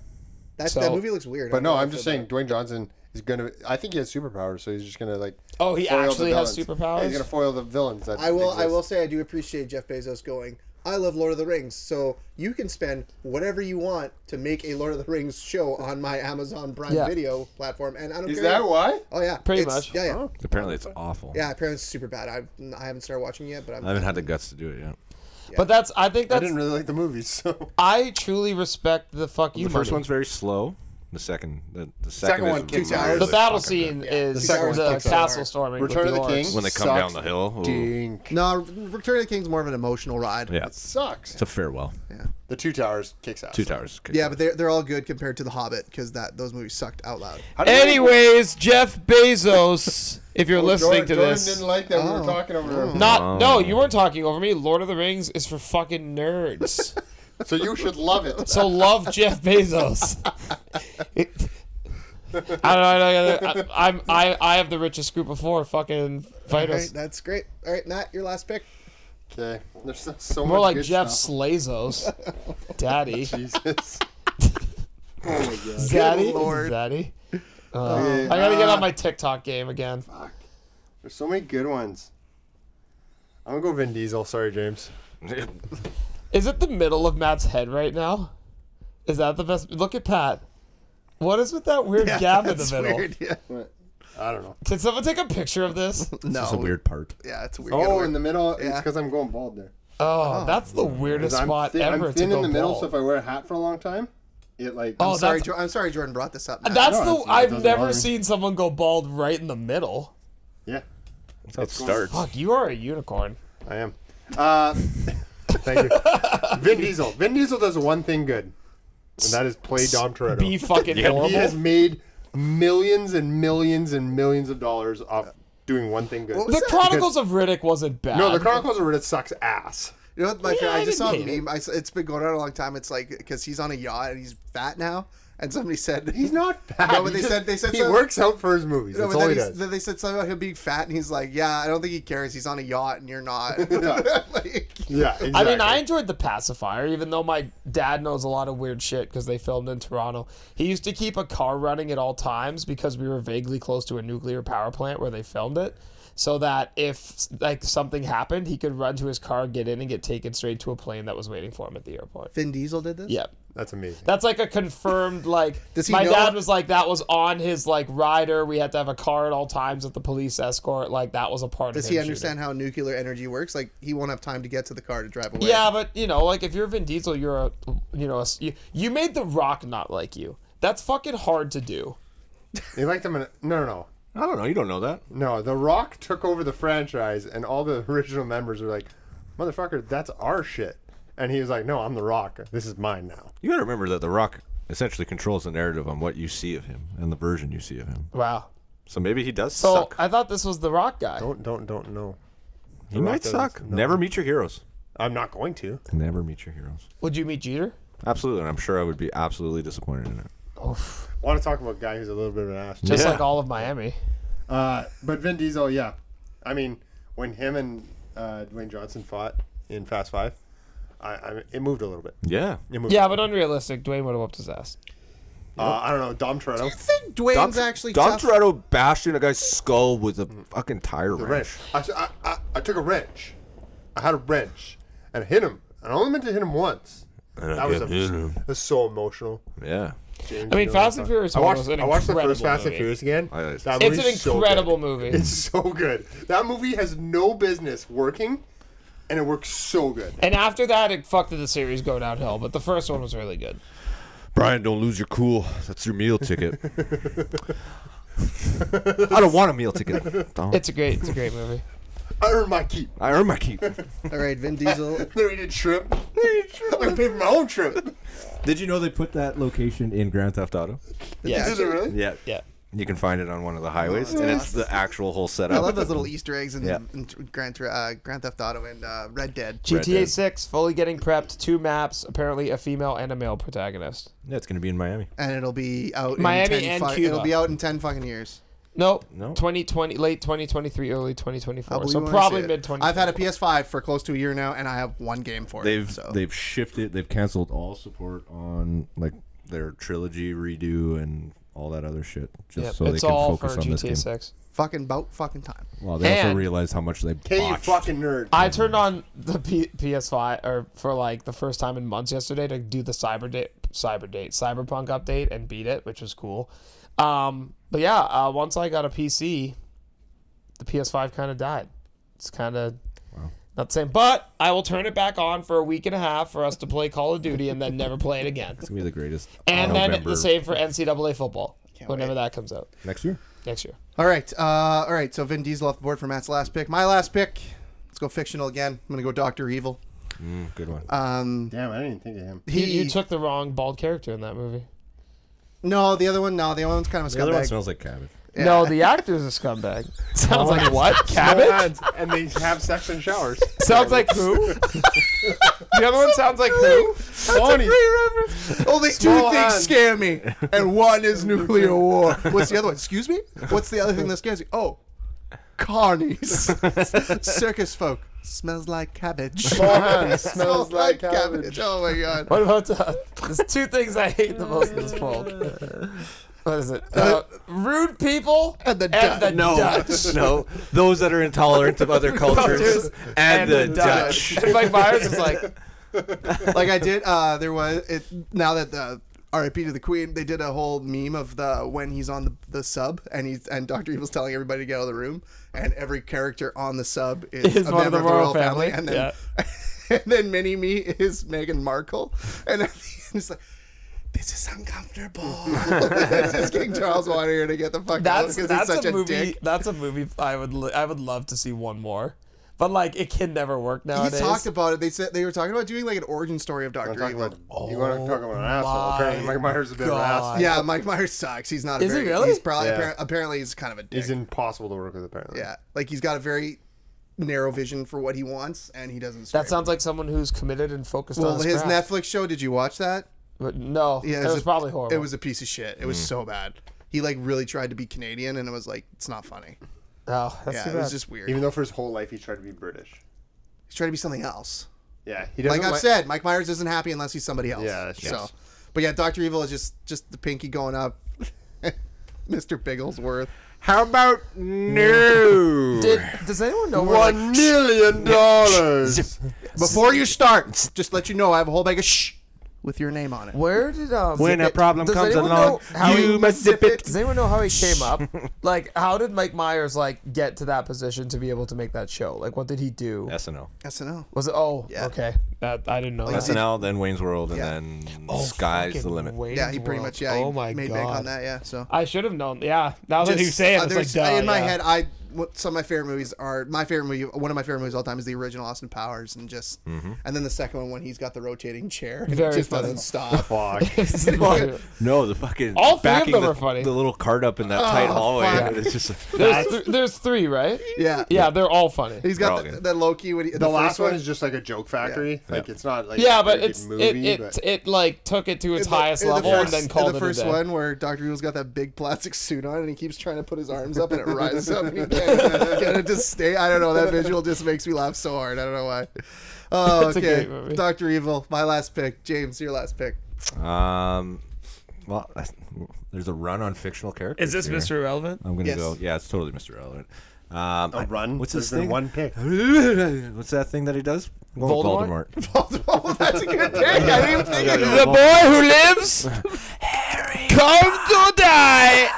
Speaker 2: That,
Speaker 5: So-
Speaker 2: that movie looks weird.
Speaker 3: But
Speaker 2: I'm
Speaker 3: no,
Speaker 2: not
Speaker 3: I'm
Speaker 2: for
Speaker 3: just
Speaker 2: that.
Speaker 3: saying Dwayne Johnson is going to. I think he has superpowers, so he's just going to like.
Speaker 5: Oh, he
Speaker 3: foil the
Speaker 5: actually has
Speaker 3: villains.
Speaker 5: superpowers?
Speaker 3: Yeah, he's going to foil the villains. That
Speaker 2: I will. I
Speaker 3: exist.
Speaker 2: will say I do appreciate Jeff Bezos going. I love Lord of the Rings, so you can spend whatever you want to make a Lord of the Rings show on my Amazon Prime
Speaker 5: Yeah.
Speaker 2: Video platform, and I don't
Speaker 3: Is
Speaker 2: care.
Speaker 3: that why?
Speaker 2: Oh yeah,
Speaker 5: Pretty
Speaker 2: It's-
Speaker 5: much.
Speaker 2: Yeah, yeah,
Speaker 4: Apparently, it's awful.
Speaker 2: yeah. Apparently, it's super bad. I I haven't started watching it yet, but I'm,
Speaker 4: I haven't had the guts to do it yet.
Speaker 5: But that's I think
Speaker 3: I
Speaker 5: that's
Speaker 3: didn't really like the movies, so
Speaker 5: I truly respect the fuck you.
Speaker 4: The first
Speaker 5: money.
Speaker 4: one's very slow. The second, the, the second,
Speaker 3: one
Speaker 4: is
Speaker 3: kicks
Speaker 4: really
Speaker 3: ass.
Speaker 5: the
Speaker 3: really
Speaker 5: battle
Speaker 4: fucking good.
Speaker 5: scene is
Speaker 2: second
Speaker 5: the,
Speaker 2: one's like so
Speaker 5: castle
Speaker 2: hard.
Speaker 5: storming. with
Speaker 3: Return of the
Speaker 5: orcs.
Speaker 3: King
Speaker 4: When they come
Speaker 3: sucks
Speaker 4: down the hill, ooh.
Speaker 3: Dink.
Speaker 2: No, Return of the King's more of an emotional ride.
Speaker 4: Yeah,
Speaker 3: It sucks.
Speaker 4: it's a farewell.
Speaker 3: The Two Towers kicks ass.
Speaker 4: Two towers. kicks
Speaker 2: Yeah,
Speaker 4: ass.
Speaker 2: but they're, they're all good compared to The Hobbit because that those movies sucked out loud.
Speaker 3: How do you-
Speaker 5: Anyways, Jeff Bezos, if you're
Speaker 3: Oh,
Speaker 5: listening
Speaker 3: Jordan,
Speaker 5: to
Speaker 3: Jordan
Speaker 5: this, Oh.
Speaker 3: didn't like that we were talking over him.
Speaker 5: not no, you weren't talking over me. Lord of the Rings is for fucking nerds.
Speaker 3: So you should love it.
Speaker 5: So love Jeff Bezos. I don't know. I don't know, I, I'm I, I have the richest group of four fucking
Speaker 2: All right,
Speaker 5: fighters.
Speaker 2: that's great. All right, Nat, your last pick.
Speaker 3: Okay. There's so- so
Speaker 5: More
Speaker 3: much
Speaker 5: like
Speaker 3: good
Speaker 5: Jeff Uh,
Speaker 3: stuff.
Speaker 5: Slazos. Daddy.
Speaker 3: Jesus.
Speaker 5: Daddy.
Speaker 2: Lord.
Speaker 5: Daddy.
Speaker 3: Okay,
Speaker 5: I gotta get
Speaker 3: uh,
Speaker 5: on my TikTok game again.
Speaker 3: There's so many good ones. I'm gonna go Vin Diesel. Sorry, James.
Speaker 5: Is it the middle of Matt's head right now? Is that the best? Look at Pat. What is with that weird gap in the
Speaker 2: that's
Speaker 5: middle?
Speaker 2: weird, yeah.
Speaker 3: What? I don't know.
Speaker 5: Can someone take a picture of this? Oh,
Speaker 2: No,
Speaker 4: It's a weird part.
Speaker 2: Yeah, it's a weird.
Speaker 3: Oh,
Speaker 2: weird-
Speaker 3: in the middle. It's
Speaker 2: Yeah.
Speaker 3: because I'm going bald there.
Speaker 5: Oh, that's the weirdest
Speaker 3: I'm
Speaker 5: spot
Speaker 3: thin,
Speaker 5: ever
Speaker 3: I'm
Speaker 5: to
Speaker 3: thin
Speaker 5: go
Speaker 3: in the middle,
Speaker 5: bald.
Speaker 3: so if I wear a hat for a long time, it like.
Speaker 5: Oh,
Speaker 3: I'm
Speaker 2: sorry,
Speaker 5: that's-
Speaker 2: jo- I'm sorry, Jordan brought this up. Matt.
Speaker 5: That's
Speaker 3: No,
Speaker 5: the
Speaker 3: it's- it
Speaker 5: I've
Speaker 3: doesn't
Speaker 5: never
Speaker 3: bother me.
Speaker 5: seen someone go bald right in the middle.
Speaker 3: yeah,
Speaker 4: That's how it starts.
Speaker 5: Fuck, you are a unicorn.
Speaker 3: I am. Uh, thank you. Vin Diesel. Vin Diesel does one thing good, and that is play Dom Toretto.
Speaker 5: Be fucking
Speaker 3: He has
Speaker 5: horrible.
Speaker 3: made millions and millions and millions of dollars off doing one thing good.
Speaker 2: What was
Speaker 5: The
Speaker 2: that?
Speaker 5: Chronicles of Riddick wasn't bad.
Speaker 3: no, the Chronicles of Riddick sucks ass.
Speaker 2: You know what, my
Speaker 5: Yeah,
Speaker 2: friend, I
Speaker 5: I
Speaker 2: just saw a
Speaker 5: didn't hate it.
Speaker 2: meme. I s it's been going on a long time. It's like because he's on a yacht and he's fat now, and somebody said
Speaker 3: He's not bad.
Speaker 2: No, but
Speaker 3: He
Speaker 2: they
Speaker 3: just-
Speaker 2: said- they said
Speaker 3: he
Speaker 2: so-
Speaker 3: works out for his movies.
Speaker 2: No,
Speaker 3: That's
Speaker 2: but
Speaker 3: all
Speaker 2: then,
Speaker 3: he
Speaker 2: he's-
Speaker 3: does.
Speaker 2: then they said something about him being fat, and he's like, "Yeah, I don't think he cares. He's on a yacht, and you're not."
Speaker 3: Yeah.
Speaker 2: like,
Speaker 3: Yeah,
Speaker 5: I mean,
Speaker 3: exactly.
Speaker 5: I enjoyed the pacifier, even though my dad knows a lot of weird shit because they filmed in Toronto. He used to keep a car running at all times because we were vaguely close to a nuclear power plant where they filmed it, so that if like something happened, he could run to his car, get in, and get taken straight to a plane that was waiting for him at the airport.
Speaker 2: Vin Diesel did this.
Speaker 5: Yep.
Speaker 3: That's amazing.
Speaker 5: That's like a confirmed like.
Speaker 2: Does he
Speaker 5: my
Speaker 2: know
Speaker 5: dad
Speaker 2: that-
Speaker 5: was like that was on his like rider. We had to have a car at all times with the police escort. Like that was a part of.
Speaker 2: Does
Speaker 5: him
Speaker 2: he
Speaker 5: shooting.
Speaker 2: understand how nuclear energy works? Like, he won't have time to get to the car to drive away.
Speaker 5: Yeah, but you know, like if you're Vin Diesel, you're a you know a, you, you made The Rock not like you. That's fucking hard to do.
Speaker 3: They liked him in. No, no, no.
Speaker 4: I don't know. You don't know that.
Speaker 3: No, The Rock took over the franchise, and all the original members were like, "Motherfucker, that's our shit." And he was like, "No, I'm The Rock. This is mine now."
Speaker 4: You got to remember that The Rock essentially controls the narrative on what you see of him and the version you see of him.
Speaker 5: Wow.
Speaker 4: So maybe he does
Speaker 5: So uh,
Speaker 4: suck.
Speaker 5: I thought this was The Rock guy.
Speaker 3: Don't, don't, don't. No,
Speaker 4: he might
Speaker 3: doesn't-
Speaker 4: suck.
Speaker 3: no.
Speaker 4: Never meet your heroes.
Speaker 3: I'm not going to.
Speaker 4: Never meet your heroes.
Speaker 5: Would you meet Jeter?
Speaker 4: Absolutely, and I'm sure I would be absolutely disappointed in it.
Speaker 3: want to talk about a guy who's a little bit of an ass.
Speaker 5: Just
Speaker 4: Yeah.
Speaker 5: like all of Miami.
Speaker 3: Uh, but Vin Diesel, yeah. I mean, when him and uh, Dwayne Johnson fought in Fast Five, I, I it moved a little bit.
Speaker 4: Yeah.
Speaker 3: It moved.
Speaker 5: Yeah, but unrealistic. Dwayne would have whooped his ass.
Speaker 3: Uh, I don't know. Dom Toretto.
Speaker 2: I think Dwayne's actually
Speaker 4: Dom
Speaker 2: tough.
Speaker 4: Toretto bashing a guy's skull with a fucking tire
Speaker 3: The
Speaker 4: wrench.
Speaker 3: wrench. I, I, I, I took a wrench. I had a wrench and hit him. And I only meant to hit him once.
Speaker 4: And I
Speaker 3: That was, a,
Speaker 4: kept hitting him.
Speaker 3: that was so emotional.
Speaker 4: Yeah.
Speaker 3: James
Speaker 5: I mean,
Speaker 3: Jones.
Speaker 5: Fast and Furious
Speaker 3: I
Speaker 5: 1
Speaker 3: watched,
Speaker 5: was an
Speaker 3: I watched the first
Speaker 5: incredible
Speaker 3: Fast and
Speaker 5: movie.
Speaker 3: Furious again.
Speaker 4: I- It's
Speaker 3: That movie's
Speaker 5: It's an
Speaker 3: so good.
Speaker 5: incredible movie.
Speaker 3: It's so good. That movie has no business working, and it works so good.
Speaker 5: and after that, it fucked the series go downhill. But the first one was really good.
Speaker 4: Brian, don't lose your cool. That's your meal ticket. I don't want a meal ticket. Don't.
Speaker 5: It's a great, it's a great movie.
Speaker 3: I earned my keep.
Speaker 4: I earn my keep.
Speaker 2: All right, Vin Diesel.
Speaker 3: There he did shrimp. I can pay for my own shrimp.
Speaker 4: Did you know they put that location in Grand Theft Auto?
Speaker 5: Yeah,
Speaker 3: Is it really?
Speaker 4: Yeah.
Speaker 5: yeah.
Speaker 4: You can find it on one of the highways, and it's the actual whole setup.
Speaker 2: Oh, I love those little Easter eggs in,
Speaker 4: Yeah.
Speaker 2: in Grand, Thre- uh, Grand Theft Auto and uh, Red Dead.
Speaker 5: GTA
Speaker 4: Dead.
Speaker 5: Six fully getting prepped. Two maps. Apparently, a female and a male protagonist.
Speaker 4: Yeah, it's gonna be in Miami.
Speaker 2: And it'll be out
Speaker 5: Miami
Speaker 2: in 10
Speaker 5: and
Speaker 2: fuck-
Speaker 5: Cuba.
Speaker 2: It'll be out in 10 fucking years.
Speaker 5: Nope.
Speaker 4: No.
Speaker 5: 2020, late 2023, early 2024.
Speaker 2: Probably
Speaker 5: So
Speaker 2: when I
Speaker 5: probably
Speaker 2: see it.
Speaker 5: mid 20.
Speaker 2: I've had a PS5 for close to a year now, and I have one game for
Speaker 4: They've
Speaker 2: it. So.
Speaker 4: they've shifted. They've canceled all support on like their trilogy redo and all that other shit, just
Speaker 5: Yep.
Speaker 4: so
Speaker 5: it's
Speaker 4: they can
Speaker 5: all
Speaker 4: focus
Speaker 5: for
Speaker 4: on this game.
Speaker 5: GTA 6.
Speaker 2: fucking about fucking time.
Speaker 4: Well, they also
Speaker 5: And-
Speaker 4: realize how much they
Speaker 3: Hey, you
Speaker 4: botched.
Speaker 3: fucking nerd.
Speaker 5: I turned on the P- PS5 or for like the first time in months yesterday to do the cyber date, cyber date, cyberpunk update and beat it, which was cool. Um, but yeah, uh, once I got a PC, the PS5 kind of died. It's kind of Not saying, but I will turn it back on for a week and a half for us to play Call of Duty and then never play it again.
Speaker 4: It's gonna be the greatest.
Speaker 5: And then
Speaker 4: November
Speaker 5: the same for NCAA football whenever
Speaker 2: wait.
Speaker 5: that comes out
Speaker 4: next year.
Speaker 5: next year.
Speaker 2: All right, uh, all right. So Vin Diesel off the board for Matt's last pick. My last pick. Let's go fictional again. I'm gonna go Doctor Evil.
Speaker 4: Mm, good one.
Speaker 2: Um,
Speaker 3: Damn, I didn't even think of him.
Speaker 5: You,
Speaker 2: he
Speaker 5: you took the wrong bald character in that movie.
Speaker 2: no, the other one. No, the other one's kind of a
Speaker 4: the other one
Speaker 2: scumbag.
Speaker 4: smells like cabbage.
Speaker 5: No, the actor's a scumbag. Sounds like what?
Speaker 3: No
Speaker 5: Cabbage?
Speaker 3: ads, and they have sex in showers.
Speaker 5: Sounds like who? the other one sounds like who?
Speaker 3: Sony.
Speaker 2: Only two
Speaker 3: Small
Speaker 2: things
Speaker 3: hand.
Speaker 2: scare me, and one is nuclear war. What's the other one? Excuse me? What's the other thing that scares you? Oh, carnies. Circus folk. Smells like cabbage.
Speaker 3: Small hands. Smells like cabbage.
Speaker 2: Oh my god.
Speaker 5: What about uh, there's two things I hate the most in this fold. What is it? Uh, rude people
Speaker 2: And the
Speaker 5: and
Speaker 2: Dutch.
Speaker 5: the
Speaker 4: No,
Speaker 5: Dutch.
Speaker 4: no, those that are intolerant of other cultures and, the, Dutch.
Speaker 5: And Mike Myers is like,
Speaker 2: Like I did. Uh, there was it. Now that the R.I.P. to the Queen. They did a whole meme of the when he's on the, the sub and he's and Doctor Evil's telling everybody to get out of the room, and every character on the sub is
Speaker 5: Is
Speaker 2: a
Speaker 5: one of
Speaker 2: member
Speaker 5: the royal family,
Speaker 2: and then and then Mini Me is Meghan Markle, and at the end it's like. This is uncomfortable. this is King Charles wanting her to get the fuck out
Speaker 5: that's
Speaker 2: because he's
Speaker 5: that's
Speaker 2: such
Speaker 5: a
Speaker 2: a,
Speaker 5: movie.
Speaker 2: dick.
Speaker 5: That's a movie I would li- I would love to see one more, but like it can never work
Speaker 2: He
Speaker 5: nowadays.
Speaker 2: talked about it. They said they were talking about doing like an origin story of
Speaker 3: I'm
Speaker 2: Doctor
Speaker 3: talking
Speaker 2: Evil.
Speaker 3: about, you want to talk about an asshole.
Speaker 5: my
Speaker 3: Apparently, Mike Myers is a bit of an
Speaker 5: God.
Speaker 3: asshole.
Speaker 2: Yeah, Mike Myers sucks. He's not. A
Speaker 5: Is he
Speaker 2: very,
Speaker 5: really?
Speaker 2: He's probably
Speaker 3: Yeah.
Speaker 2: appar- apparently he's kind of a dick.
Speaker 3: He's impossible to work with, apparently.
Speaker 2: yeah, like he's got a very narrow vision for what he wants, and he doesn't.
Speaker 5: that
Speaker 2: That's
Speaker 5: sounds like someone who's committed and focused
Speaker 2: well.
Speaker 5: on
Speaker 2: His
Speaker 5: craft.
Speaker 2: Netflix show. Did you watch that?
Speaker 5: But no,
Speaker 2: Yeah,
Speaker 5: it was
Speaker 2: a-
Speaker 5: probably horrible.
Speaker 2: It was a piece of shit. It
Speaker 3: Mm.
Speaker 2: was so bad. He like really tried to be Canadian, and it was like it's not funny.
Speaker 5: oh, that's
Speaker 2: Yeah,
Speaker 5: too
Speaker 2: it was
Speaker 5: bad.
Speaker 2: just weird.
Speaker 3: Even though for his whole life he tried to be British.
Speaker 2: He's trying to be something else.
Speaker 3: Yeah, he doesn't
Speaker 2: Like I've
Speaker 3: like-
Speaker 2: said, Mike Myers isn't happy unless he's somebody else.
Speaker 3: Yeah, that's
Speaker 2: so.
Speaker 3: true.
Speaker 2: But yeah, Doctor Evil is just just the pinky going up. Mr. Bigglesworth.
Speaker 4: How about no?
Speaker 5: Did, does anyone know where like,
Speaker 3: One million dollars.
Speaker 2: Before you start, just let you know I have a whole bag of shh with your name on it.
Speaker 5: where did um
Speaker 4: When a
Speaker 5: it-
Speaker 4: problem
Speaker 5: does
Speaker 4: comes
Speaker 5: anyone
Speaker 4: along,
Speaker 5: know how
Speaker 4: you
Speaker 5: he-
Speaker 4: must zip it.
Speaker 5: Does anyone know how he came up? like, how did Mike Myers like get to that position to be able to make that show? Like, what did he do?
Speaker 4: SNL,
Speaker 2: SNL.
Speaker 5: Was it? Oh,
Speaker 2: Yeah.
Speaker 5: okay. That I didn't know.
Speaker 2: Like,
Speaker 5: that.
Speaker 2: he-
Speaker 4: SNL, then Wayne's World, and
Speaker 2: Yeah.
Speaker 4: then sky's the
Speaker 5: Oh, Fucking
Speaker 4: limit.
Speaker 5: Wayne's
Speaker 2: Yeah, he pretty
Speaker 5: World.
Speaker 2: much yeah.
Speaker 5: Oh
Speaker 2: he
Speaker 5: my
Speaker 2: made
Speaker 5: god.
Speaker 2: bank on that. Yeah, so
Speaker 5: I should have known. Yeah. Now that you
Speaker 2: Just-
Speaker 5: say
Speaker 2: uh,
Speaker 5: it, it's like
Speaker 2: there's-
Speaker 5: duh,
Speaker 2: in my
Speaker 5: yeah.
Speaker 2: head. I what, some of my favorite movies are my favorite movie. One of my favorite movies of all time is the original Austin Powers, and just
Speaker 4: Mm-hmm.
Speaker 2: and then the second one when he's got the rotating chair and
Speaker 5: Very
Speaker 2: it just
Speaker 5: funny.
Speaker 2: doesn't stop.
Speaker 3: Fuck.
Speaker 4: No, the fucking
Speaker 5: All three of
Speaker 4: backing
Speaker 5: them
Speaker 4: the,
Speaker 5: are funny. Oh,
Speaker 4: The little cart up in that tight hallway,
Speaker 2: fuck.
Speaker 4: and it's just like,
Speaker 5: there's, th- there's three, right?
Speaker 2: yeah,
Speaker 5: Yeah, they're all funny.
Speaker 2: He's
Speaker 4: We're all
Speaker 2: got the,
Speaker 4: good.
Speaker 2: the Loki. When he, the,
Speaker 3: The
Speaker 2: first
Speaker 3: last one
Speaker 2: one
Speaker 3: is just like a joke factory. Like it's not like
Speaker 5: Yeah,
Speaker 3: a
Speaker 5: but
Speaker 3: very
Speaker 5: it's
Speaker 3: good movie,
Speaker 5: it, it,
Speaker 3: but
Speaker 5: it like took it to its
Speaker 2: in the-
Speaker 5: highest
Speaker 2: in the
Speaker 5: level
Speaker 2: first-
Speaker 5: and then
Speaker 2: in
Speaker 5: called
Speaker 2: the
Speaker 5: it
Speaker 2: first
Speaker 5: a day.
Speaker 2: one where Doctor Evil's got that big plastic suit on and he keeps trying to put his arms up and it rises up and he can't get it to stay. I don't know. That visual just makes me laugh so hard. I don't know why. Oh,
Speaker 5: It's a great
Speaker 2: okay.
Speaker 5: movie.
Speaker 2: Doctor Evil, my last pick. James, your last pick.
Speaker 4: um, well, that's- there's a run on fictional characters.
Speaker 1: Is this
Speaker 4: here.
Speaker 1: Mr. Irrelevant?
Speaker 4: I'm gonna
Speaker 2: Yes.
Speaker 4: go. Yeah, it's totally Mr. Relevant. Um,
Speaker 3: a
Speaker 4: I-
Speaker 3: run.
Speaker 4: What's his
Speaker 3: there's been
Speaker 4: thing?
Speaker 3: One pick.
Speaker 4: What's that thing that he does? I'm going with
Speaker 5: Voldemort?
Speaker 4: Voldemort.
Speaker 2: oh, that's a good pick. I didn't even think of
Speaker 4: The
Speaker 1: boy who lives come to die.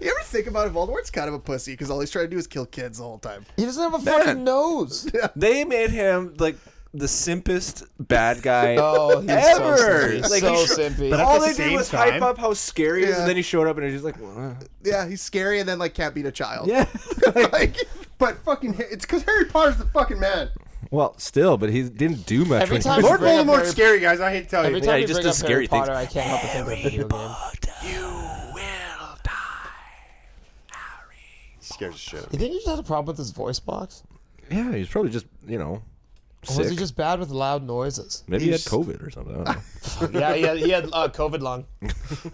Speaker 2: You ever think about it? Voldemort's kind of a pussy because all he's trying to do is kill kids the whole time.
Speaker 5: He doesn't have a fucking nose.
Speaker 4: They made him like the simpest bad guy
Speaker 5: Oh, he's
Speaker 4: ever.
Speaker 5: so simpy.
Speaker 4: like,
Speaker 5: so
Speaker 4: he sho-
Speaker 5: simpy.
Speaker 4: But
Speaker 5: But
Speaker 4: all
Speaker 1: the
Speaker 4: they did
Speaker 1: same
Speaker 4: was hype
Speaker 1: time-
Speaker 4: up how scary he is,
Speaker 2: Yeah.
Speaker 4: and then he showed up and he's just like, "Wah."
Speaker 2: Yeah, he's scary and then like can't beat a child.
Speaker 4: yeah.
Speaker 2: like,
Speaker 3: But fucking, it's because Harry Potter's the fucking man.
Speaker 4: well, still, but he didn't do much.
Speaker 5: Every
Speaker 4: when he
Speaker 5: time-
Speaker 4: was-
Speaker 3: Lord
Speaker 5: bring up
Speaker 3: Voldemort's
Speaker 5: Harry-
Speaker 3: scary, guys. I hate to tell
Speaker 5: Every
Speaker 3: you.
Speaker 5: time
Speaker 4: he
Speaker 5: you
Speaker 4: just
Speaker 5: bring
Speaker 4: does
Speaker 5: up
Speaker 4: scary
Speaker 5: Harry
Speaker 4: things.
Speaker 5: Potter, I can't help but think of a video game.
Speaker 3: Scares the shit. out of me.
Speaker 5: You think he just had a problem with his voice box?
Speaker 4: yeah, he's probably just you know
Speaker 5: Or
Speaker 4: sick.
Speaker 5: was he just bad with loud noises?
Speaker 4: Maybe he had COVID or something. I don't know.
Speaker 5: yeah, he had, he had uh, COVID lung.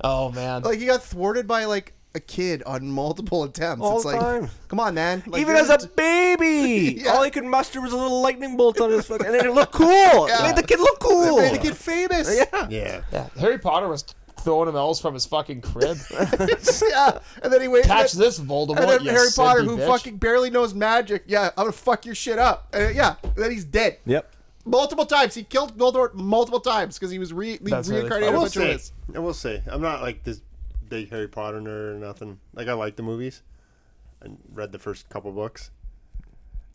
Speaker 5: Oh man.
Speaker 2: like he got thwarted by like a kid on multiple attempts.
Speaker 4: All
Speaker 2: it's
Speaker 4: the
Speaker 2: like,
Speaker 4: time.
Speaker 2: come on, man. Like,
Speaker 4: Even
Speaker 2: you're
Speaker 4: as a
Speaker 2: the-
Speaker 4: baby,
Speaker 2: Yeah.
Speaker 4: all he could muster was a little lightning bolt on his fucking, and then it looked cool. It made the kid look cool.
Speaker 2: made the kid famous. Yeah.
Speaker 3: Yeah.
Speaker 5: yeah, Harry Potter was throwing him elves from his fucking crib.
Speaker 2: And then he waited.
Speaker 5: Catch
Speaker 2: and then-
Speaker 5: this Voldemort.
Speaker 2: And then
Speaker 5: you
Speaker 2: Harry Potter,
Speaker 5: simpy
Speaker 2: who
Speaker 5: bitch.
Speaker 2: fucking barely knows magic. Yeah, I'm gonna fuck your shit up. And uh, yeah, and then he's dead.
Speaker 4: Yep.
Speaker 2: Multiple times. He killed Voldemort multiple times because he was re- he
Speaker 5: That's really
Speaker 2: reincarnated
Speaker 5: funny.
Speaker 2: a
Speaker 3: I will
Speaker 2: bunch of
Speaker 3: say.
Speaker 2: ways.
Speaker 3: I will say. I'm not like this big Harry Potter nerd or nothing. Like I like the movies. I read the first couple books.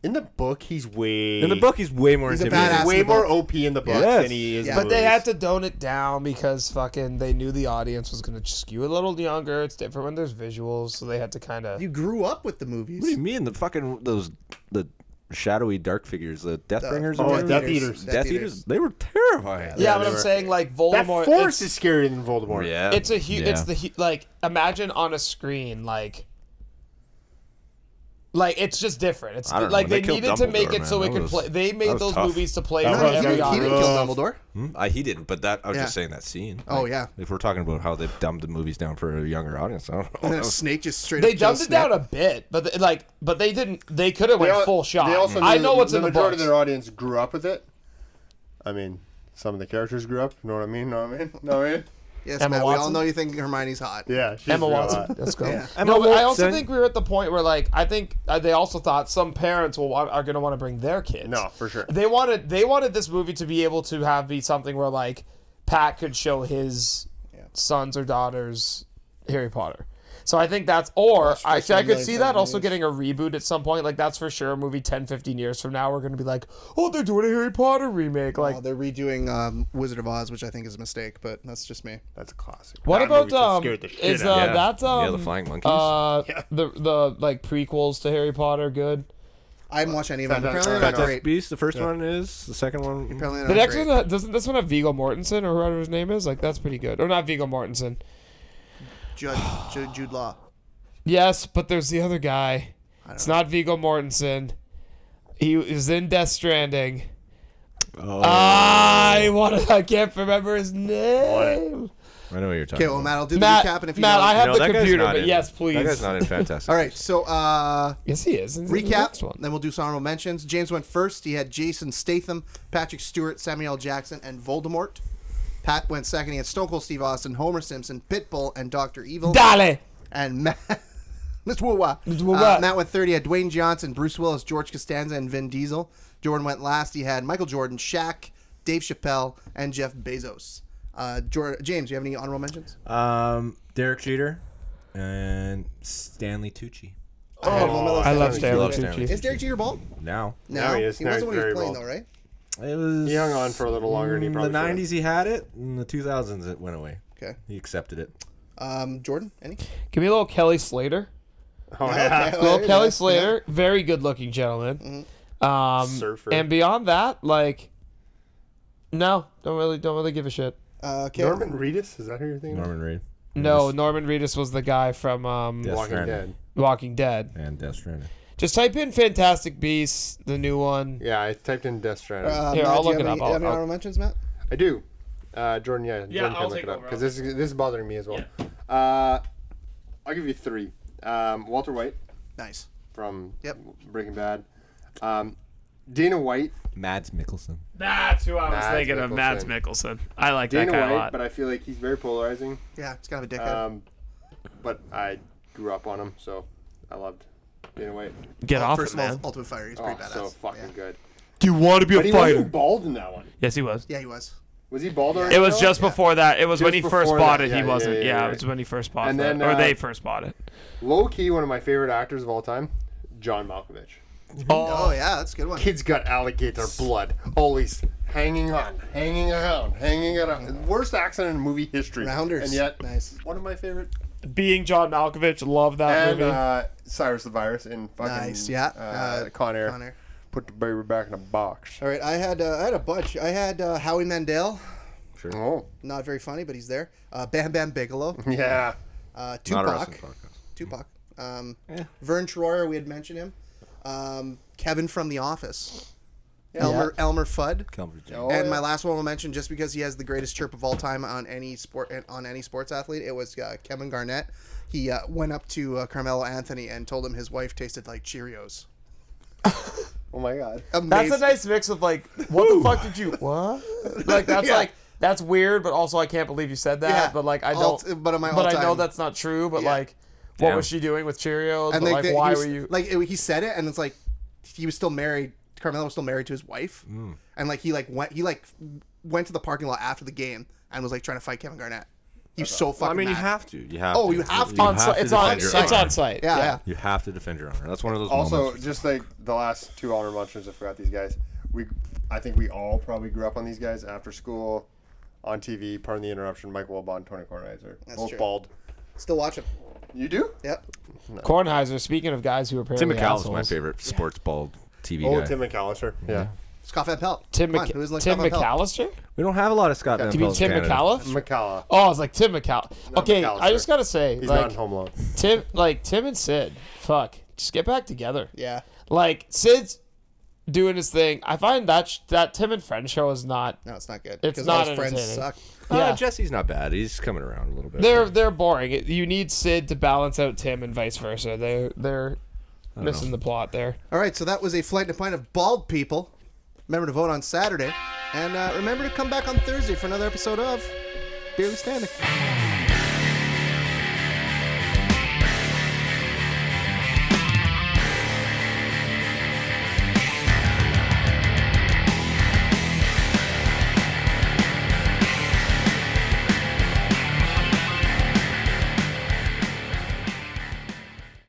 Speaker 3: In the book, he's way
Speaker 4: In the book, he's way more
Speaker 2: He's a
Speaker 4: intimidating.
Speaker 2: badass.
Speaker 3: way
Speaker 2: in the
Speaker 3: more
Speaker 2: book.
Speaker 3: OP in the book
Speaker 4: Yes.
Speaker 3: than he is.
Speaker 2: Yeah.
Speaker 3: in
Speaker 5: But
Speaker 3: the
Speaker 5: they
Speaker 3: movies.
Speaker 5: had to tone it down because fucking they knew the audience was gonna skew a little younger. It's different when there's visuals, so they had to kind of.
Speaker 2: You grew up with the movies.
Speaker 4: What do you mean the fucking those the shadowy dark figures, the Death Bringers?
Speaker 3: Oh,
Speaker 4: or whatever?
Speaker 3: Death Eaters.
Speaker 4: Death, Eaters. They were terrifying.
Speaker 5: Yeah, but I'm saying like
Speaker 3: That
Speaker 5: Voldemort.
Speaker 3: force
Speaker 5: It's,
Speaker 3: is scarier than Voldemort.
Speaker 4: yeah.
Speaker 5: it's a huge.
Speaker 4: Yeah.
Speaker 5: It's the hu- like imagine on a screen like. Like it's just different. It's
Speaker 4: I don't know.
Speaker 5: like
Speaker 4: They
Speaker 5: they,
Speaker 4: killed
Speaker 5: needed to make
Speaker 4: Dumbledore,
Speaker 5: it so
Speaker 4: man. That
Speaker 5: it could
Speaker 4: was-
Speaker 5: play. They
Speaker 4: that
Speaker 5: made
Speaker 4: was
Speaker 5: those
Speaker 4: tough.
Speaker 5: movies to play
Speaker 3: That
Speaker 5: for
Speaker 3: was-
Speaker 5: every
Speaker 2: he didn't
Speaker 5: audience.
Speaker 2: kill Dumbledore.
Speaker 4: Hmm? I, he didn't, but that I was
Speaker 2: Yeah.
Speaker 4: just saying that scene.
Speaker 2: Oh,
Speaker 4: Like,
Speaker 2: yeah.
Speaker 4: If we're talking about how they've dumbed the movies down for a younger audience, I don't know.
Speaker 2: And then a snake just straight
Speaker 5: They
Speaker 2: up kills
Speaker 5: dumbed it
Speaker 2: Snape.
Speaker 5: down a bit, but they, like, but they didn't. They could have went
Speaker 3: al-
Speaker 5: full shot.
Speaker 3: they also
Speaker 5: I
Speaker 3: knew
Speaker 5: know
Speaker 3: the-
Speaker 5: what's
Speaker 3: the
Speaker 5: in the book.
Speaker 3: majority of their audience grew up with it. I mean, some of the characters grew up. You know what I mean? Know what I mean? Know what I mean?
Speaker 2: Yes,
Speaker 5: Emma
Speaker 2: Matt, we all
Speaker 5: Watson?
Speaker 2: know you think Hermione's hot.
Speaker 3: Yeah, she's
Speaker 5: Emma
Speaker 3: real
Speaker 5: Watson.
Speaker 3: hot.
Speaker 5: Let's go.
Speaker 2: Yeah.
Speaker 4: Emma
Speaker 5: no, but I also
Speaker 4: Watson.
Speaker 5: think we were at the point where, like, I think uh, they also thought some parents will want, are going to want to bring their kids.
Speaker 3: No, for sure.
Speaker 5: they wanted they wanted this movie to be able to have be something where like Pat could show his sons or daughters Harry Potter. So I think that's or I,
Speaker 2: first
Speaker 5: I
Speaker 2: one
Speaker 5: could
Speaker 2: million
Speaker 5: see that
Speaker 2: times.
Speaker 5: also getting a reboot at some point. Like that's for sure. A movie 10, 15 years from now, we're going to be like, oh, they're doing a Harry Potter remake. Like
Speaker 2: Oh, they're redoing um, Wizard of Oz, which I think is a mistake, but that's just me.
Speaker 3: That's a classic.
Speaker 5: What
Speaker 3: That
Speaker 5: about
Speaker 3: movie just
Speaker 5: um?
Speaker 3: scared the shit
Speaker 5: is
Speaker 3: out
Speaker 5: uh,
Speaker 3: of me.
Speaker 4: Yeah.
Speaker 5: that's um
Speaker 4: Yeah, the flying monkeys.
Speaker 5: Uh, the the like prequels to Harry Potter good.
Speaker 2: I haven't watched any of them.
Speaker 3: Fantastic-
Speaker 2: Apparently they're not great.
Speaker 4: Fantastic Beasts, the first one is. The second one.
Speaker 2: Apparently
Speaker 5: The
Speaker 2: they're not
Speaker 5: next
Speaker 2: great.
Speaker 5: one uh, doesn't this one have Vigo Mortensen or whoever his name is? Like that's pretty good. Or not Vigo Mortensen.
Speaker 2: Jude, Jude, Jude Law.
Speaker 5: Yes, but there's the other guy. It's not Vigo Mortensen. He is in Death Stranding.
Speaker 4: Oh,
Speaker 2: Ah.
Speaker 5: I want. I can't remember his name.
Speaker 4: I know what you're talking
Speaker 2: Okay, well,
Speaker 4: about.
Speaker 2: Matt, I'll do
Speaker 5: Matt.
Speaker 2: the recap, and if you
Speaker 5: Matt,
Speaker 2: know-
Speaker 5: I have
Speaker 4: No,
Speaker 5: the
Speaker 4: that guy's
Speaker 5: computer,
Speaker 4: not
Speaker 5: but
Speaker 4: in.
Speaker 5: yes,
Speaker 4: That guy's
Speaker 5: please.
Speaker 4: not in Fantastic.
Speaker 2: All right, so uh,
Speaker 5: Yes, he is. He's in the next
Speaker 2: recap,
Speaker 5: one.
Speaker 2: then we'll do some honorable mentions. James went first. He had Jason Statham, Patrick Stewart, Samuel L. Jackson, and Voldemort. Pat went second. He had Stone Cold Steve Austin, Homer Simpson, Pitbull, and Dr. Evil.
Speaker 5: Dale.
Speaker 2: and Matt. Mr. Wuwa.
Speaker 5: Wuwa.
Speaker 2: Uh, Matt went third. He had Dwayne Johnson, Bruce Willis, George Costanza, and Vin Diesel. Jordan went last. He had Michael Jordan, Shaq, Dave Chappelle, and Jeff Bezos. Uh, Jor- James, you have any honorable mentions?
Speaker 5: Uh,
Speaker 7: Um, Derek Jeter and Stanley Tucci.
Speaker 5: I love
Speaker 4: Love
Speaker 5: Stanley
Speaker 4: Stanley.
Speaker 2: Is Derek Jeter bald?
Speaker 7: Now
Speaker 2: No,
Speaker 3: he is. Now
Speaker 2: wasn't
Speaker 3: he's
Speaker 2: when he was
Speaker 3: very
Speaker 2: playing
Speaker 3: bald.
Speaker 2: though, right?
Speaker 7: it was
Speaker 3: He hung on for a little longer than
Speaker 4: Mm,
Speaker 3: he
Speaker 7: in
Speaker 3: probably
Speaker 7: the
Speaker 3: should've.
Speaker 7: '90s. He had it. In the 2000s, it went away.
Speaker 2: Okay.
Speaker 7: He accepted it.
Speaker 2: Um, Jordan, any?
Speaker 5: Give me a little Kelly Slater.
Speaker 3: Oh, yeah.
Speaker 5: Well, Kelly Slater, very good looking gentleman. Um,
Speaker 3: Surfer.
Speaker 5: And beyond that, like, no, don't really, don't really give a shit.
Speaker 2: Uh, okay.
Speaker 3: Norman Reedus? Is that who you're thinking? of?
Speaker 7: Norman Reed.
Speaker 5: No, Norman Reedus was the guy from um,
Speaker 7: Yes.
Speaker 3: Walking
Speaker 7: Norman.
Speaker 3: Dead.
Speaker 5: Walking Dead.
Speaker 7: And Death Stranding.
Speaker 5: Just type in Fantastic Beasts, the new one.
Speaker 3: Yeah, I typed in Death Stranding.
Speaker 2: Uh,
Speaker 5: Here,
Speaker 2: Matt,
Speaker 5: I'll
Speaker 2: do you
Speaker 5: look
Speaker 2: have
Speaker 5: it
Speaker 2: any-
Speaker 5: up.
Speaker 2: you have any
Speaker 5: I'll-
Speaker 2: honorable mentions, Matt?
Speaker 3: I do. Uh, Jordan, yeah, Jordan can
Speaker 1: I'll
Speaker 3: look
Speaker 1: take
Speaker 3: it up
Speaker 1: over,
Speaker 3: because
Speaker 1: I'll-
Speaker 3: this is this is bothering me as well. Uh, I'll give you three. Um, Walter White
Speaker 2: Nice.
Speaker 3: from
Speaker 2: Yep.
Speaker 3: Breaking Bad. Um, Dana White.
Speaker 7: Mads Mikkelsen.
Speaker 1: That's who I was
Speaker 3: Mads
Speaker 1: thinking of, Mads
Speaker 3: Mikkelsen.
Speaker 1: Mickelson. I like that
Speaker 3: Dana
Speaker 1: guy a
Speaker 3: White,
Speaker 1: lot.
Speaker 3: but I feel like he's very polarizing.
Speaker 2: Yeah, it's kind of a dickhead.
Speaker 3: Um, but I grew up on him, so I loved Dana White.
Speaker 1: Get
Speaker 2: Well,
Speaker 1: off
Speaker 2: uh, First
Speaker 1: it,
Speaker 2: of all,
Speaker 1: man.
Speaker 2: Ultimate Fighter, he's
Speaker 3: Uh, Oh,
Speaker 2: pretty badass.
Speaker 3: so fucking
Speaker 2: yeah.
Speaker 3: good.
Speaker 1: Do you want to be
Speaker 3: But he wasn't bald in that one.
Speaker 1: Yes, he was.
Speaker 2: yeah, he was.
Speaker 3: Was he bald already?
Speaker 1: It was
Speaker 3: though?
Speaker 1: just before that. It was
Speaker 3: Just
Speaker 1: when he first
Speaker 3: before
Speaker 1: bought
Speaker 3: that.
Speaker 1: it.
Speaker 3: Yeah,
Speaker 1: he
Speaker 3: yeah,
Speaker 1: wasn't.
Speaker 3: yeah,
Speaker 1: Yeah,
Speaker 3: yeah,
Speaker 1: it
Speaker 3: right.
Speaker 1: was when he first bought
Speaker 3: And
Speaker 1: it,
Speaker 3: then,
Speaker 1: or
Speaker 3: uh,
Speaker 1: they first bought it.
Speaker 3: low key one of my favorite actors of all time, John Malkovich.
Speaker 2: Oh yeah, that's a good one.
Speaker 3: Kid's got alligator blood. Always hanging on, hanging around, hanging around. Worst accident in movie history.
Speaker 2: Rounders.
Speaker 3: And yet,
Speaker 2: nice.
Speaker 3: one of my favorite.
Speaker 5: Being John Malkovich, love that
Speaker 3: And
Speaker 5: movie.
Speaker 3: uh, Cyrus the Virus in fucking.
Speaker 2: Nice, yeah.
Speaker 3: Uh,
Speaker 2: Uh,
Speaker 3: Con Air.
Speaker 2: Connor.
Speaker 3: Put the baby back in a box.
Speaker 2: All right, I had uh, I had a bunch. I had uh, Howie Mandel,
Speaker 3: Oh,
Speaker 2: not very funny, but he's there. Uh, Bam Bam Bigelow,
Speaker 3: yeah.
Speaker 2: uh,
Speaker 4: Not a
Speaker 2: Tupac,
Speaker 4: wrestling podcast.
Speaker 2: Tupac. Um, Vern Troyer, we had mentioned him. Um, Kevin from The Office, Elmer Elmer Fudd,
Speaker 4: Calvary Jane.
Speaker 3: Oh,
Speaker 2: and
Speaker 3: yeah.
Speaker 2: my last one will mention just because he has the greatest chirp of all time on any sport on any sports athlete. It was uh, Kevin Garnett. He uh, went up to uh, Carmelo Anthony and told him his wife tasted like Cheerios.
Speaker 3: Oh my god.
Speaker 5: That's a
Speaker 2: Amazing.
Speaker 5: nice mix of like, what the fuck did you? What? Like that's
Speaker 2: Yeah.
Speaker 5: like that's weird, but also I can't believe you said that.
Speaker 2: Yeah.
Speaker 5: But like I
Speaker 2: All
Speaker 5: don't.
Speaker 2: t- but am I all
Speaker 5: I know
Speaker 2: time-
Speaker 5: that's not true. But
Speaker 2: Yeah.
Speaker 5: like, what
Speaker 4: Yeah.
Speaker 5: was she doing with Cheerios?
Speaker 2: and
Speaker 5: but,
Speaker 2: like,
Speaker 5: like,
Speaker 2: the-
Speaker 5: why
Speaker 2: he was,
Speaker 5: were you?
Speaker 2: like it- he said it and it's like he was still married carmelo was still married to his wife and like he like went he like went to the parking lot after the game and was like trying to fight kevin garnett He was so fucking.
Speaker 4: I mean, you
Speaker 2: mad.
Speaker 4: have to. You have.
Speaker 2: Oh,
Speaker 4: to.
Speaker 2: you have to.
Speaker 4: You
Speaker 2: On
Speaker 4: have
Speaker 5: site-
Speaker 4: to
Speaker 5: it's on-
Speaker 4: defend your
Speaker 5: it's
Speaker 4: honor.
Speaker 5: on site.
Speaker 2: Yeah, yeah.
Speaker 4: You have to defend your honor. That's one of those.
Speaker 3: Also,
Speaker 4: moments.
Speaker 3: just like the last two honor munchers, I forgot these guys. We, I think we all probably grew up on these guys after school, on TV. Pardon the interruption. Michael Wilbon, Tony Kornheiser, both
Speaker 2: true.
Speaker 3: bald.
Speaker 2: Still watch him.
Speaker 3: You do?
Speaker 2: Yep.
Speaker 5: Kornheiser, speaking of guys who apparently
Speaker 4: Tim McCall is
Speaker 5: assholes,
Speaker 4: my favorite sports bald TV
Speaker 3: Oh,
Speaker 4: guy.
Speaker 3: Tim McAllister. Yeah.
Speaker 2: Scott Van Pelt.
Speaker 5: Tim,
Speaker 2: Come on,
Speaker 5: Mc-
Speaker 2: who is like
Speaker 5: Tim
Speaker 2: Scott Van Pelt?
Speaker 5: McAllister?
Speaker 4: we don't have a lot of Scott.
Speaker 5: Do you mean Tim
Speaker 2: Mm.
Speaker 5: McAuliffe?
Speaker 3: McCalla.
Speaker 5: Oh, I was like Tim McAll. Okay, I
Speaker 3: McAllister.
Speaker 5: just gotta say,
Speaker 3: He's not
Speaker 5: like
Speaker 3: in Home Alone.
Speaker 5: Tim, like Tim and Sid, fuck, just get back together.
Speaker 2: Yeah.
Speaker 5: Like Sid's doing his thing. I find that sh- that Tim and Friend show is not.
Speaker 2: No, it's not good.
Speaker 5: It's
Speaker 2: 'Cause all
Speaker 5: not
Speaker 2: his friends
Speaker 5: entertaining.
Speaker 2: suck.
Speaker 5: yeah.
Speaker 4: Uh, Jesse's not bad. He's coming around a little bit.
Speaker 5: they're they're boring. It- You need Sid to balance out Tim and vice versa. They're they're missing the plot there.
Speaker 2: All right, so that was a flight and a pint of bald people. Remember to vote on Saturday, and uh, remember to come back on Thursday for another episode of Barely Standing.